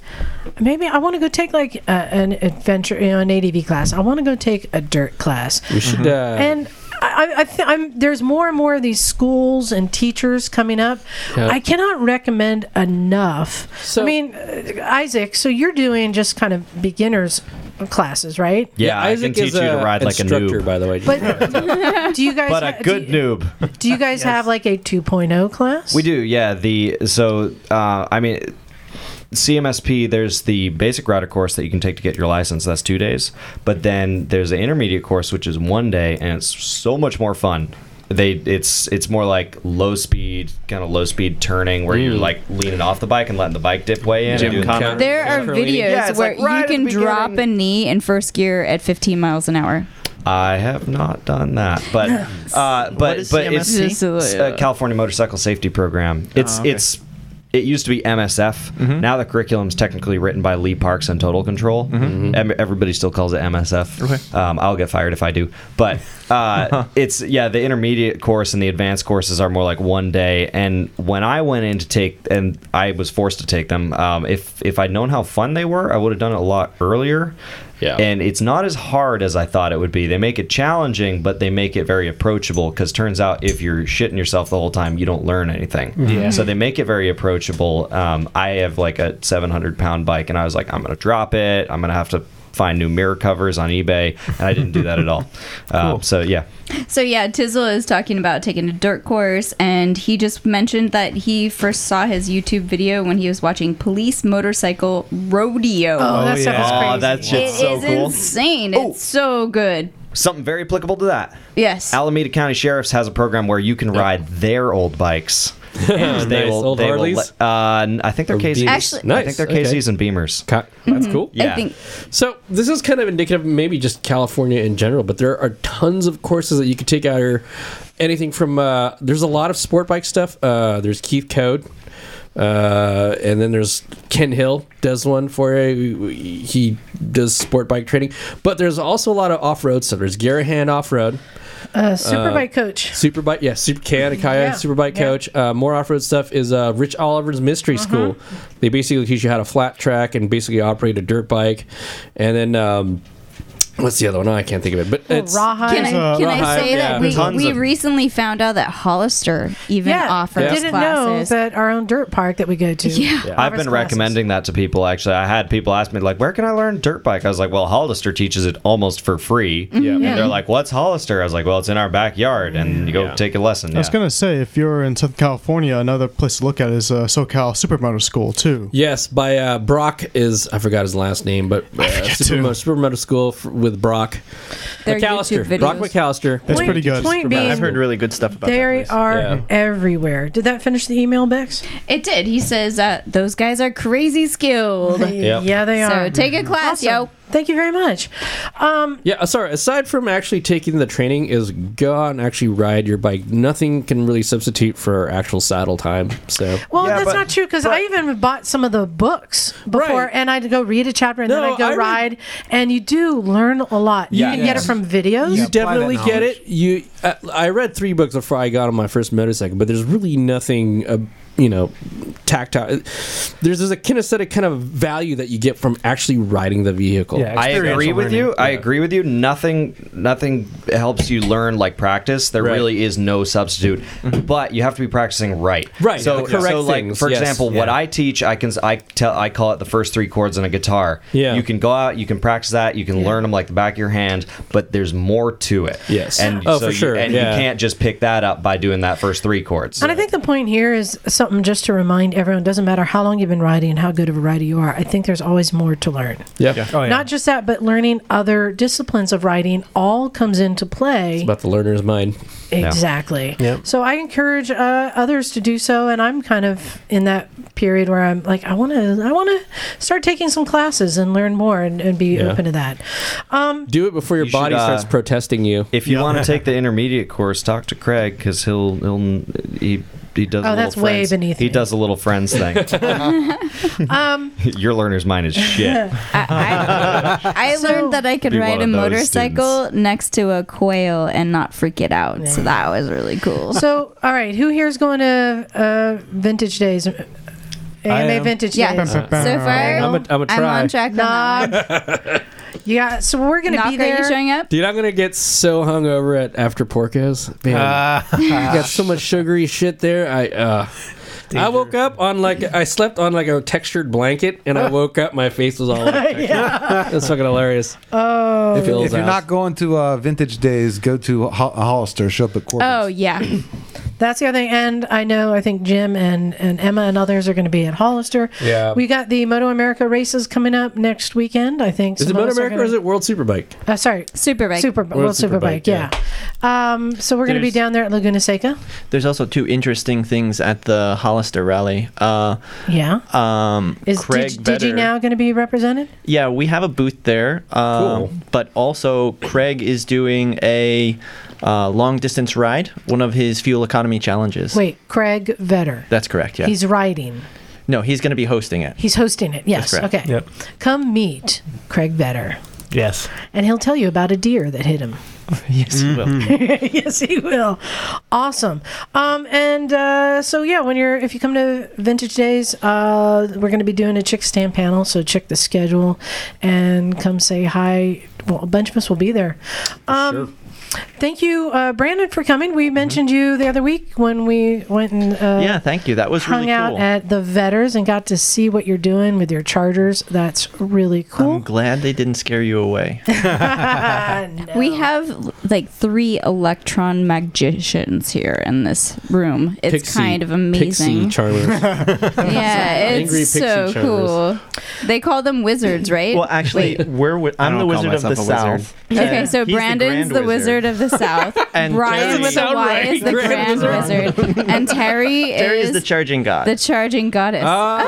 maybe I want to go take like a, an adventure, you know, an ADV class. I want to go take a dirt class. We Mm-hmm. should, uh, and I, I- I th- I'm there's more and more of these schools and teachers coming up. Yeah. I cannot recommend enough. I mean, uh, Isaac, so you're doing just kind of beginners classes, right? Yeah, I Isaac can is teach you to a ride like a instructor, noob. by the way. But do you guys but ha- a good noob. do you guys have like a 2.0 class? We do, yeah. The so uh, I mean. CMSP, there's the basic rider course that you can take to get your license. That's two days. But then there's an intermediate course, which is one day, and it's so much more fun. They it's it's more like low speed, kind of low speed turning, where you're like leaning off the bike and letting the bike dip way in. and Mm. Jim doing Conner. counter- There are curling. videos Yeah, it's where like right you at the can drop a knee in first gear at 15 miles an hour. I have not done that, but uh, but is but it's, CMSC? it's a California Motorcycle Safety Program. It's okay. it's it used to be MSF. Now the curriculum's technically written by Lee Parks and Total Control. Em- Everybody still calls it MSF. Um, I'll get fired if I do. But uh, it's yeah, the intermediate course and the advanced courses are more like one day. And when I went in to take, and I was forced to take them. Um, if if I'd known how fun they were, I would have done it a lot earlier. Yeah. And it's not as hard as I thought it would be. They make it challenging, but they make it very approachable because turns out if you're shitting yourself the whole time, you don't learn anything. Yeah. Mm-hmm. So they make it very approachable. Um, I have like a 700 pound bike and I was like, I'm going to drop it. I'm going to have to find new mirror covers on eBay. And I didn't do that at all. um, so yeah. So yeah, Tizzle is talking about taking a dirt course, and he just mentioned that he first saw his YouTube video when he was watching police motorcycle rodeo. Oh, that stuff is Oh, crazy. that shit's It so is cool. insane. Oh. It's so good. Something very applicable to that. Yes. Alameda County Sheriff's has a program where you can ride their old bikes. And Nice. Old Harleys? let- uh, n- I think they're Or KZs. Oh, Beamers? Actually, I think Nice, they're okay. KZs and Beamers. That's cool. Yeah. think- So this is kind of indicative, of maybe just California in general, but there are tons of courses that you could take out here. Anything from uh, there's a lot of sport bike stuff. Uh, there's Keith Code. Uh, and then there's Ken Hill does one for you. He does sport bike training, but there's also a lot of off road stuff. There's Garahan off road. Uh, Superbike coach. Superbike, yeah, Super Can, Akaya, Yeah, Superbike yeah. Uh-huh. coach. Uh, more off road stuff is uh, Rich Oliver's Mystery School. They basically teach you how to flat track and basically operate a dirt bike. And then, um, what's the other one? Oh, I can't think of it. But it's rawhide. Can Uh, I, can I Rawhide, say yeah. that we, Tons we of- recently found out that Hollister even yeah, offers didn't classes. know that our own dirt park that we go to. Yeah. I've been classes. recommending that to people. Actually, I had people ask me like, "Where can I learn dirt bike?" I was like, "Well, Hollister teaches it almost for free." Yeah. And Yeah. they're like, "What's Hollister?" I was like, "Well, it's in our backyard, and you go take a lesson." I was yeah. gonna say if you're in Southern California, another place to look at is uh, SoCal Supermotor School too. Yes, by uh, Brock is I forgot his last name, but uh, Supermoto, Supermoto School f- with Brock Their McAllister, YouTube videos. Brock McAllister. That's Point- pretty good. point being- I've heard really good stuff about that. They place. are Yeah. everywhere. Did that finish the email, Bex? It did. He says that those guys are crazy skilled. Yep. Yeah, they So are. take a class, Awesome. yo. Thank you very much. Um, Yeah, uh, sorry. Aside from actually taking the training, is go out and actually ride your bike. Nothing can really substitute for actual saddle time. So well, that's not true because I even bought some of the books before, Right. and I'd go read a chapter, and No, then I'd go I read- ride. And you do learn a lot. Yeah. You can get it Yes. from videos. you definitely get it. You, uh, I read three books before I got on my first motorcycle, but there's really nothing, uh, you know, tactile. There's there's a kinesthetic kind of value that you get from actually riding the vehicle. Yeah, I agree experiential with you. learning. I agree with you. Nothing, nothing helps you learn like practice. There Right. Mm-hmm. really is no substitute. But you have to be practicing right. Right, So, the correct so like things, for yes. example, what Yeah. I teach, I can I tell I call it the first three chords on a guitar. Yeah. You can go out, you can practice that, you can learn them like the back of your hand. But there's more to it. Yes. And Oh, for so you- sure, and yeah. you can't just pick that up by doing that first three chords. And I think the point here is something just to remind everyone: doesn't matter how long you've been riding and how good of a rider you are. I think there's always more to learn. Yeah. Oh, yeah. Not just that, but learning other disciplines of writing all comes into play. About the learner's mind. Exactly. So I encourage uh, others to do so, and I'm kind of in that period where I'm like, I want to, I want to start taking some classes and learn more and, and be Yeah. open to that. Um, Do it before your You should, body uh, starts protesting you. if you want to take the intermediate course, talk to Craig because he'll he'll he. He does Oh, a little that's way friends- beneath He me. does a little friends thing. um, Your learner's mind is shit. I, I, I So- learned that I could Be ride one a of those motorcycle next to a quail and not freak it out. So Yeah. that was really cool. so all right, who here's going to uh, Vintage Days? AMA am. Vintage Yeah. Days. Uh, Bam, bam, so bam. far, I'm a- I'm I'm, a try. on track. Nah, Nog. yeah, so we're going to Knock, be are you there. showing up? Dude, I'm gonna get so hungover at after porcos. Man, Ah. I got so much sugary shit there. I uh, I woke up on like I slept on like a textured blanket, and I woke up. My face was all like, that's fucking hilarious. Oh, It feels If you're out. not going to uh, Vintage Days, go to Hol- Hollister. Show up at Corbin's. Oh yeah. That's the other thing. And I know, I think Jim and, and Emma and others are going to be at Hollister. Yeah. We got the Moto America races coming up next weekend, I think. is it Some of Moto us are America or is gonna- it World Superbike? Uh, sorry. Superbike. Super, World, Superbike, Superbike, yeah. Um, so we're going to be There's- down there at Laguna Seca. There's also two interesting things at the Hollister rally. Uh, Yeah. um, Is Craig Digi, Vetter- Digi now going to be represented? Yeah, we have a booth there. Um, Cool. But also, Craig is doing a uh, long distance ride, one of his fuel economy challenges. Wait, Craig Vetter. That's correct, yeah. He's riding. no, he's going to be hosting it. He's hosting it. Yes. correct. Okay. Yep. Come meet Craig Vetter, Yes. and he'll tell you about a deer that hit him. yes, he Hmm. will. yes, he will. Awesome. Um, and uh, so yeah, when you're if you come to Vintage Days, uh, we're going to be doing a chick stand panel. So check the schedule and come say hi. Well, a bunch of us will be there. Um, Thank you, uh, Brandon, for coming. We mentioned you the other week when we went and uh, Yeah, thank you. That was hung really out cool. at the Vetters and got to see what you're doing with your chargers. That's really I'm cool. glad they didn't scare you away. We have like three electron magicians here in this room. It's kind of Pixie amazing. charmers. yeah, it's Angry pixie so charmers. cool. They call them wizards, right? Well, actually, Wait. we're wi- I I'm the don't call wizard of the myself a wizard. south. okay, so He's the grand Brandon's the, wizard. Wizard of the South. And Brian Terry. with a Sound Y right. is the Grand, Grand Wizard. Wizard, and Terry, Terry is the charging god. the charging goddess. Ah.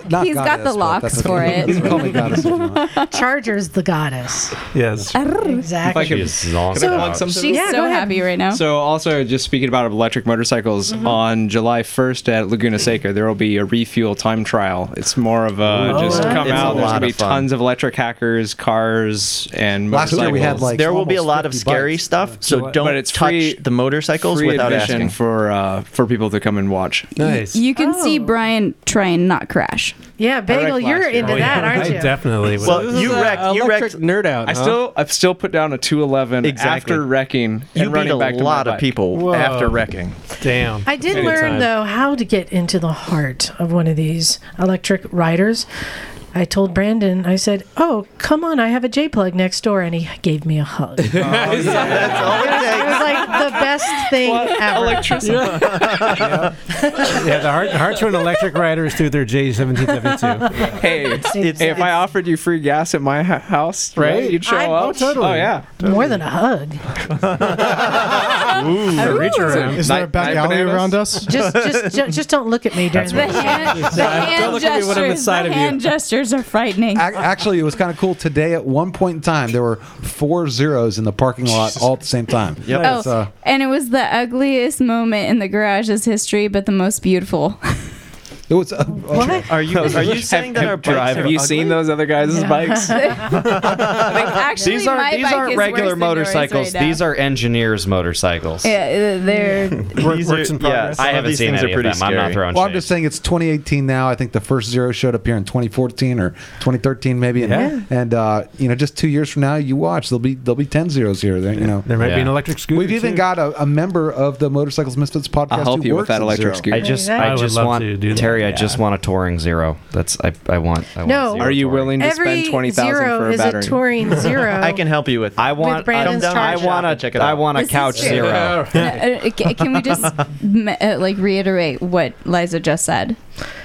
Well, he's not got the goddess, but locks that's for okay. it. Charger's the goddess. Yes. Exactly. If I could- She's long Can I about plug it. something? She's Yeah, so go ahead. happy right now. So, also just speaking about electric motorcycles, on July 1st at Laguna Seca, there will be a refuel time trial. It's more of a Ooh. just Oh, come It's a out. There's lot gonna be of fun. tons of electric hackers, cars, and Last motorcycles. year we had, like, There will be a lot of almost 50 scary bikes. stuff, Yeah. so don't touch the motorcycles free without admission asking. for uh, for people to come and watch. You can Oh. see Brian try and not crash. Yeah, Bagel, last you're year. into Oh, that, yeah. aren't I you? Definitely. So this is a electric nerd out. I huh? still I've still put down a 211 Exactly. after wrecking. You and beat running a back to my lot of bike. people Whoa. after wrecking. Damn. I did learn though how to get into the heart of one of these electric riders. I told Brandon, I said, "Oh, come on, I have a J plug next door," and he gave me a hug. That's all it It was like the best thing ever. Electricity. yeah, the hard, hard to an electric rider is through their J1772. Hey, hey, if I offered you free gas at my ho- house, right? Right. You'd show I'd- up. oh, totally. Oh yeah. More than a hug. Ooh, the reach around. Is there a back alley around us? Just, just, ju- just don't look at me during The hand, the hand gestures, the hand gestures are frightening. Ac- Actually, it was kind of cool. Today, at one point in time, there were four zeros in the parking lot all at the same time. Oh, It's, uh, and it was the ugliest moment in the garage's history, but the most beautiful. it was. Uh, Are you are you saying that our bikes Have are you ugly? seen those other guys' bikes? Actually, These aren't my these bike aren't is worse regular than yours motorcycles. right now. these are engineers' motorcycles. Yeah, uh, they're These are- yeah, I haven't these seen things any are of pretty them. I'm not scary. throwing well, I'm shade. just saying it's 2018 now. I think the first zero showed up here in 2014 or 2013, maybe. And, Yeah. and uh, you know, just two years from now, you watch there'll be there'll be 10 zeros here. There, you know, There might be an Yeah. electric scooter. We've even too. got a, a member of the Motorcycles Misfits podcast. I'll help who you with works that at electric Zero. scooter. I just, Exactly. I I would just love want to do that, Terry. I just want a touring zero. That's I, I want. I want No. zero Are you touring. willing to Every spend twenty thousand zero for a is a battery? touring zero. I can help you with. I With want. Brandon's I, I charge want up. a Check it I out. want a This is couch true. zero. Uh, uh, ca- can we just m- uh, like reiterate what Liza just said?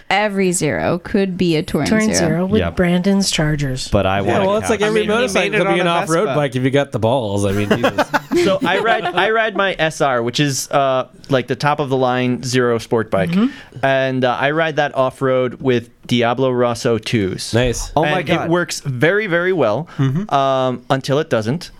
Every zero could be a touring, touring zero. zero with Yep. Brandon's Chargers. But I want. Yeah, a well, it's like couch. every mean, he made motorcycle it could on be an a off-road Vespa. bike if you got the balls. I mean, Jesus. so I ride I ride my SR, which is uh, like the top of the line zero sport bike, and uh, I ride that off road with Diablo Rosso twos. nice. Oh my And God. It works very very well um, until it doesn't.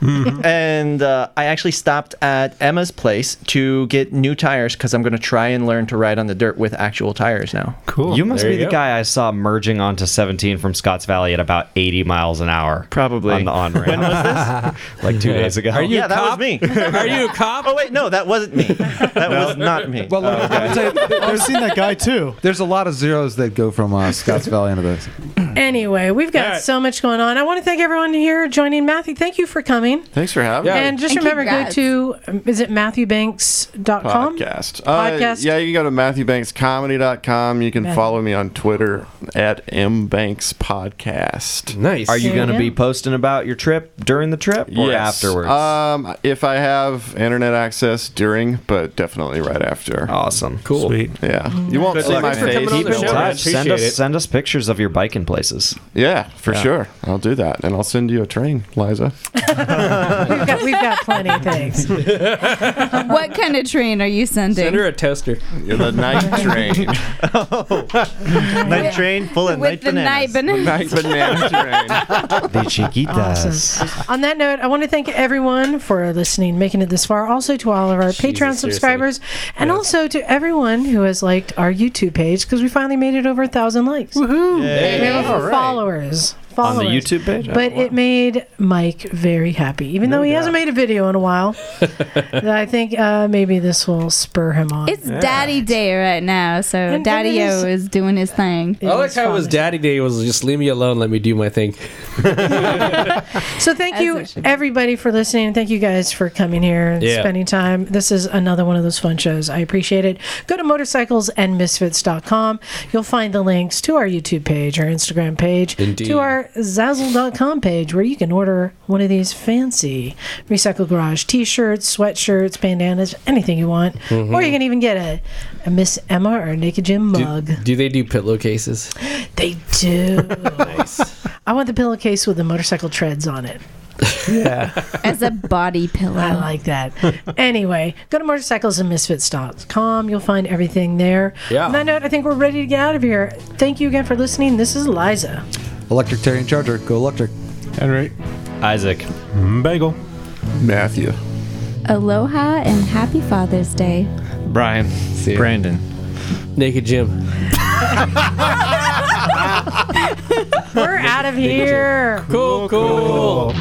and uh, I actually stopped at Emma's place to get new tires because I'm going to try and learn to ride on the dirt with actual tires now. Cool. You must There be you the go. guy I saw merging onto 17 from Scotts Valley at about 80 miles an hour. Probably. on the on ramp. when was this? like two days ago. Are you yeah, a that cop? was me. Are you a cop? oh wait, no, that wasn't me. That was not me. Oh, Well, let me- let me tell you, I've seen that guy too. There's a lot of zeros that go from uh, Scotts Valley into this. Anyway, we've got All right. so much going on. I want to thank everyone here joining Matthew. Thank you for coming. Thanks for having Yeah. me. And just And remember, congrats. go to um, is it MatthewBanks.com? podcast. Podcast. Uh, yeah, you can go to MatthewBanksComedy.com. You can Matthew. follow me on Twitter at mbankspodcast. Nice. Are you There you going to go. be posting about your trip during the trip or afterwards? Um, if I have internet access during, but definitely right after. awesome. Cool. Mm-hmm. Sweet. Yeah, you won't Good see luck. my Thanks for coming face. on Keep the in show. I touch. Send us appreciate it. send us pictures of your bike in places. Yeah, for sure. I'll do that, and I'll send you a train, Liza. We've got, we've got plenty of things. What kind of train are you sending? Send her a toaster. the night train. night train full of With night the night bananas. banana. night banana train. The chiquitas. On that note, I want to thank everyone for listening, making it this far. Also to all of our Patreon seriously. subscribers, and also to everyone who has liked our YouTube page because we finally made it over a thousand likes. Woohoo! We have followers. On Followers. the YouTube page? But it made Mike very happy, even though he hasn't made a video in a while. That I think uh, maybe this will spur him on. It's Daddy Day right now, so and it Daddy O is- is doing his thing. I like how his fun. daddy day was just leave me alone, let me do my thing. So thank As you it should be. everybody for listening. Thank you guys for coming here and Yeah. spending time. This is another one of those fun shows. I appreciate it. Go to motorcyclesandmisfits.com. You'll find the links to our YouTube page, our Instagram page, Indeed. to our Zazzle.com page where you can order one of these fancy Recycle Garage t-shirts, sweatshirts, bandanas, anything you want. Or you can even get a, a Miss Emma or a Naked Jim mug. Mm-hmm. Do they do pillowcases? They do. I want the pillowcase with the motorcycle treads on it. yeah. As a body pillow. I like that. anyway, go to motorcyclesandmisfits.com. You'll find everything there. Yeah. On that note, I think we're ready to get out of here. Thank you again for listening. This is Liza. Electric Terry and Charger. Go electric. Henry. Isaac. Bagel. Matthew. Aloha and happy Father's Day. Brian. See Brandon. Naked Jim. We're out of here. Cool, cool.